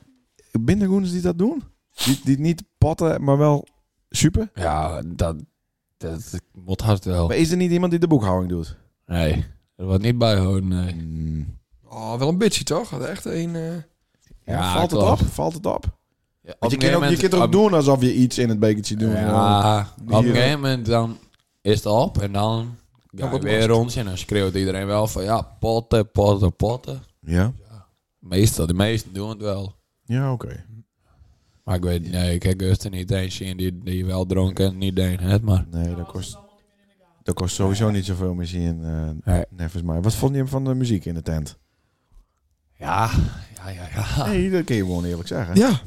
Speaker 1: binnen goens die dat doen? Die, die niet potten, maar wel super?
Speaker 4: Ja, dat, dat moet hard wel.
Speaker 1: Maar is er niet iemand die de boekhouding doet?
Speaker 4: Nee, dat wordt niet eh, bijhouden, nee.
Speaker 1: Mm.
Speaker 3: Oh, wel een bitchie toch? Had echt een... eh,
Speaker 1: Ja,
Speaker 4: Ja,
Speaker 1: valt
Speaker 4: klopt.
Speaker 1: het op? Valt het op?
Speaker 4: Ja,
Speaker 1: Want je
Speaker 4: op een
Speaker 1: kunt
Speaker 4: gegeven
Speaker 1: ook, je
Speaker 4: moment-
Speaker 1: kunt ook
Speaker 4: op-
Speaker 1: doen alsof je iets in het bekertje doet.
Speaker 4: Ja, op een
Speaker 1: Hier.
Speaker 4: gegeven moment dan is het op en dan
Speaker 3: Dan
Speaker 4: ga je
Speaker 3: wordt
Speaker 4: weer
Speaker 3: het
Speaker 4: rond en dan schreeuwt iedereen wel van ja, potten, potten, potten.
Speaker 1: ja?
Speaker 4: Meestal, de meesten doen het wel.
Speaker 1: Ja, oké.
Speaker 4: Maar ik weet, nee, ik heb Gusten niet eens zien die, die wel dronken en niet deed het, maar...
Speaker 1: Nee, dat kost, dat kost sowieso niet zoveel meer zien. eh
Speaker 4: Nee.
Speaker 1: Nevens mij. Wat vond je hem van de muziek in de tent?
Speaker 4: Ja, ja, ja, ja.
Speaker 1: Nee, dat kun je gewoon eerlijk zeggen.
Speaker 3: Ja.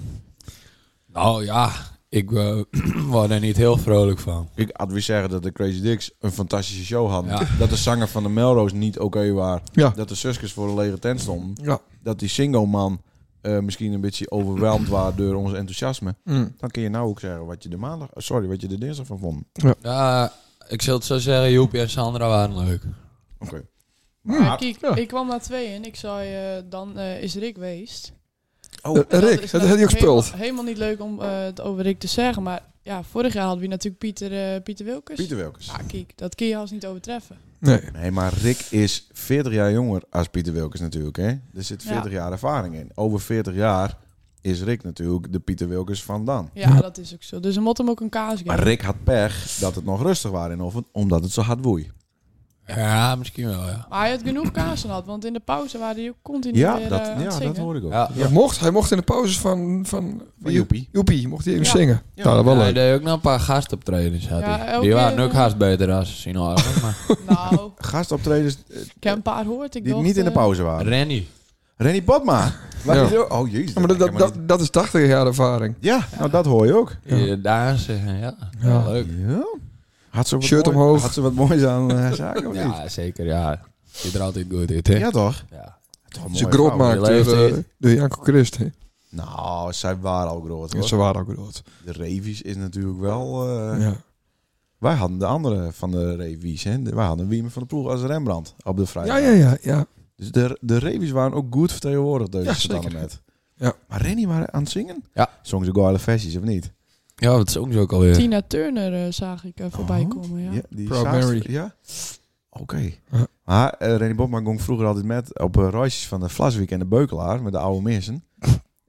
Speaker 4: Nou ja, ik eh, word er niet heel vrolijk van.
Speaker 1: Ik adviseer dat de Crazy Dicks een fantastische show hadden.
Speaker 4: Ja.
Speaker 1: Dat de zanger van de Melrose niet oké waren.
Speaker 3: Ja.
Speaker 1: Dat de Suskers voor een lege tent stonden.
Speaker 3: Ja.
Speaker 1: Dat die Singo-man eh, misschien een beetje overweldigd was door ons enthousiasme.
Speaker 3: Mm.
Speaker 1: Dan kun je nou ook zeggen wat je de maandag... Sorry, wat je de dinsdag van vond.
Speaker 4: Ja, ik zal het zo zeggen, Joepie en Sandra waren leuk.
Speaker 1: Oké.
Speaker 6: Maar kijk,
Speaker 3: ja.
Speaker 6: ik kwam naar twee en ik zei, eh, dan eh, is Rick geweest.
Speaker 1: Oh.
Speaker 6: En
Speaker 3: Eh, Rick,
Speaker 6: is
Speaker 3: dat
Speaker 6: nou
Speaker 3: had hij ook
Speaker 6: helemaal-
Speaker 3: gespeeld.
Speaker 6: Helemaal niet leuk om eh, het over Rick te zeggen, maar ja, vorig jaar hadden we natuurlijk Pieter, eh, Pieter Wilkes.
Speaker 1: Pieter Wilkes.
Speaker 6: Ja, kijk, dat kun je als niet overtreffen.
Speaker 3: Nee.
Speaker 1: Ah, Nee, maar Rick is 40 jaar jonger als Pieter Wilkes natuurlijk. Hè? Er zit 40
Speaker 6: Ja.
Speaker 1: jaar ervaring in. Over 40 jaar is Rick natuurlijk de Pieter Wilkes van dan.
Speaker 6: Ja,
Speaker 3: Ja.
Speaker 6: dat is ook zo. Dus we moeten hem ook een kaas geven.
Speaker 1: Maar Rick had pech dat het nog rustig was in Offen, omdat het zo hard woei.
Speaker 4: Ja, misschien wel, ja.
Speaker 6: Maar hij had genoeg kaarsen had, want in de pauze waren die ook continu
Speaker 1: Ja,
Speaker 6: weer,
Speaker 1: dat,
Speaker 6: eh, aan het
Speaker 1: ja
Speaker 6: zingen.
Speaker 1: dat hoor ik ook.
Speaker 4: Ja.
Speaker 3: Hij, mocht, hij mocht in de pauzes van, van,
Speaker 1: Van Joepie.
Speaker 3: Joepie, mocht hij even
Speaker 6: Ja.
Speaker 3: zingen.
Speaker 1: Ja.
Speaker 3: Ja, dat was
Speaker 4: Ja,
Speaker 3: wel
Speaker 4: hij
Speaker 3: leuk.
Speaker 4: deed ook nog een paar gastoptredens. Had
Speaker 6: Ja,
Speaker 4: hij.
Speaker 6: elke
Speaker 4: die waren
Speaker 6: keer,
Speaker 4: ook
Speaker 6: eh,
Speaker 4: haast beter als Sinaloa. maar
Speaker 6: Nou,
Speaker 1: Gastoptredens eh,
Speaker 6: ik heb een paar hoort. Ik
Speaker 1: die
Speaker 6: dacht,
Speaker 1: niet in de
Speaker 6: eh,
Speaker 1: pauze waren.
Speaker 4: Rennie.
Speaker 1: Rennie Botma. Wat
Speaker 3: Ja.
Speaker 1: is er- Oh jezus.
Speaker 3: Ja, maar dat,
Speaker 1: dat kan
Speaker 3: dat,
Speaker 1: maar niet.
Speaker 3: dat, dat is 80 jaar ervaring.
Speaker 1: Ja, nou dat hoor je ook.
Speaker 3: Ja.
Speaker 4: Die dansen, ja. ja.
Speaker 3: Ja.
Speaker 4: Leuk.
Speaker 1: Ja. Had ze wat
Speaker 3: Shirt
Speaker 1: mooi-
Speaker 3: omhoog.
Speaker 1: Had ze wat moois aan eh, zaken of niet?
Speaker 4: Ja, zeker, ja. Je er altijd goed uit, hè?
Speaker 1: Ja toch?
Speaker 4: Ja.
Speaker 1: Toch een
Speaker 3: Ze
Speaker 1: mooie
Speaker 3: groot
Speaker 1: vrouw.
Speaker 3: maakt
Speaker 4: die
Speaker 3: door, eh,
Speaker 4: leeftijd.
Speaker 3: door Janko Christ. hè.
Speaker 1: Nou, zij waren al groot
Speaker 3: Ja,
Speaker 1: hoor.
Speaker 3: ze waren ook dood.
Speaker 1: De Revies is natuurlijk wel... eh,
Speaker 3: Ja.
Speaker 1: Wij hadden de andere van de Revies. Hè? De- Wij hadden Wiemen van de ploeg als Rembrandt op de vrijdag.
Speaker 3: Ja, ja, ja, ja.
Speaker 1: Dus de, de Revies waren ook goed vertegenwoordigd. Deze
Speaker 3: Ja,
Speaker 1: standen
Speaker 3: zeker.
Speaker 1: met.
Speaker 3: Ja.
Speaker 1: Maar Rennie waren aan het zingen?
Speaker 4: Ja.
Speaker 1: Zong ze geile versies of niet?
Speaker 4: Ja, dat zong ze ook alweer.
Speaker 6: Tina Turner eh, zag ik eh, voorbij
Speaker 1: Oh,
Speaker 6: komen, ja.
Speaker 1: die
Speaker 3: Proud
Speaker 1: zaast-
Speaker 3: Mary.
Speaker 1: Ja? Oké.
Speaker 3: Ja.
Speaker 1: Maar eh, Rennie Bobman ging vroeger altijd met op eh, reisjes van de Vlaswijk en de Beukelaar met de oude mensen.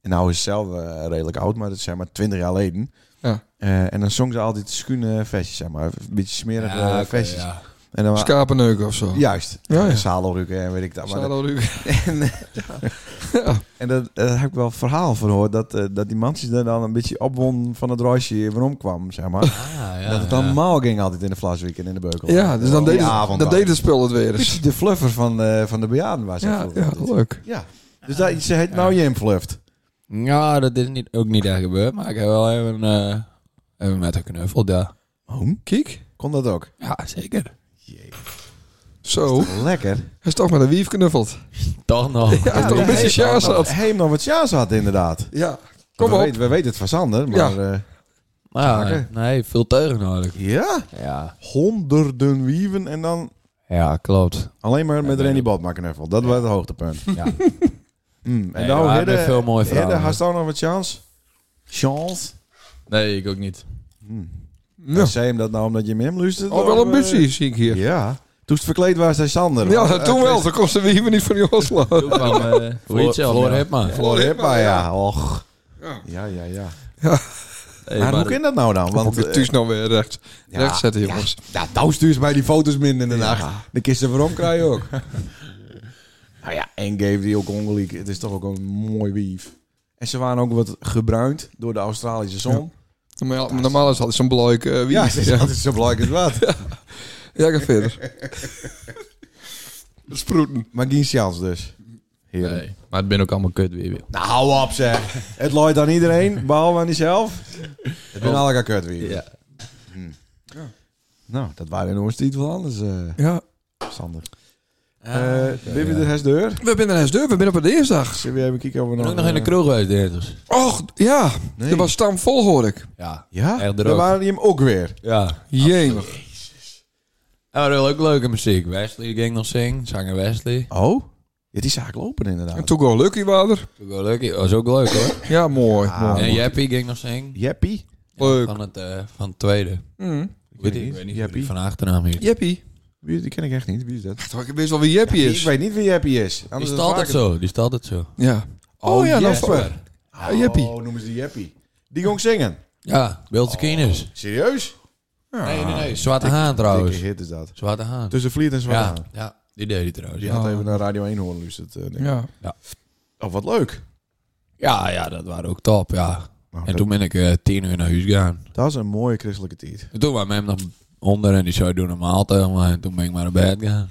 Speaker 1: en nou is ze zelf eh, redelijk oud, maar dat is zeg maar 20 jaar geleden.
Speaker 3: Ja.
Speaker 1: Eh, en dan zong ze altijd schuine versies, zeg maar. Een beetje smerige
Speaker 4: Ja,
Speaker 1: eh,
Speaker 4: oké,
Speaker 1: versies.
Speaker 4: ja.
Speaker 1: En dan wa-
Speaker 3: Schapeneuken of zo.
Speaker 1: Juist.
Speaker 3: Ja, ja.
Speaker 1: Zadelrukken en weet ik dat. Maar dat-
Speaker 3: Zadelruk.
Speaker 1: en eh,
Speaker 3: Ja.
Speaker 1: en dat, eh, daar heb ik wel verhaal van gehoord. Dat, eh, dat die mansjes er dan een beetje opwon van het roosje waarom kwam, zeg maar.
Speaker 4: Ah, ja,
Speaker 1: dat het
Speaker 4: ja.
Speaker 1: dan maal ging altijd in de Vlaswijk en in de Beukel.
Speaker 3: ja, dus dan
Speaker 1: Die
Speaker 3: deed, het,
Speaker 1: avond
Speaker 3: dan
Speaker 1: dan.
Speaker 3: deed het spul het weer eens.
Speaker 1: Dus de fluffer van, eh, van de bejaarden was
Speaker 3: Ja, ja, leuk.
Speaker 1: ja. Dus dat, ze heet nou Jim Fluft.
Speaker 4: Ja, dat is niet, ook niet echt gebeurd, maar ik heb wel even, eh, even met haar knuffeld, ja.
Speaker 1: Oh,
Speaker 3: Kiek.
Speaker 1: kon dat ook?
Speaker 4: Ja, zeker.
Speaker 3: Zo. Hij
Speaker 1: Lekker.
Speaker 3: is toch met een wief knuffeld.
Speaker 4: Toch nog.
Speaker 3: Ja,
Speaker 4: Ja,
Speaker 3: toch een beetje
Speaker 1: hij
Speaker 3: sjaas had.
Speaker 1: Hij hem nog wat sjaas had, inderdaad.
Speaker 3: Ja. Kom
Speaker 1: we
Speaker 3: op.
Speaker 1: Weten, we weten het van Sander, maar... eh,
Speaker 4: Maar ja,
Speaker 1: Zaken.
Speaker 4: Ah, nee, veel teugen nodig.
Speaker 1: ja,
Speaker 4: Ja,
Speaker 1: honderden wieven en dan
Speaker 4: ja klopt.
Speaker 1: alleen maar met
Speaker 4: nee.
Speaker 1: Randy Baldmakkernevel. Dat was het hoogtepunt.
Speaker 4: Ja.
Speaker 1: Mm, en
Speaker 4: Nee, er
Speaker 1: nou,
Speaker 4: waren
Speaker 1: Hedde,
Speaker 4: veel mooie
Speaker 1: Hedde,
Speaker 4: verhalen.
Speaker 1: had daar nog wat chance? Chance?
Speaker 5: Nee, ik ook niet.
Speaker 1: Hm.
Speaker 3: Ja.
Speaker 1: Zei hem dat nou omdat je hem hem luistert? eh,
Speaker 3: Ook wel ambitie, zie ik hier.
Speaker 1: Oh, Ja. Toen het verkleed was, zei Sander.
Speaker 3: Ja, toen wel. Toen kostte we hier niet van die Oslo.
Speaker 5: Toen kwam, eh, hoe heet je al?
Speaker 4: Floor Hipman.
Speaker 1: Floor Hippa, ja. Och.
Speaker 3: Ja.
Speaker 1: Ja, ja, ja.
Speaker 5: Hey,
Speaker 1: maar hoe
Speaker 5: maar-
Speaker 1: kan dat nou dan?
Speaker 3: Want
Speaker 1: Want
Speaker 3: het thuis nou weer recht.
Speaker 1: ja,
Speaker 3: recht zetten, jongens.
Speaker 1: eh, ja, nou stuur ze mij die foto's minder in de nacht. Dan kist ze waarom krijg je ook. nou ja, en geef die ook ongelijk. Het is toch ook een mooi wief. En ze waren ook wat gebruind door de Australische zon.
Speaker 3: Normaal, normaal is altijd zo'n bloik eh wie.
Speaker 1: Ja,
Speaker 3: Ja,
Speaker 1: dat is altijd zo belangrijk als wat.
Speaker 3: ja, ik ga verder. Sproeten.
Speaker 1: Maar geen chance dus. Heren.
Speaker 5: Nee, maar het ben ook allemaal kut weer.
Speaker 1: Nou, hou op zeg. Het looit aan iedereen, behalve aan jezelf. Het ben alle kut weer.
Speaker 5: Ja.
Speaker 1: Nou, dat waren in ons niet wat anders, eh,
Speaker 3: Ja.
Speaker 1: Sander. Eh Bibi de Hesdeur.
Speaker 3: We zijn in Huisdeur, we zijn op de dinsdag.
Speaker 1: Zullen we even kijken of we
Speaker 4: ben
Speaker 1: nog...
Speaker 4: ook nog in de
Speaker 1: eh,
Speaker 4: kroeg geweest, dinsdags.
Speaker 3: Och, ja.
Speaker 1: Nee.
Speaker 3: Er was stamvol, hoor ik.
Speaker 4: Ja.
Speaker 1: Ja?
Speaker 4: Echt droog.
Speaker 1: Daar waren die hem ook weer.
Speaker 4: Ja.
Speaker 3: Jemig.
Speaker 4: En we hadden ook leuke muziek. Wesley ging nog zingen. Zanger Wesley.
Speaker 1: Oh? Ja, die zaak lopen inderdaad.
Speaker 3: En toen go Lucky water.
Speaker 4: Ook wel leuk. was ook leuk hoor.
Speaker 3: Ja, mooi.
Speaker 1: Ah,
Speaker 3: mooi.
Speaker 4: en Jeppy ging nog zingen.
Speaker 1: Jeppie?
Speaker 3: Leuk.
Speaker 4: Van het, eh, van het tweede.
Speaker 3: Mm.
Speaker 4: Weet ik,
Speaker 1: niet.
Speaker 4: ik weet niet
Speaker 1: Jeppie.
Speaker 4: wie van de achternaam hier.
Speaker 3: Jeppie.
Speaker 1: Wie, die ken ik echt niet. Wie is dat?
Speaker 3: Toch, Ik wist wel wie Jeppie
Speaker 1: Ik
Speaker 3: is.
Speaker 1: weet niet wie Jeppie is.
Speaker 4: Die
Speaker 1: Anders
Speaker 4: staat
Speaker 1: dan
Speaker 4: altijd
Speaker 1: vaker-
Speaker 4: zo. Die staat altijd zo.
Speaker 3: Ja.
Speaker 1: Oh,
Speaker 3: Oh ja, dan
Speaker 1: Jesper.
Speaker 3: ver. Ja, Jeppie.
Speaker 1: Oh, noemen ze die Jeppie. Die ging zingen.
Speaker 4: Ja. Beeldse Kines.
Speaker 1: Serieus?
Speaker 4: Nee, nee, nee. Zwarte Haan trouwens.
Speaker 1: Dikke hit Oh, is dat.
Speaker 4: Zwarte Haan.
Speaker 1: Tussen Vliet en Zwaar.
Speaker 4: Ja. Ja. Die deed hij trouwens.
Speaker 1: Die
Speaker 4: Ja.
Speaker 1: had even naar Radio 1 horen luisterd. eh, denk ik.
Speaker 3: Ja.
Speaker 1: Oh, wat leuk.
Speaker 4: Ja, ja. Dat waren ook top. Ja.
Speaker 1: Nou,
Speaker 4: En
Speaker 1: dat,
Speaker 4: toen ben ik eh, tien uur naar huis gegaan.
Speaker 1: dat is een mooie christelijke tijd.
Speaker 4: En toen waren we hem nog onder en die zou doen normaal tegen me. En toen ben ik maar naar bed gegaan.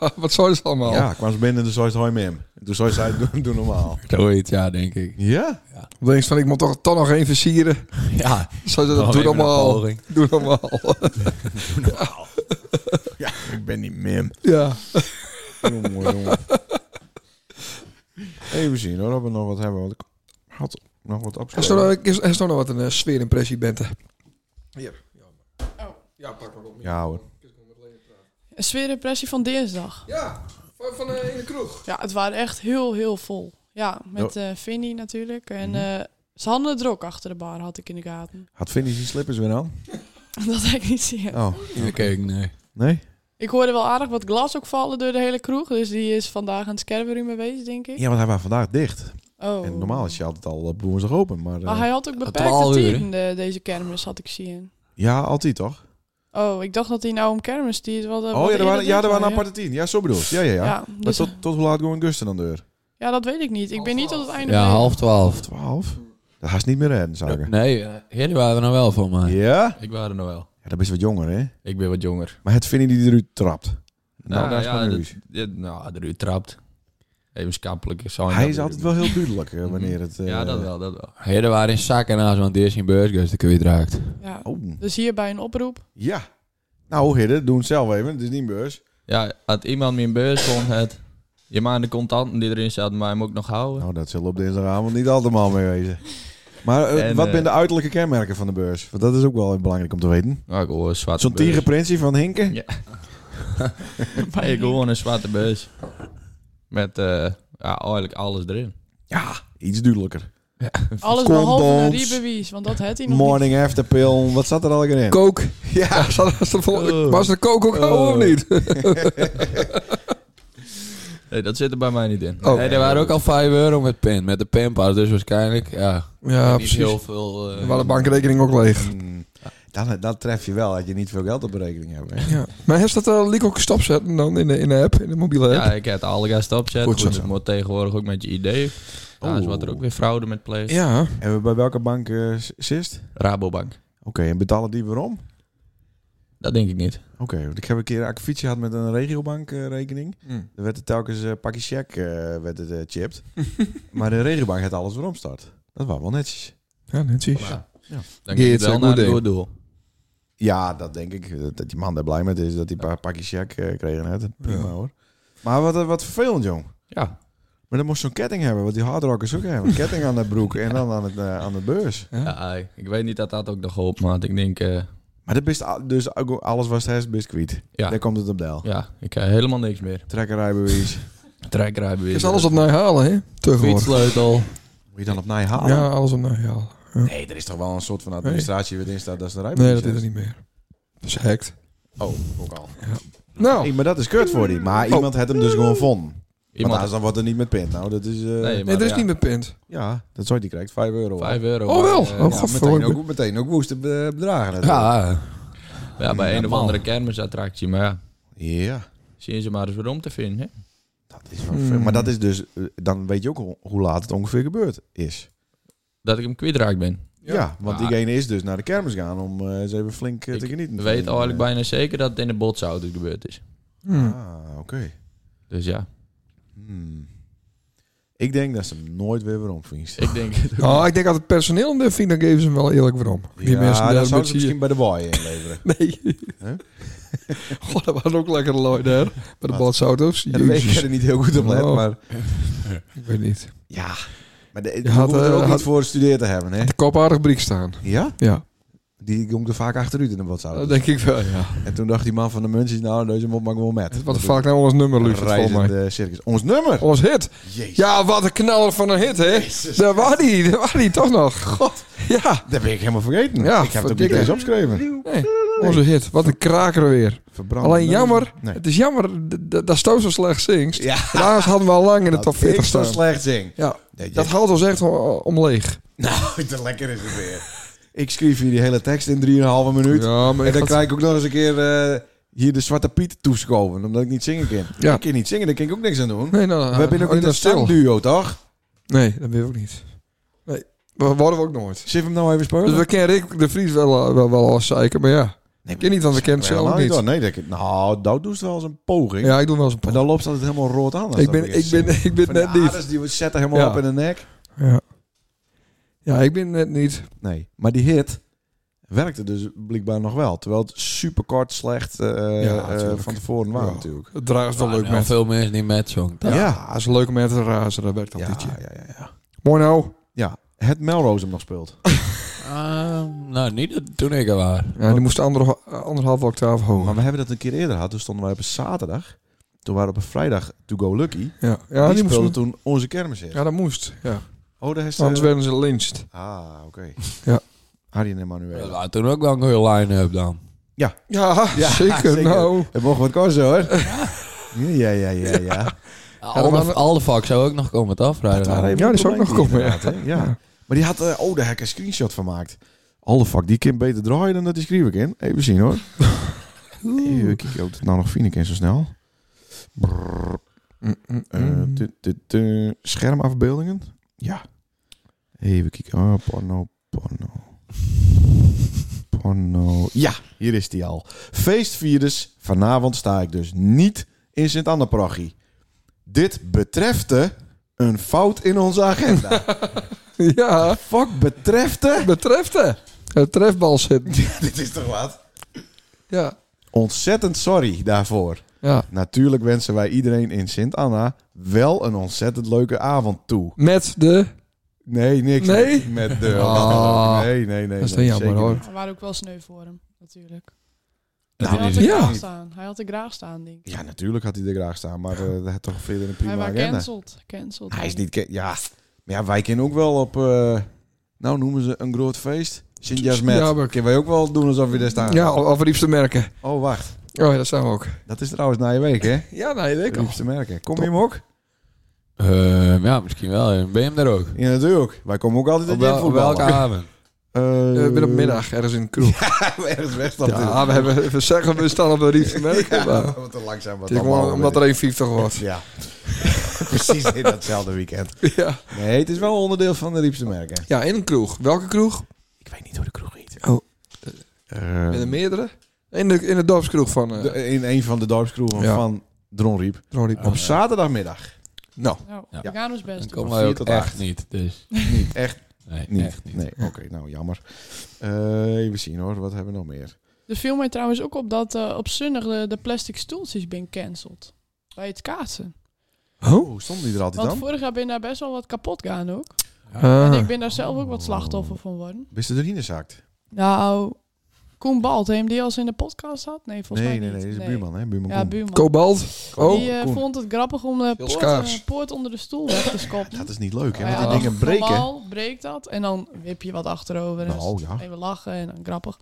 Speaker 3: Ah, Wat zou dat
Speaker 4: Oh.
Speaker 3: allemaal?
Speaker 1: Ja, kwam ze binnen en toen zei ze hoi mem. En toen zei ze, doe, doe normaal.
Speaker 4: Zoiets, ja, denk ik.
Speaker 1: Ja?
Speaker 3: Dan denk je van, ik moet toch, toch nog even versieren.
Speaker 4: Ja.
Speaker 3: Zou ze dat
Speaker 4: Nog
Speaker 3: doen
Speaker 4: even een
Speaker 3: allemaal.
Speaker 4: poging.
Speaker 3: Doe allemaal.
Speaker 1: Ja, ik ben niet mem.
Speaker 3: ja.
Speaker 1: Jongen, jongen. Even zien hoor, of we nog wat hebben. Want ik had nog wat
Speaker 3: Er is toch
Speaker 1: opschrijven.
Speaker 3: nog- is- er is toch nog wat een eh, sfeerimpressie, Bente. Hier. Oh. Ja, pak maar op.
Speaker 1: Ja hoor.
Speaker 6: Een sfeerdepressie van dinsdag.
Speaker 3: Ja, van, van eh, in de kroeg.
Speaker 6: Ja, het waren echt heel, heel vol. Ja, met eh Vinnie natuurlijk. En
Speaker 1: Mhm.
Speaker 6: eh, ze hadden het er ook achter de bar, had ik in de gaten.
Speaker 1: Had Vinnie zijn slippers weer aan?
Speaker 6: Dat had ik niet zien.
Speaker 1: Oh,
Speaker 4: Oké, nee.
Speaker 1: nee?
Speaker 6: Ik hoorde wel aardig wat glas ook vallen door de hele kroeg. Dus die is vandaag aan het skerberuim geweest, denk ik.
Speaker 1: Ja, want hij was vandaag dicht.
Speaker 6: Oh.
Speaker 1: En normaal is je altijd al eh, op woensdag open. Maar eh,
Speaker 6: Maar Oh, hij had ook beperkte
Speaker 4: 12 uur, hè?
Speaker 6: tijden, de- deze kermis, had ik zien.
Speaker 1: ja, altijd toch?
Speaker 6: Oh, ik dacht dat hij nou om kermis die is. Wat, wat
Speaker 1: oh ja, er
Speaker 6: eerder
Speaker 1: waren, ja, er
Speaker 6: deed,
Speaker 1: waren
Speaker 6: maar,
Speaker 1: een aparte tien. Ja, zo bedoel ik. Ja, ja, ja.
Speaker 6: Ja,
Speaker 1: Maar
Speaker 6: dus,
Speaker 1: tot, tot hoe laat gewoon Gusten aan de deur?
Speaker 6: ja, dat weet ik niet. Ik ben niet tot het einde
Speaker 4: Ja,
Speaker 6: blijven.
Speaker 4: half twaalf.
Speaker 1: Twaalf? Dat gaat niet meer redden, zou ik.
Speaker 4: Nee, eh, hier waren we nog wel voor mij.
Speaker 1: Ja?
Speaker 5: Ik waren er nog wel.
Speaker 1: Ja, dat is wat jonger, hè?
Speaker 5: Ik ben wat jonger.
Speaker 1: Maar het Vinnie die eruit trapt. Nou, daar is
Speaker 5: ja,
Speaker 1: gewoon
Speaker 5: dat-
Speaker 1: ruzie.
Speaker 5: dit- nou, eruit trapt. Even schappelijk.
Speaker 1: Hij is altijd wel heel duidelijk eh, wanneer het... eh,
Speaker 5: Mhm. Ja, dat wel, dat wel.
Speaker 4: Hier waren in zakken naast, want die is dus in beursgeus de kwijt raakt.
Speaker 6: Ja.
Speaker 1: Oh,
Speaker 6: Dus hierbij een oproep.
Speaker 1: ja. Nou, Hidde, doe het zelf even. Het is niet een beurs.
Speaker 5: Ja, had iemand me in beurs vond het... Je maakt de contanten die erin zaten, maar hem ook nog houden.
Speaker 1: Nou, dat zullen op dinsdagavond niet allemaal mee wezen. Maar eh,
Speaker 5: En,
Speaker 1: wat
Speaker 5: eh,
Speaker 1: zijn de uiterlijke kenmerken van de beurs? Want dat is ook wel belangrijk om te weten.
Speaker 5: Nou, ik hoor een zwarte
Speaker 1: Zo'n
Speaker 5: beurs.
Speaker 1: tierenprinsie van Hinken?
Speaker 5: Ja. Nee, ik hoor een zwarte beurs. Met eh, ja, eigenlijk alles erin.
Speaker 1: Ja, iets duidelijker.
Speaker 6: Alles behalve een
Speaker 1: Condooms.
Speaker 6: riebewies, want dat had hij nog niet.
Speaker 1: Morning after pill. Wat zat er al in?
Speaker 3: Kook.
Speaker 1: Ja.
Speaker 3: Ja, zat- was er,
Speaker 5: Oh.
Speaker 3: vol- was er kook ook al of niet?
Speaker 5: Nee, dat zit er bij mij niet in.
Speaker 3: Oh.
Speaker 4: Nee, er waren ook al 5 euro met pen, met de penpas, dus waarschijnlijk, ja.
Speaker 3: Ja,
Speaker 4: niet
Speaker 3: precies.
Speaker 4: heel veel. eh,
Speaker 3: We hadden de bankrekening ook leeg.
Speaker 1: Mm, dan, dan tref je wel dat je niet veel geld op berekening hebt. hè?
Speaker 3: Ja. Maar heeft dat al ook stopzetten dan in de, in de app, in de mobiele app?
Speaker 5: Ja, ik heb alle gas opzet.
Speaker 3: Goed
Speaker 5: Goed,
Speaker 3: zo.
Speaker 5: dat moet tegenwoordig ook met je idee. Daar is wat
Speaker 1: Oh.
Speaker 5: er ook weer fraude met pleegt.
Speaker 3: Ja.
Speaker 1: En we bij welke bank eh, s- zist?
Speaker 5: Rabobank.
Speaker 1: Oké, en betalen die weer om?
Speaker 5: Dat denk ik niet.
Speaker 1: Oké, want ik heb een keer een akkefietje gehad met een regiobankrekening. Er werd er telkens een pakje check eh, werd het, eh, chipped. maar de regiobank had alles weer omstart. Dat was wel netjes.
Speaker 3: Ja, netjes.
Speaker 5: Maar,
Speaker 1: Ja.
Speaker 5: Dan
Speaker 3: Geert,
Speaker 5: gaat het wel
Speaker 3: eh, goed
Speaker 5: naar een
Speaker 3: ding.
Speaker 5: goed doel.
Speaker 1: Ja, dat denk ik. eh, Dat, dat die man daar blij mee is dat hij een paar pakjes check eh, kregen. Hè. Dat- Prima
Speaker 3: Ja.
Speaker 1: hoor. Maar wat, wat vervelend, jong.
Speaker 5: Ja.
Speaker 1: Maar dan moest zo'n ketting hebben, want die hardrockers ook hebben. Een ketting aan de broek en dan aan, het, eh, aan de beurs.
Speaker 5: Ja, ik- ik weet niet dat dat ook nog geholpen, maar ik denk, eh,
Speaker 1: Maar dat best, al- dus ook alles was het biscuit.
Speaker 5: Ja.
Speaker 1: Daar komt het op del.
Speaker 5: ja, ik heb helemaal niks meer.
Speaker 1: Trekkerijbewijs.
Speaker 5: Trekrijbewijs.
Speaker 3: Is alles op mij halen, hè? Tegenwoordig.
Speaker 5: Fietssleutel.
Speaker 1: Moet je dan op mij halen?
Speaker 3: Ja, alles op mij halen.
Speaker 1: Nee, er is toch wel een soort van administratie waarin staat dat is de
Speaker 3: Nee,
Speaker 1: rijbewijs.
Speaker 3: dat is er niet meer. Dat is hacked.
Speaker 1: Oh, ook al.
Speaker 3: Nou,
Speaker 1: Hey, maar dat is kut voor die. Maar iemand had hem dus gewoon von. Want
Speaker 5: Iemand
Speaker 1: anders dan wordt er niet met pint. Nou, dat is... eh,
Speaker 5: Nee, maar
Speaker 3: nee, dat is
Speaker 5: ja,
Speaker 3: niet meer pint.
Speaker 1: Ja, dat zou die krijgt. Vijf euro.
Speaker 5: 5 euro.
Speaker 3: Oh, wel.
Speaker 5: eh,
Speaker 3: Oh,
Speaker 5: ja,
Speaker 1: Ja,
Speaker 3: Godverdomme.
Speaker 1: meteen ook, meteen ook woeste eh, bedragen natuurlijk.
Speaker 5: ja, ja, bij een of
Speaker 1: Normaal.
Speaker 5: andere kermisattractie, maar ja.
Speaker 1: Ja.
Speaker 5: Zien ze maar eens weer om te vinden, hè?
Speaker 1: Dat is wel ver.
Speaker 3: Hmm.
Speaker 1: Maar dat is dus... eh, Dan weet je ook ho- hoe laat het ongeveer gebeurd is.
Speaker 5: Dat ik hem kwijtraakt ben.
Speaker 1: Ja,
Speaker 3: Ja.
Speaker 1: want
Speaker 5: Ja.
Speaker 1: diegene is dus naar de kermis gaan om eh, eens even flink eh, te
Speaker 5: Ik
Speaker 1: genieten.
Speaker 5: Ik
Speaker 1: van
Speaker 5: weet
Speaker 1: die,
Speaker 5: eigenlijk
Speaker 1: eh,
Speaker 5: bijna zeker dat het in de botsauto gebeurd is.
Speaker 3: Hm.
Speaker 1: Ah, oké.
Speaker 5: Dus ja,
Speaker 1: Hmm. Ik denk dat ze hem nooit weer weer omvriest.
Speaker 5: ik denk... het ook.
Speaker 3: Nou, ik denk dat het personeel hem dat vindt, dan geven ze hem wel eerlijk weer om. Die
Speaker 1: ja,
Speaker 3: mensen
Speaker 1: dan
Speaker 3: daar
Speaker 1: zouden ze
Speaker 3: met
Speaker 1: misschien bij de boy inleveren.
Speaker 3: Nee.
Speaker 1: Huh?
Speaker 3: Goh, dat waren ook lekkere lui daar. Bij de
Speaker 1: Wat?
Speaker 3: botsauto's.
Speaker 1: Ja, dat weet ik
Speaker 3: Jezus.
Speaker 1: er niet heel goed op let,
Speaker 3: Oh.
Speaker 1: maar...
Speaker 3: Ik weet niet.
Speaker 1: Ja, maar de,
Speaker 3: Je had,
Speaker 1: hoeft er
Speaker 3: eh,
Speaker 1: ook
Speaker 3: had-
Speaker 1: iets voor gestudeerd te hebben, hè?
Speaker 3: De kop aardig briek staan.
Speaker 1: Ja?
Speaker 3: Ja, Oh,
Speaker 1: Die komt er vaak achteruit in de WhatsApp.
Speaker 3: dat denk ik wel, ja.
Speaker 1: En toen dacht die man van de Munchies, nou, deze mop maakt wel met.
Speaker 3: Wat de vaak nou ons nummer, Luus, volgens mij.
Speaker 1: Reizende circus. Ons nummer!
Speaker 3: Ons hit.
Speaker 1: Jezus.
Speaker 3: Oh. Ja, wat een knaller van een hit, hè? Daar was die, daar was die toch nog. God. Ja,
Speaker 1: Dat ben ik helemaal vergeten.
Speaker 3: Ja,
Speaker 1: ik heb het ook niet
Speaker 3: verdikke.
Speaker 1: eens opgeschreven.
Speaker 3: onze hit. Wat een kraker weer.
Speaker 1: Verbrand.
Speaker 3: Alleen jammer,
Speaker 1: Nee.
Speaker 3: het is jammer d- d- dat Stoos zo slecht zingt.
Speaker 1: Ja.
Speaker 3: Daarnaast hadden we al lang in de
Speaker 1: Dat
Speaker 3: top
Speaker 1: ik
Speaker 3: 40
Speaker 1: zo
Speaker 3: staan.
Speaker 1: slecht zing.
Speaker 3: Ja,
Speaker 1: Nee,
Speaker 3: dat haalt ons echt o- omleeg.
Speaker 1: Nou, te lekker is het weer. Ik schreef hier die hele tekst in 3,5 minuut.
Speaker 3: Ja, maar
Speaker 1: en
Speaker 3: ik
Speaker 1: dan
Speaker 3: had-
Speaker 1: krijg ik ook nog eens een keer eh, hier de Zwarte Piet toeschoven. Omdat ik niet zingen kan.
Speaker 3: Ja.
Speaker 1: Ik kan niet zingen, daar kan ik ook niks aan doen.
Speaker 3: Nee, nou, nou,
Speaker 1: We hebben ook
Speaker 3: nou,
Speaker 1: niet een
Speaker 3: stil.
Speaker 1: stemduo, toch?
Speaker 3: Nee, dat weet ik ook niet. Nee, we worden we ook nooit.
Speaker 1: Zit hem nou even spelen?
Speaker 3: Dus we kennen Rick de Vries wel, eh, wel, wel als zeiken, maar ja.
Speaker 1: Nee,
Speaker 3: ken niet, want we kennen het zelf
Speaker 1: helemaal
Speaker 3: ook niet.
Speaker 1: hoor. Nee, dat kan- nou, dat doet ze wel eens een poging.
Speaker 3: Ja, ik doe wel eens een
Speaker 1: Maar
Speaker 3: poging.
Speaker 1: dan loopt ze altijd helemaal rood aan. als
Speaker 3: Ik
Speaker 1: dat
Speaker 3: ben,
Speaker 1: begint te
Speaker 3: ik ben, ik ben
Speaker 1: zingen.
Speaker 3: net
Speaker 1: Van die
Speaker 3: niet.
Speaker 1: aders, die zetten helemaal
Speaker 3: Ja.
Speaker 1: op in de nek.
Speaker 3: Ja. ja, ik ben net niet.
Speaker 1: Nee, maar die hit werkte dus blijkbaar nog wel. Terwijl het super kort slecht eh,
Speaker 3: Ja,
Speaker 1: eh,
Speaker 3: natuurlijk.
Speaker 1: van tevoren waren
Speaker 3: Ja.
Speaker 1: natuurlijk.
Speaker 3: Het draagt
Speaker 4: Ah,
Speaker 3: wel
Speaker 5: Ja,
Speaker 3: leuk
Speaker 5: nou,
Speaker 3: met.
Speaker 5: veel mensen die met zongen.
Speaker 1: Ah, Ja.
Speaker 3: Ja, het is leuk met te razen, dat werkt
Speaker 1: Ja,
Speaker 3: altijd.
Speaker 1: ja,
Speaker 3: Ja.
Speaker 1: ja, ja, ja.
Speaker 3: Mooi nou.
Speaker 1: Ja, het Melrose hem nog speelt.
Speaker 4: Ah, nou, niet dat- toen ik er was.
Speaker 3: Ja, die moest ander, anderhalf eh, octaaf
Speaker 1: Maar
Speaker 3: hoger.
Speaker 1: we hebben dat een keer eerder gehad. Toen stonden wij op een zaterdag. Toen waren we op een vrijdag To Go Lucky.
Speaker 3: Ja, ja
Speaker 1: die,
Speaker 3: die,
Speaker 1: speelde
Speaker 3: moest.
Speaker 1: toen onze kermis in.
Speaker 3: Ja, dat moest. Ja.
Speaker 1: Oh, daar is
Speaker 3: Anders
Speaker 1: de...
Speaker 3: werden ze lynched.
Speaker 1: Ah, oké.
Speaker 3: Ja.
Speaker 1: Harry en
Speaker 4: Dat
Speaker 1: Emmanuel.
Speaker 4: was toen ook wel een goede line-up dan.
Speaker 3: Ja,
Speaker 1: Ja,
Speaker 3: zeker,
Speaker 1: zeker.
Speaker 3: Nou,
Speaker 1: Het mocht wat kosten hoor. Ja, ja, ja, ja. ja.
Speaker 3: dat
Speaker 4: Al de-
Speaker 3: was-
Speaker 4: al de vak zou ook nog komen, toch?
Speaker 1: Dat
Speaker 4: Vrijdag.
Speaker 1: waren even
Speaker 3: Ja, die is ook
Speaker 1: problemen
Speaker 3: nog gekomen,
Speaker 1: inderdaad, hè? Ja. Maar die had, eh, oh, daar heb ik een screenshot van gemaakt. Alle fuck, die kind beter draaien dan dat die schreeuwen in. Even zien hoor. Even kijken of het nou nog vind ik eens zo snel. Brrr.
Speaker 3: Mm, mm,
Speaker 1: Eh,
Speaker 3: mm.
Speaker 1: tu- tu- tu. schermafbeeldingen. Ja. Even kijken. Oh, porno, porno. Porno. Ja, hier is die al. Feestvirus. Vanavond sta ik dus niet in Sint-Anne-parochie. Dit betrefte een fout in onze agenda.
Speaker 3: ja,
Speaker 1: Fuck, betrefte?
Speaker 3: betreft hè. Het trefbal zit.
Speaker 1: Dit is toch wat?
Speaker 3: Ja.
Speaker 1: Ontzettend sorry daarvoor.
Speaker 3: ja.
Speaker 1: Natuurlijk wensen wij iedereen in Sint-Anna wel een ontzettend leuke avond toe.
Speaker 3: Met de...
Speaker 1: Nee, niks.
Speaker 3: Nee?
Speaker 1: met- Met de...
Speaker 3: Ah.
Speaker 1: Nee, nee, nee.
Speaker 3: Dat is dan
Speaker 1: nee,
Speaker 3: jammer
Speaker 1: zeker
Speaker 3: hoor.
Speaker 1: niet.
Speaker 6: We waren ook wel sneu voor hem, natuurlijk.
Speaker 1: Nou,
Speaker 6: hij had er
Speaker 3: Ja.
Speaker 6: graag staan. Hij had er graag staan, denk ik.
Speaker 1: Ja, natuurlijk had hij er graag staan, maar eh, dat had toch veel in een prima
Speaker 6: hij was
Speaker 1: agenda.
Speaker 6: cancelled. cancelled.
Speaker 1: Hij is niet... ken- Ja, maar ja, wij kennen ook wel op... eh, nou, noemen ze een groot feest. Sint-Jasmet.
Speaker 3: Ja,
Speaker 1: Ja,
Speaker 3: maar-
Speaker 1: kunnen wij ook wel doen alsof we daar staan.
Speaker 3: Ja, of liefste merken.
Speaker 1: Oh, wacht.
Speaker 3: Oh ja, dat zijn we ook.
Speaker 1: Dat is trouwens na je week, hè?
Speaker 3: Ja, nou, je weet al.
Speaker 1: Liefste merken. Kom je hem ook?
Speaker 4: Eh, ja, misschien wel. Ben je hem er ook?
Speaker 1: Ja, natuurlijk. Wij komen ook altijd
Speaker 4: Op,
Speaker 1: in
Speaker 4: wel-
Speaker 1: dit
Speaker 4: op
Speaker 1: voetbal.
Speaker 4: welke avond?
Speaker 1: Eh,
Speaker 3: We zijn op middag ergens in de kroeg.
Speaker 1: ergens weg dan.
Speaker 3: Ja, we, hebben, we zeggen we staan op een liefste merken. maar het
Speaker 1: Wat te langzaam wat
Speaker 3: is gewoon
Speaker 1: allemaal
Speaker 3: omdat
Speaker 1: weer.
Speaker 3: er 1,50 wordt.
Speaker 1: Ja. Precies in datzelfde weekend.
Speaker 3: Ja.
Speaker 1: Nee, het is wel onderdeel van de Riepse merken.
Speaker 3: ja, in een kroeg. Welke kroeg?
Speaker 1: Ik weet niet hoe de kroeg heet.
Speaker 3: Oh.
Speaker 1: Eh,
Speaker 3: In de meerdere? In de, in de dorpskroeg van... eh,
Speaker 1: de- Oh, in een van de dorpskroegen
Speaker 3: Ja.
Speaker 1: van Dronriep.
Speaker 3: Ronnie
Speaker 1: Op
Speaker 3: Pops.
Speaker 1: zaterdagmiddag. Nou,
Speaker 6: Nou,
Speaker 4: Ja.
Speaker 6: we gaan ons best
Speaker 4: Dan
Speaker 6: doen.
Speaker 4: komen
Speaker 1: Van
Speaker 4: wij
Speaker 1: vier
Speaker 4: ook
Speaker 1: tot
Speaker 4: echt
Speaker 1: acht.
Speaker 4: niet. Dus.
Speaker 1: niet echt
Speaker 4: Nee,
Speaker 1: niet.
Speaker 4: echt niet.
Speaker 1: Nee, oké, nou jammer. Eh, even zien hoor, wat hebben we nog meer?
Speaker 6: Er viel mij trouwens ook op dat eh, op zondag de, de plastic stoeltjes ben cancelled. Bij het kaatsen.
Speaker 3: Oh?
Speaker 1: Hoe stond die er altijd
Speaker 6: Want
Speaker 1: dan?
Speaker 6: vorig jaar ben daar best wel wat kapot gaan ook.
Speaker 3: Ah.
Speaker 6: En ik ben daar zelf ook wat slachtoffer van worden.
Speaker 1: Wist je erin zakt?
Speaker 6: Nou, Koen Baltheem, die al eens in de podcast had? Nee, volgens
Speaker 1: Nee, nee,
Speaker 6: mij
Speaker 1: nee,
Speaker 6: niet.
Speaker 1: dat is buurman, hè? Buurman
Speaker 6: Ja,
Speaker 1: Koen.
Speaker 6: buurman.
Speaker 3: Kobalt. Oh,
Speaker 6: die eh,
Speaker 1: Koen.
Speaker 6: vond het grappig om de poort,
Speaker 3: schaars.
Speaker 6: eh, poort onder de stoel weg te schoppen.
Speaker 1: Dat is niet leuk, hè?
Speaker 6: Maar
Speaker 1: Want
Speaker 6: Oh ja,
Speaker 1: die dingen breken.
Speaker 6: Normaal breekt dat en dan wip je wat achterover. En
Speaker 1: Nou, ja.
Speaker 6: even lachen en dan grappig.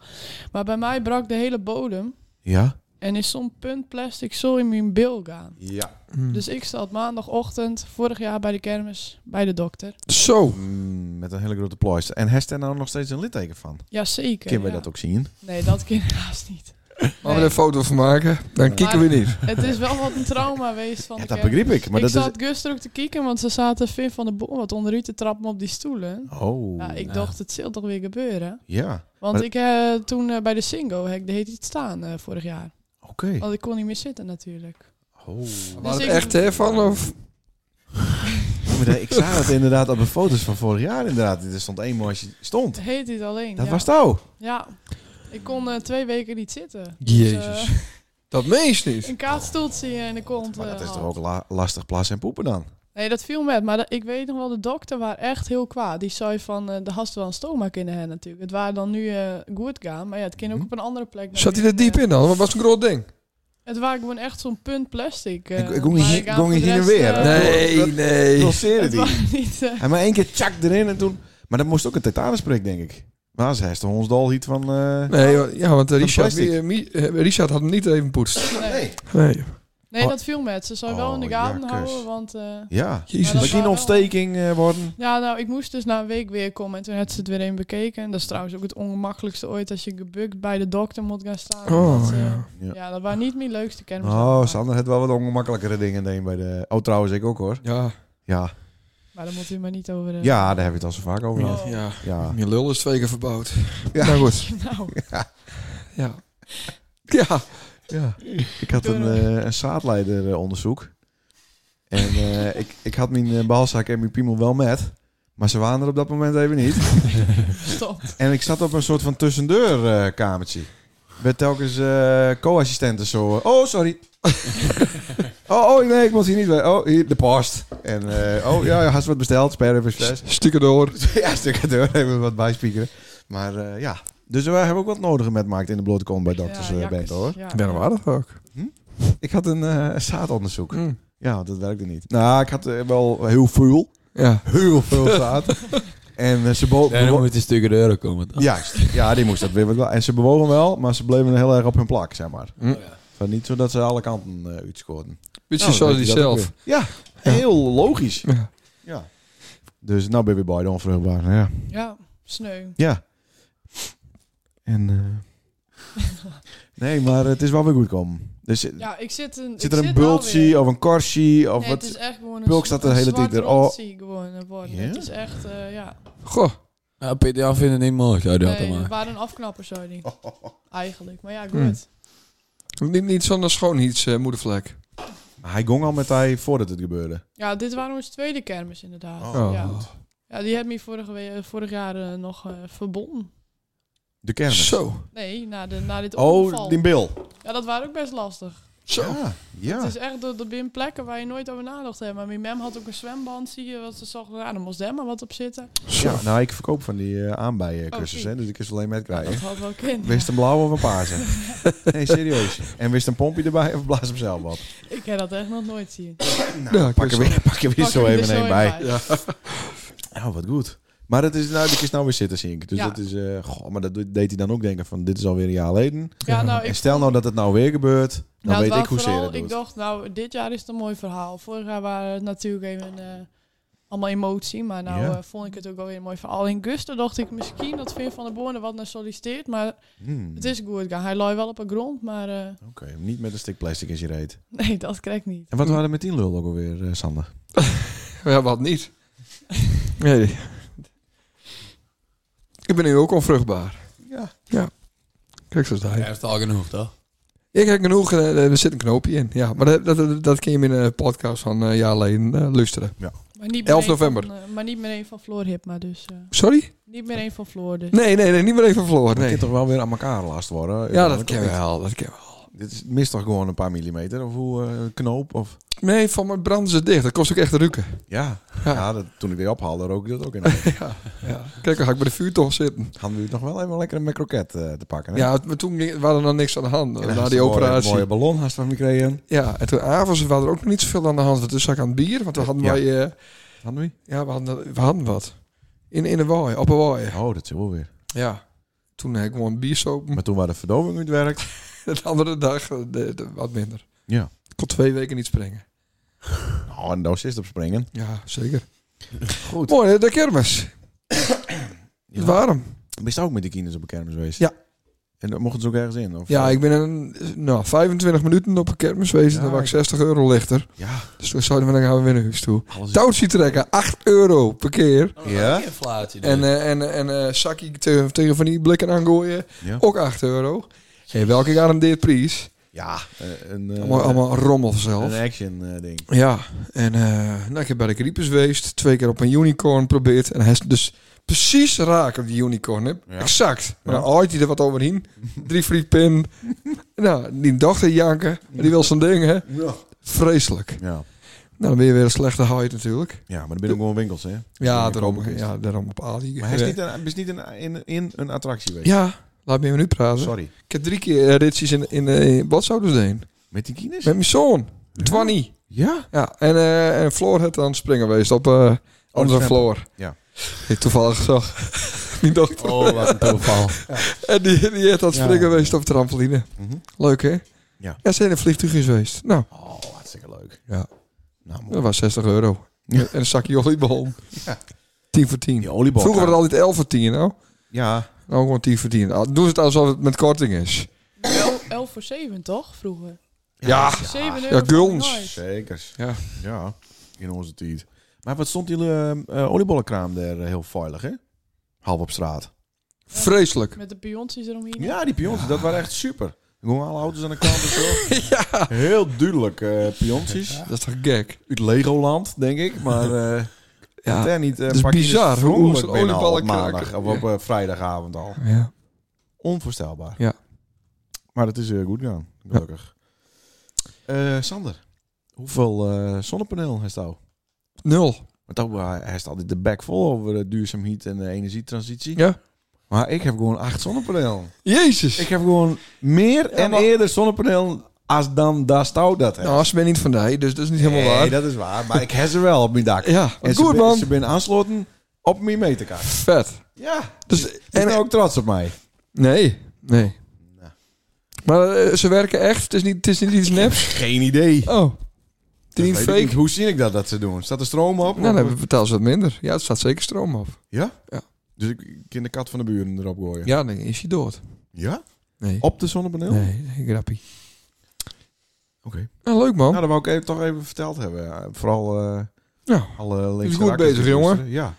Speaker 6: Maar bij mij brak de hele bodem.
Speaker 1: Ja?
Speaker 6: En is zo'n punt plastic zo in mijn bil gaan.
Speaker 1: Ja.
Speaker 3: Mm.
Speaker 6: Dus ik zat maandagochtend vorig jaar bij de kermis bij de dokter.
Speaker 3: zo.
Speaker 1: Mm, met een hele grote pleister. En heeft er nou nog steeds een litteken van?
Speaker 6: Jazeker.
Speaker 1: Kunnen we
Speaker 6: ja.
Speaker 1: dat ook zien?
Speaker 6: Nee, dat kan haast niet.
Speaker 3: Laten we er
Speaker 6: Nee.
Speaker 3: een foto van maken. Dan kieken we niet.
Speaker 6: Het is wel wat een trauma geweest van
Speaker 1: Ja,
Speaker 6: de
Speaker 1: dat
Speaker 6: kermis.
Speaker 1: begreep ik. Maar
Speaker 6: ik
Speaker 1: dat
Speaker 6: zat Gus er ook te kieken, want ze zaten Vin van de Boom wat onderuit te trappen op die stoelen.
Speaker 1: is... Oh.
Speaker 6: Ja, ik dacht, het zal toch weer gebeuren.
Speaker 1: Ja.
Speaker 6: Want
Speaker 1: Maar-
Speaker 6: ik eh, toen eh, bij de Singo, ik deed iets staan eh, vorig jaar.
Speaker 1: Oké.
Speaker 6: Want ik kon niet meer zitten natuurlijk.
Speaker 1: Oh.
Speaker 3: Maar het
Speaker 6: ik-
Speaker 3: echt hè, van of...
Speaker 1: Dus, Maar dat- ik zag het inderdaad op de foto's van vorig jaar inderdaad. Er stond één mooisje. Stond.
Speaker 6: Het heet dit alleen.
Speaker 1: Dat
Speaker 6: ja.
Speaker 1: was touw.
Speaker 6: Ja. Ik kon eh, twee weken niet zitten. Dus,
Speaker 3: Jezus.
Speaker 6: eh,
Speaker 3: Dat meest niet.
Speaker 6: een kaatstoeltje in de kont.
Speaker 1: Maar dat
Speaker 6: eh,
Speaker 1: is toch
Speaker 6: had.
Speaker 1: ook la- lastig plassen en poepen dan?
Speaker 6: Nee, dat viel met. Maar dat- ik weet nog wel, de dokter was echt heel kwaad. Die zei van, eh de hast wel een stoma kunnen hebben natuurlijk. Het waren dan nu eh goed gaan, maar ja, het kan ook
Speaker 1: Mhm.
Speaker 6: op een andere plek. naar
Speaker 3: Zat hij
Speaker 6: binnen.
Speaker 3: er diep in dan? Want het was een groot ding.
Speaker 6: eh, Het waren gewoon echt zo'n punt plastic. eh,
Speaker 1: Ik- ik gong niet-
Speaker 6: maar
Speaker 1: ik
Speaker 6: ga
Speaker 1: gong
Speaker 6: voor
Speaker 1: niet
Speaker 6: de
Speaker 1: heen en
Speaker 6: rest,
Speaker 1: weer, hè?
Speaker 6: eh,
Speaker 1: Nee.
Speaker 3: nee.
Speaker 1: Passeerde
Speaker 6: Het
Speaker 1: die.
Speaker 6: was niet... eh,
Speaker 1: Hij maar één keer tjak erin en toen... Maar dat moest ook een titanisprek, denk ik. Maar ze heeft toch ons dal iets van... eh,
Speaker 3: Nee, wa- ja, want eh,
Speaker 1: Van
Speaker 3: Richard,
Speaker 1: plastic.
Speaker 3: eh, Mi- eh, Richard had hem niet even poetst.
Speaker 6: nee. nee.
Speaker 3: Nee.
Speaker 1: Oh.
Speaker 6: dat viel met. Ze zou wel in de
Speaker 1: Oh,
Speaker 6: gaten
Speaker 1: jakkes.
Speaker 6: houden, want... eh,
Speaker 1: Ja.
Speaker 6: Maar
Speaker 1: Misschien
Speaker 3: Jezus.
Speaker 6: dat-
Speaker 1: een ontsteking eh, worden.
Speaker 6: ja, nou, ik moest dus na een week weer komen en toen had ze het weer een bekeken. En dat is trouwens ook het ongemakkelijkste ooit als je gebukt bij de dokter moet gaan staan.
Speaker 3: Oh,
Speaker 6: omdat ze-
Speaker 3: ja.
Speaker 1: Ja.
Speaker 6: ja. dat waren niet mijn leukste kennis.
Speaker 1: Oh, Sander had wel wat ongemakkelijkere dingen deed bij de... Oh, trouwens, ik ook hoor.
Speaker 3: Ja.
Speaker 1: Ja.
Speaker 6: Maar daar moet u maar niet over... eh,
Speaker 1: Ja, daar heb ik het al zo vaak over gehad.
Speaker 6: Oh.
Speaker 3: Ja.
Speaker 1: Ja.
Speaker 3: Je lul is twee keer verbouwd.
Speaker 1: Ja.
Speaker 3: Nou goed.
Speaker 6: Nou,
Speaker 3: Ja. Ja.
Speaker 1: Ja. Ik had een, eh, een zaadleideronderzoek. En eh, ik, ik had mijn eh, balzak en mijn piemel wel met. Maar ze waren er op dat moment even niet.
Speaker 6: stop.
Speaker 1: En ik zat op een soort van tussendeurkamertje. Eh, kamertje Met telkens eh, co-assistenten zo. eh, oh, sorry. oh, oh, nee, ik moet hier niet bij. Oh, hier, de post. En eh, oh, ja, ja, had ze wat besteld. Spare even fles.
Speaker 3: Stikken door.
Speaker 1: ja, stukken door. Even wat bijspiekeren. Maar eh, ja. Dus we hebben ook wat nodige met maakt in de blote kom bij dokters eh,
Speaker 6: ja,
Speaker 1: Bento, hoor.
Speaker 6: Ja.
Speaker 3: Ik ben hem aardig ook.
Speaker 1: Ik had een eh, zaadonderzoek.
Speaker 3: Mm.
Speaker 1: Ja, dat werkte niet. Nou, ik had eh, wel heel veel.
Speaker 3: Ja.
Speaker 1: Heel veel zaad. en eh, ze bo-
Speaker 4: Daarom
Speaker 1: bewo-
Speaker 4: moet die stukken euro komen. toch?
Speaker 1: Juist. Ja, die moest dat weer wel. En ze bewogen wel, maar ze bleven heel erg op hun plak, zeg maar.
Speaker 6: Oh,
Speaker 3: Mm.
Speaker 1: Van niet zodat ze alle kanten eh, uitscoorden.
Speaker 3: Beetje
Speaker 1: Nou,
Speaker 3: zoals
Speaker 1: dan
Speaker 3: hij
Speaker 1: weet je dat ook
Speaker 3: zelf.
Speaker 1: weer. Ja, heel logisch.
Speaker 3: Ja.
Speaker 1: Ja. Dus nou ben je weer bij de onvruchtbaar. Nou Ja.
Speaker 6: Ja, sneu.
Speaker 1: ja. En... eh, nee, maar het is wel weer goed komen. Dus eh,
Speaker 6: Ja, ik zit een.
Speaker 1: zit er een bultje of een korsie of
Speaker 6: Nee,
Speaker 1: wat?
Speaker 6: het is echt gewoon een
Speaker 1: Bulk staat de hele tijd er. Oh.
Speaker 6: zie gewoon eh, worden.
Speaker 1: Ja?
Speaker 6: Het is echt, eh, ja.
Speaker 3: Goh.
Speaker 4: Nou, Peter Jan vindt het niet mooi, zou die altijd
Speaker 6: nee, het
Speaker 4: maar.
Speaker 6: waren een afknapper, zou die. Eigenlijk. Maar ja, goed.
Speaker 3: Hmm. Niet, niet zo'n schoonhiets eh moedervlek.
Speaker 1: Maar Hij gong al met hij voordat het gebeurde.
Speaker 6: Ja, dit waren onze tweede kermis, inderdaad.
Speaker 1: Oh.
Speaker 6: Ja. ja, die heb ik vorige we- vorig jaar eh, nog eh, verbonden.
Speaker 1: De kermis.
Speaker 3: Zo.
Speaker 6: Nee, na, de, na dit ongeval.
Speaker 1: Oh, die bil.
Speaker 6: Ja, dat waren ook best lastig.
Speaker 3: Zo.
Speaker 1: Ja, ja.
Speaker 6: Het is echt door de bin plekken waar je nooit over nadacht hebt. Maar mijn mem had ook een zwemband, zie je, wat ze zag. Ja, dan moest daar maar wat op zitten.
Speaker 3: Zo.
Speaker 1: ja. Nou, ik verkoop van die eh, aanbijencursus,
Speaker 6: Oh,
Speaker 1: hè, dus ik kan ze alleen met
Speaker 6: Dat
Speaker 1: krijgen.
Speaker 6: had wel kind.
Speaker 1: Wist een blauw of een paarse? Nee, serieus. En wist een pompje erbij of blaas hem zelf op?
Speaker 6: Ik heb dat echt nog nooit zien.
Speaker 3: Ja, ik
Speaker 1: Pak er
Speaker 3: wist
Speaker 1: weer, pak er weer
Speaker 6: Pak
Speaker 1: zo
Speaker 6: hem er
Speaker 1: even een bij.
Speaker 3: Ja.
Speaker 1: Nou, wat goed. Maar dat is nou, ik is nou weer zitten, zie ik. Dus
Speaker 6: Ja.
Speaker 1: dat is, eh, goh, maar dat doet- deed hij dan ook denken van, dit is alweer een jaar geleden.
Speaker 6: Ja, nou,
Speaker 1: En
Speaker 6: ik,
Speaker 1: stel nou dat het nou weer gebeurt, dan
Speaker 6: nou, het
Speaker 1: weet ik
Speaker 6: waren
Speaker 1: hoe zeer
Speaker 6: vooral-
Speaker 1: dat doet.
Speaker 6: Ik dacht, nou, dit jaar is het een mooi verhaal. Vorig jaar waren het natuurlijk even eh, allemaal emotie. Maar nou
Speaker 1: Ja.
Speaker 6: eh, vond ik het ook wel weer een mooi verhaal. In Guster dacht ik misschien dat Veer van der Born er wat naar solliciteert. Maar
Speaker 1: Hmm,
Speaker 6: het is goed gegaan. Hij looi wel op een grond, maar eh,
Speaker 1: Oké, niet met een stuk plastic in je reet.
Speaker 6: nee, dat krijg ik niet.
Speaker 1: En wat waren er met die lul ook alweer, eh, Sander?
Speaker 3: Ja, wat niet. Nee. Ik ben nu ook onvruchtbaar.
Speaker 1: Ja.
Speaker 3: Kijk, zoals daar.
Speaker 4: Hij heeft al genoeg, toch?
Speaker 3: Ik heb genoeg, eh, er zit een knoopje in. Ja, maar dat, dat, dat kun je in een podcast van een jaar geleden eh, luisteren.
Speaker 6: Maar niet
Speaker 3: 11
Speaker 6: meer één
Speaker 3: november.
Speaker 6: van, eh, maar niet meer één van Floor Hipma, dus eh,
Speaker 3: Sorry?
Speaker 6: niet meer één van Floor. Dus.
Speaker 3: Nee, nee, nee, niet meer even verloren.
Speaker 1: Dat
Speaker 3: Nee.
Speaker 1: kan toch wel weer aan elkaar last worden?
Speaker 3: Ja, dat
Speaker 1: kan
Speaker 3: ken wel, dat ken wel.
Speaker 1: Dit is, mist toch gewoon een paar millimeter? Of hoe, eh, een knoop? Of...
Speaker 3: Nee, van mijn branden ze dicht. Dat kost ook echt rukken.
Speaker 1: Ja,
Speaker 3: Ja.
Speaker 1: ja. dat, toen ik weer ophaalde rook ik dat ook in.
Speaker 3: Kijk, dan ga ik bij de vuurtocht zitten.
Speaker 1: Hadden we het nog wel even lekker een croquet eh, te pakken. Hè?
Speaker 3: Ja, maar toen ging- waren er nog niks aan de hand.
Speaker 1: En dan
Speaker 3: na
Speaker 1: had
Speaker 3: die
Speaker 1: ze een mooie-
Speaker 3: operatie.
Speaker 1: Mooie ballon had ze van me gekregen.
Speaker 3: Ja, en toen avonds waren er ook nog niet zoveel aan de hand. Want toen zat ik aan het bier. Want toen hadden
Speaker 1: Ja.
Speaker 3: wij... eh,
Speaker 1: Hadden we?
Speaker 3: ja, we hadden, we hadden wat. In, in een waai, op een waai.
Speaker 1: die? Oh, dat is wel weer.
Speaker 3: Ja. Toen heb ik gewoon een biersoap.
Speaker 1: Maar toen waar de verdoving uit werkt.
Speaker 3: De andere dag eh, de- de- wat minder.
Speaker 1: Ja.
Speaker 3: Ik kon twee weken niet springen.
Speaker 1: Oh, een docist op springen.
Speaker 3: Ja, zeker.
Speaker 1: Goed.
Speaker 3: Mooi, hè, de kermis.
Speaker 1: Ja.
Speaker 3: Het Waarom?
Speaker 1: Ben je ook met die kinderen op een kermis geweest?
Speaker 3: Ja.
Speaker 1: En dan mochten ze ook ergens in? Of, eh,
Speaker 3: Ja, ik ben een, nou, 25 minuten op een kermis geweest.
Speaker 1: Ja,
Speaker 3: en dan was ik
Speaker 1: ik-
Speaker 3: 60 euro lichter.
Speaker 1: Ja,
Speaker 3: Dus toen zouden we dan gaan we weer naar huis toe.
Speaker 1: alles is-
Speaker 3: Touwtje trekken, 8 euro per keer.
Speaker 1: Ja?
Speaker 4: Inflatie. dus.
Speaker 3: En, eh, en, en eh, zakkie te- tegen van die blikken aangooien.
Speaker 1: Ja.
Speaker 3: Ook 8 euro. Hey, welke garandeert prijs?
Speaker 1: Ja, eh, een, eh,
Speaker 3: allemaal, allemaal rommel zelf.
Speaker 1: een action eh, ding.
Speaker 3: Ja, en eh nou, ik heb bij de Griepers geweest. Twee keer op een unicorn geprobeerd. En hij is dus precies raak op die unicorn. Hè?
Speaker 1: Ja.
Speaker 3: Exact. Maar dan ooit hij er wat overheen. Drie frietpin. nou, die dochter janken. Die wil zijn ding, hè.
Speaker 1: Ja.
Speaker 3: Vreselijk.
Speaker 1: Ja.
Speaker 3: Nou, dan ben je weer een slechte huid natuurlijk.
Speaker 1: ja, maar dan ben je ook gewoon winkels, hè?
Speaker 3: Ja,
Speaker 1: een
Speaker 3: daarom,
Speaker 1: koopkist.
Speaker 3: ja, daarom op Ali.
Speaker 1: Maar hij is niet, een, is niet een, in, in een attractie geweest.
Speaker 3: Ja, laat me even nu praten.
Speaker 1: Sorry.
Speaker 3: Ik heb drie keer eh, ritjes in, in, eh, in Badzouders deen.
Speaker 1: Met die kines?
Speaker 3: Met mijn zoon. Twanny.
Speaker 1: Ja.
Speaker 3: Ja, en, eh en Floor het aan het springen geweest op eh andere
Speaker 1: Drempel.
Speaker 3: Floor.
Speaker 1: Oh, Ja.
Speaker 3: Ik toevallig zag. Die dochter.
Speaker 4: Oh, wat een toeval.
Speaker 3: En die, die heeft aan het springen geweest op trampoline.
Speaker 1: Mhm.
Speaker 3: Leuk, hè?
Speaker 1: Ja.
Speaker 3: Ja, ze zijn in vliegtuigjes geweest. Nou,
Speaker 1: Oh, hartstikke leuk.
Speaker 3: Ja.
Speaker 1: Nou, mooi.
Speaker 3: dat was 60 euro.
Speaker 1: Ja.
Speaker 3: En een zakje oliebol. 10 voor 10.
Speaker 1: Die oliebol.
Speaker 3: Vroeger was het altijd 11 voor 10, nou.
Speaker 1: Ja.
Speaker 3: Nou, gewoon 10 voor 10. Nou, Doen ze het alsof het met korting is.
Speaker 6: 11 voor 7, toch? Vroeger.
Speaker 3: Ja.
Speaker 6: 7 euro.
Speaker 3: Ja,
Speaker 6: voor
Speaker 3: guldens.
Speaker 6: een night.
Speaker 1: Zekers.
Speaker 3: Ja.
Speaker 1: Ja, in onze tijd. Maar wat stond die eh, eh, oliebollenkraam daar eh, heel veilig, hè? Half op straat.
Speaker 3: Vreselijk.
Speaker 6: Met de pionsjes eromheen.
Speaker 1: Ja, die pions, dat waren echt super. Gewoon alle auto's aan de kant en zo. Heel duidelijk eh pionsjes.
Speaker 3: Dat is toch gek?
Speaker 1: Uit Legoland, denk ik. Maar eh
Speaker 3: Ja.
Speaker 1: daar niet. eh,
Speaker 3: Het is
Speaker 1: pak je dus
Speaker 3: bizar hoe- hoe
Speaker 1: vrolijk
Speaker 3: ze
Speaker 1: binnen al op
Speaker 3: oliebollenkraken-
Speaker 1: maandag of op eh, vrijdagavond al.
Speaker 3: ja.
Speaker 1: Onvoorstelbaar.
Speaker 3: Ja.
Speaker 1: Maar het is eh, goed gegaan, gelukkig. Eh, Sander, hoeveel eh zonnepaneel heeft jou?
Speaker 3: Nul.
Speaker 1: Want ook, eh, hij is altijd de bek vol over de duurzaamheid en de energietransitie.
Speaker 3: Ja.
Speaker 1: Maar ik heb gewoon acht zonnepanelen.
Speaker 3: Jezus.
Speaker 1: Ik heb gewoon meer en
Speaker 3: maar-
Speaker 1: eerder zonnepanelen als dan daar stout dat heeft.
Speaker 3: Nou, ze ben niet van die, dus dat is niet helemaal
Speaker 1: nee,
Speaker 3: waar.
Speaker 1: dat is waar. Maar ik heb ze wel op mijn dak.
Speaker 3: Ja,
Speaker 1: en
Speaker 3: wat
Speaker 1: ze
Speaker 3: goed
Speaker 1: ben-
Speaker 3: man.
Speaker 1: Ze ben aansloten op mijn meterkaart.
Speaker 3: Vet.
Speaker 1: Ja.
Speaker 3: Dus,
Speaker 1: En
Speaker 3: en,
Speaker 1: nou ook Nou. trots op mij.
Speaker 3: nee, nee. Maar eh, ze werken echt? Het is niet, het is niet iets neps?
Speaker 1: Geen idee.
Speaker 3: Oh. Het is
Speaker 1: Dat
Speaker 3: niet
Speaker 1: Dus weet ik niet.
Speaker 3: fake?
Speaker 1: Hoe zie ik dat dat ze doen? Staat er stroom op?
Speaker 3: Nou,
Speaker 1: Of-
Speaker 3: dan betalen ze wat minder. Ja, het staat zeker stroom op.
Speaker 1: Ja?
Speaker 3: Ja.
Speaker 1: Dus ik ik kan de kat van de buren erop gooien.
Speaker 3: Ja, dan is hij dood.
Speaker 1: Ja?
Speaker 3: Nee.
Speaker 1: Op de zonnepaneel?
Speaker 3: Nee, nee, grappie.
Speaker 1: Oké.
Speaker 3: Nou, leuk man.
Speaker 1: Nou, dat wou ik even, toch even verteld hebben. Ja, Vooral eh,
Speaker 3: Ja.
Speaker 1: alle links
Speaker 3: goed bezig, jongen.
Speaker 1: Ja.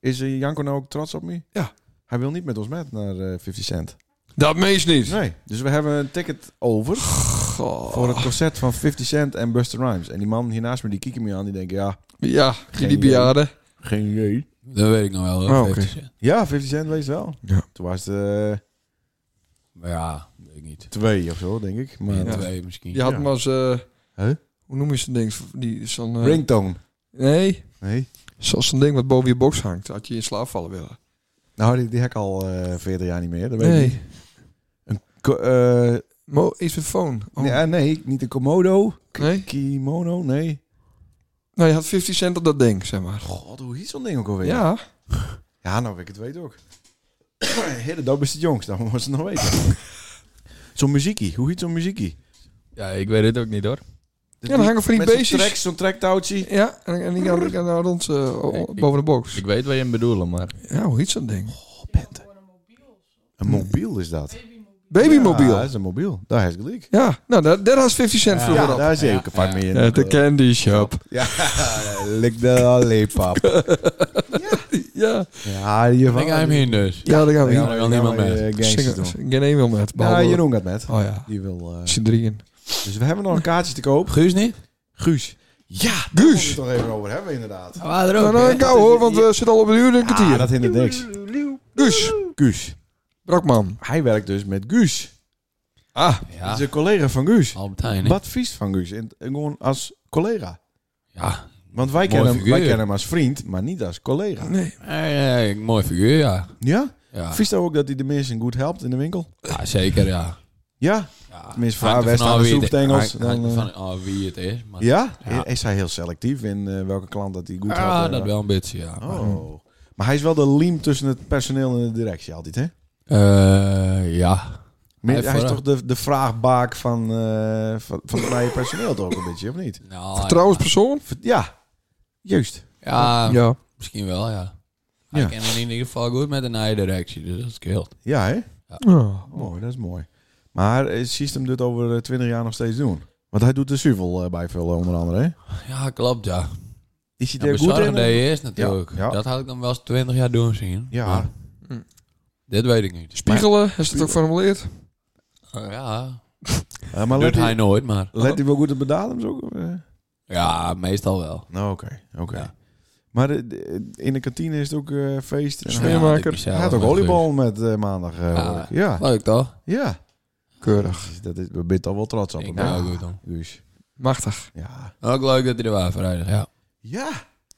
Speaker 1: Is eh, Janko nou ook trots op me?
Speaker 3: Ja.
Speaker 1: Hij wil niet met ons met naar eh 50 Cent.
Speaker 3: Dat meest niet.
Speaker 1: Nee. Dus we hebben een ticket over
Speaker 3: Goh.
Speaker 1: voor het concert van 50 Cent en Buster Rhymes. En die man hiernaast me, die kieken me aan. Die denken, ja,
Speaker 3: Ja, die,
Speaker 1: Geen eh,
Speaker 3: die
Speaker 1: idee.
Speaker 3: bejaarden.
Speaker 1: geen idee.
Speaker 4: Dat weet ik nog wel.
Speaker 3: Oh,
Speaker 4: hoor.
Speaker 3: oké.
Speaker 4: 50 cent.
Speaker 1: Ja, 50 Cent wees wel.
Speaker 3: Ja.
Speaker 1: Toen was het eh,
Speaker 4: Maar ja, weet ik niet.
Speaker 1: twee of zo, denk ik. Maar,
Speaker 4: Eén,
Speaker 3: Ja.
Speaker 4: twee misschien.
Speaker 3: Je had
Speaker 1: Ja.
Speaker 3: maar eens... eh,
Speaker 1: Huh?
Speaker 3: Hoe noem je zo'n ding? Die, zo'n, eh,
Speaker 1: Ringtone.
Speaker 3: Nee,
Speaker 1: Nee.
Speaker 3: zoals zo'n ding wat boven je box hangt. Had je in slaap vallen willen.
Speaker 1: Nou, die, die heb ik al eh 40 jaar niet meer. Dat weet ik niet.
Speaker 3: Nee.
Speaker 1: Ko- eh,
Speaker 3: Mo is een phone. Oh.
Speaker 1: nee, eh, nee, niet de Komodo.
Speaker 3: nee?
Speaker 1: Kimono, nee.
Speaker 3: Nou, je had 50 cent op dat ding, zeg maar.
Speaker 1: God, hoe heet zo'n ding ook alweer?
Speaker 3: Ja.
Speaker 1: Ja, nou, ik het weet ook. Hele doop is de jongst, dan moet ze het nog weten. zo'n muziekie, hoe heet zo'n muziekie?
Speaker 5: Ja, ik weet het ook niet hoor.
Speaker 3: Ja, dan hangen van die
Speaker 1: Met zo'n
Speaker 3: beestjes.
Speaker 1: track, Zo'n tracktouwtje.
Speaker 3: Ja, en, en die gaan, die gaan nou rond eh, o-
Speaker 5: Ik- ik-
Speaker 3: boven de box.
Speaker 5: Ik weet wat je hem bedoelen, maar...
Speaker 3: Ja, hoe heet zo'n ding?
Speaker 1: Een mobiel is dat. Ja,
Speaker 3: Babymobiel.
Speaker 1: dat is een mobiel. Daar heeft gelijk.
Speaker 3: Ja, nou, daar, daar had 50 cent voor
Speaker 1: Ja,
Speaker 3: op.
Speaker 1: daar is even apart mee in.
Speaker 3: candy shop.
Speaker 1: Ja, lik de lepap.
Speaker 3: Ja,
Speaker 1: Ja, hier
Speaker 4: Ik ga hem in dus.
Speaker 3: ja, daar gaan we
Speaker 4: Ja,
Speaker 3: hier.
Speaker 4: daar wil niemand mee.
Speaker 1: Gangsters doen.
Speaker 3: Zingen- Geen één wil met.
Speaker 1: Ja,
Speaker 3: behalve-
Speaker 1: Jeroen gaat met.
Speaker 3: Oh ja,
Speaker 1: Die wil... eh,
Speaker 3: met z'n drieën.
Speaker 1: Dus we hebben nog een kaartje te koop.
Speaker 4: Guus niet?
Speaker 1: Guus. Ja, daar
Speaker 3: Guus.
Speaker 1: moeten we het nog even over hebben, inderdaad.
Speaker 4: Ah, er
Speaker 3: Nou, nou, ik hou hoor, want we zitten al op een uur en een kwartier.
Speaker 1: Ah, dat hindert niks.
Speaker 3: Guus,
Speaker 1: Guus.
Speaker 3: Brakman.
Speaker 1: Ah, Hij werkt dus met Guus.
Speaker 3: Ah,
Speaker 1: Dat
Speaker 4: Ja, Oh,
Speaker 1: is een collega van Guus.
Speaker 4: Albert Heijn. hè?
Speaker 1: Wat vies van Guus. En, en gewoon als collega.
Speaker 4: Ja.
Speaker 1: Want wij
Speaker 4: Mooi
Speaker 1: kennen, hem, wij
Speaker 4: figuur.
Speaker 1: kennen hem als vriend, maar niet als collega.
Speaker 3: nee.
Speaker 4: Eh, eh, mooi figuur, ja.
Speaker 1: Ja?
Speaker 4: Ja,
Speaker 1: Vies nou ook dat hij de mensen goed helpt in de winkel?
Speaker 4: ja zeker, ja.
Speaker 1: Ja?
Speaker 4: ja.
Speaker 1: Tenminste, voor
Speaker 4: Hangt
Speaker 1: haar West
Speaker 4: er vanaf
Speaker 1: aan de
Speaker 4: wie het-
Speaker 1: soeptengels,
Speaker 4: hangt- hangt er
Speaker 1: dan,
Speaker 4: van af wie het is. Maar
Speaker 1: Ja?
Speaker 4: Ja.
Speaker 1: Is hij heel selectief in eh, welke klant dat hij goed helpt?
Speaker 4: ja,
Speaker 1: Eh,
Speaker 4: dat wel een beetje, ja. Maar,
Speaker 1: Oh. Maar hij is wel de liem tussen het personeel en de directie altijd, hè?
Speaker 4: eh, ja.
Speaker 1: Meer-
Speaker 4: Hij
Speaker 1: hij is
Speaker 4: voor-
Speaker 1: toch de, de vraagbaak van, eh, van, van het vrije personeel toch een beetje, of niet?
Speaker 4: Nou,
Speaker 3: Vertrouwenspersoon?
Speaker 1: Ver- Ja, juist.
Speaker 4: Ja,
Speaker 3: Ja.
Speaker 4: misschien wel, ja. Hij
Speaker 1: Ja.
Speaker 4: ja. kent het in ieder geval goed met een eigen directie, dus dat scheelt.
Speaker 1: Ja, hè?
Speaker 3: Ja.
Speaker 1: Mooi, dat is mooi. Maar eh, System doet over twintig jaar nog steeds doen. Want hij doet de suvel eh, bijvullen onder andere, hè?
Speaker 4: Ja, klopt, ja.
Speaker 1: Is hij
Speaker 4: Ja,
Speaker 1: daar goed
Speaker 4: bezorgen
Speaker 1: in? eh,
Speaker 4: deed je eerst natuurlijk.
Speaker 1: Ja, ja.
Speaker 4: Dat had ik dan wel eens twintig jaar doen zien.
Speaker 1: Ja. Hm.
Speaker 4: Maar dit weet ik niet.
Speaker 3: Spiegelen, is het ook formuleerd?
Speaker 4: Eh, ja,
Speaker 1: Eh, maar
Speaker 4: doet
Speaker 1: let
Speaker 4: hij
Speaker 1: hij,
Speaker 4: nooit, maar...
Speaker 1: let hij wel goed op de datums ook? of, eh?
Speaker 4: Ja, meestal wel.
Speaker 1: Nou, oké. oké.
Speaker 4: Ja.
Speaker 1: Maar de- de- in de kantine is het ook eh, feest. En hij,
Speaker 3: Smeermaker.
Speaker 4: Ja, ik zelf
Speaker 1: hij had ook
Speaker 4: met
Speaker 1: volleybal met eh, maandag. eh,
Speaker 4: Ja.
Speaker 1: hoor ik. ja.
Speaker 4: Guus. Leuk toch?
Speaker 1: Ja.
Speaker 3: Keurig.
Speaker 1: Dus Dat is, we zijn toch wel trots op
Speaker 4: Ik
Speaker 1: hem.
Speaker 4: ben
Speaker 1: hè?
Speaker 4: ook goed om.
Speaker 1: Guus.
Speaker 3: Machtig.
Speaker 1: Ja.
Speaker 4: Ook leuk dat hij er was vrijdag, ja.
Speaker 1: Ja.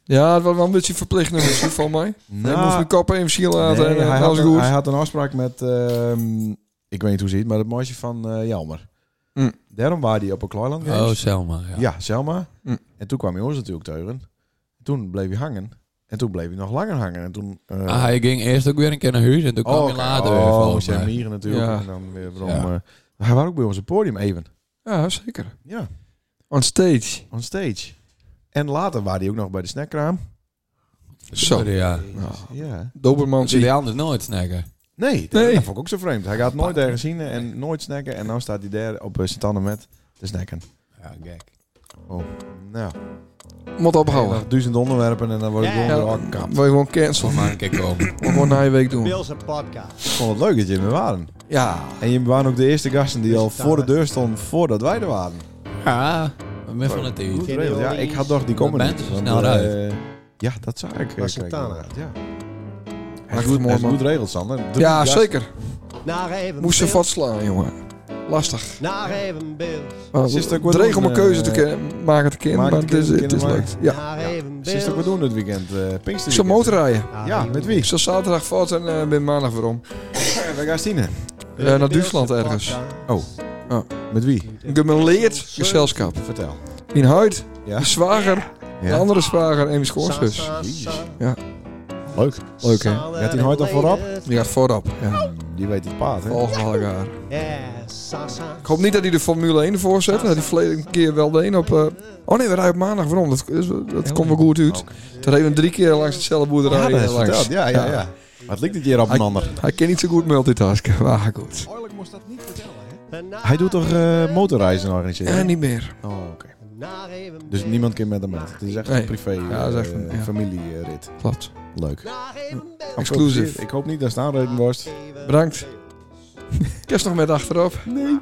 Speaker 3: Ja, het was wel een beetje verplicht nummer van mij. Hij moest mijn kop even zien laten
Speaker 1: Nou. nee,
Speaker 4: eh,
Speaker 3: en
Speaker 1: hij,
Speaker 3: alles
Speaker 1: had een,
Speaker 3: goed.
Speaker 1: hij had een afspraak met, ehm, ik weet niet hoe ze het, maar het meisje van eh, Jelmer.
Speaker 3: Hm.
Speaker 1: Daarom waren die op een Kloiland
Speaker 4: Mm. Oh,
Speaker 1: Games.
Speaker 4: Selma, ja. Mm.
Speaker 1: ja. Selma.
Speaker 3: Hm.
Speaker 1: En toen kwam hij ons natuurlijk teuren. Toen bleef hij hangen. En toen bleef hij nog langer hangen. En toen... eh,
Speaker 4: Ah, hij ging eerst ook weer een keer naar huis en toen kwam
Speaker 1: oh,
Speaker 4: hij
Speaker 1: oké.
Speaker 4: later weer,
Speaker 1: Oh,
Speaker 4: volgens
Speaker 1: zijn
Speaker 4: mij.
Speaker 1: mieren natuurlijk.
Speaker 3: Ja.
Speaker 1: En dan weer waarom...
Speaker 4: Ja.
Speaker 1: eh, hij was ook bij ons op het podium even.
Speaker 3: Ja, zeker.
Speaker 1: Ja,
Speaker 3: On stage.
Speaker 1: on stage. En later waren die ook nog bij de snackkraam.
Speaker 3: Zo.
Speaker 4: Ja.
Speaker 1: Ja.
Speaker 3: Doberman.
Speaker 4: Zie je anders nooit snacken?
Speaker 1: Nee, dat,
Speaker 3: Nee.
Speaker 1: dat vond ik ook zo vreemd. Hij gaat nooit ergens zien en nooit snacken. En nou staat hij daar op eh, zijn met te snacken.
Speaker 4: Ja, gek.
Speaker 1: Oh, nou.
Speaker 3: Moet ophouden.
Speaker 1: Nog duizend onderwerpen en dan word ik
Speaker 2: Ja.
Speaker 1: gewoon weer al gekapt.
Speaker 3: Wil je gewoon cancelen?
Speaker 4: Maar een keer komen.
Speaker 3: Moet gewoon na je week doen.
Speaker 2: Bills podcast.
Speaker 1: Ik vond het leuk dat jullie er waren.
Speaker 3: Ja.
Speaker 1: En jullie waren ook de eerste gasten die al voor de deur stonden voordat wij er waren.
Speaker 4: Ja, we ben van het team.
Speaker 1: Goed geregeld. Ja, ik had dacht die
Speaker 4: Dat
Speaker 1: komen
Speaker 4: bent
Speaker 1: niet.
Speaker 4: er snel
Speaker 1: eh,
Speaker 4: uit.
Speaker 1: ja, dat zag ik. eh,
Speaker 2: Was
Speaker 1: kreeg ik
Speaker 2: Santana.
Speaker 1: inderdaad, Ja. Hij
Speaker 3: Hij
Speaker 1: is
Speaker 3: doet
Speaker 1: goed,
Speaker 3: het mooi,
Speaker 1: hij is
Speaker 3: man.
Speaker 1: goed geregeld, Sander. Drie
Speaker 3: Ja,
Speaker 1: gasten.
Speaker 3: zeker.
Speaker 2: Naar even
Speaker 3: Moest ze
Speaker 2: Bills.
Speaker 3: vastslaan, jongen. Lastig.
Speaker 2: Naar even Bills.
Speaker 3: Maar
Speaker 1: Is het ook
Speaker 3: Het
Speaker 1: wat
Speaker 3: dreig om
Speaker 1: doen,
Speaker 3: een keuze te
Speaker 1: eh,
Speaker 3: ken- maken te kennen,
Speaker 1: maken
Speaker 3: maar
Speaker 1: te
Speaker 3: het is,
Speaker 1: kennen,
Speaker 3: het is
Speaker 1: kennen,
Speaker 3: leuk. Ja.
Speaker 2: Naar even
Speaker 1: Ze is ook
Speaker 2: Bills.
Speaker 1: wat doen dit weekend. eh Pinkster.
Speaker 3: Ik zal motorrijden.
Speaker 2: Naar
Speaker 1: Ja,
Speaker 2: even
Speaker 1: met wie?
Speaker 3: Ik zal zaterdag voort en eh, ben maandag weer om.
Speaker 1: Bij Gastine.
Speaker 2: Bills.
Speaker 3: Eh,
Speaker 2: De
Speaker 3: naar
Speaker 2: Bills
Speaker 3: Duitsland
Speaker 2: podcast.
Speaker 3: ergens.
Speaker 1: Oh. Met wie?
Speaker 3: Ik heb een leerd gezelschap.
Speaker 1: Vertel.
Speaker 3: Mijn huid,
Speaker 1: Ja.
Speaker 3: mijn zwager, mijn
Speaker 1: Ja.
Speaker 3: andere zwager en mijn schoonzus.
Speaker 2: Sa, sa,
Speaker 1: Jezus.
Speaker 2: sa.
Speaker 1: Leuk.
Speaker 3: Leuk hè?
Speaker 2: Zal
Speaker 1: Gaat die nooit al
Speaker 2: er
Speaker 1: voorop?
Speaker 2: leden-
Speaker 3: Die gaat voorop. Ja.
Speaker 1: Die weet het paard, hè?
Speaker 3: Volgen we elkaar.
Speaker 2: Ja, sa, sa.
Speaker 3: Ik hoop niet dat hij de Formule 1 ervoor zet. Hij had die verleden keer wel de een op... eh, Oh nee, we rijden op maandag. Waarom? Dat, is- dat komt wel goed uit. Toen reden we drie keer langs hetzelfde boerderij.
Speaker 1: Oh. Ja, dat is
Speaker 3: eh, langs.
Speaker 1: verteld. Ja, ja, ja. Maar het ligt dit hier op een
Speaker 3: Hij-
Speaker 1: ander.
Speaker 3: Hij kan niet zo goed multitasken. Maar goed.
Speaker 1: Oorlijk moest dat niet vertellen, hè?
Speaker 2: En naar
Speaker 1: Hij doet toch eh, motorreizen organiseren?
Speaker 3: Ja, Eh, niet meer.
Speaker 1: Oh, oké.
Speaker 2: Naar even
Speaker 1: Dus niemand kan met hem met. Het is echt
Speaker 3: Nee.
Speaker 1: een privé
Speaker 3: Ja, dat is echt een-
Speaker 1: eh,
Speaker 3: ja.
Speaker 1: familierit.
Speaker 3: Klopt.
Speaker 1: Leuk.
Speaker 2: Naar even Bills.
Speaker 3: Exclusive. Hm.
Speaker 1: Ik hoop niet dat het aanreden was.
Speaker 3: Bedankt. Kerst nog met achterop. Nee.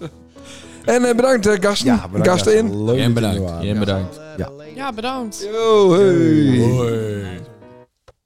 Speaker 3: en eh, bedankt eh, gasten.
Speaker 1: Ja, bedankt.
Speaker 3: gasten in.
Speaker 1: Leuk dat jullie
Speaker 4: Jij
Speaker 1: er
Speaker 4: bedankt.
Speaker 1: waren.
Speaker 4: Jij bedankt.
Speaker 2: Ja.
Speaker 6: Ja, bedankt.
Speaker 3: Yo, hey.
Speaker 4: Hoi.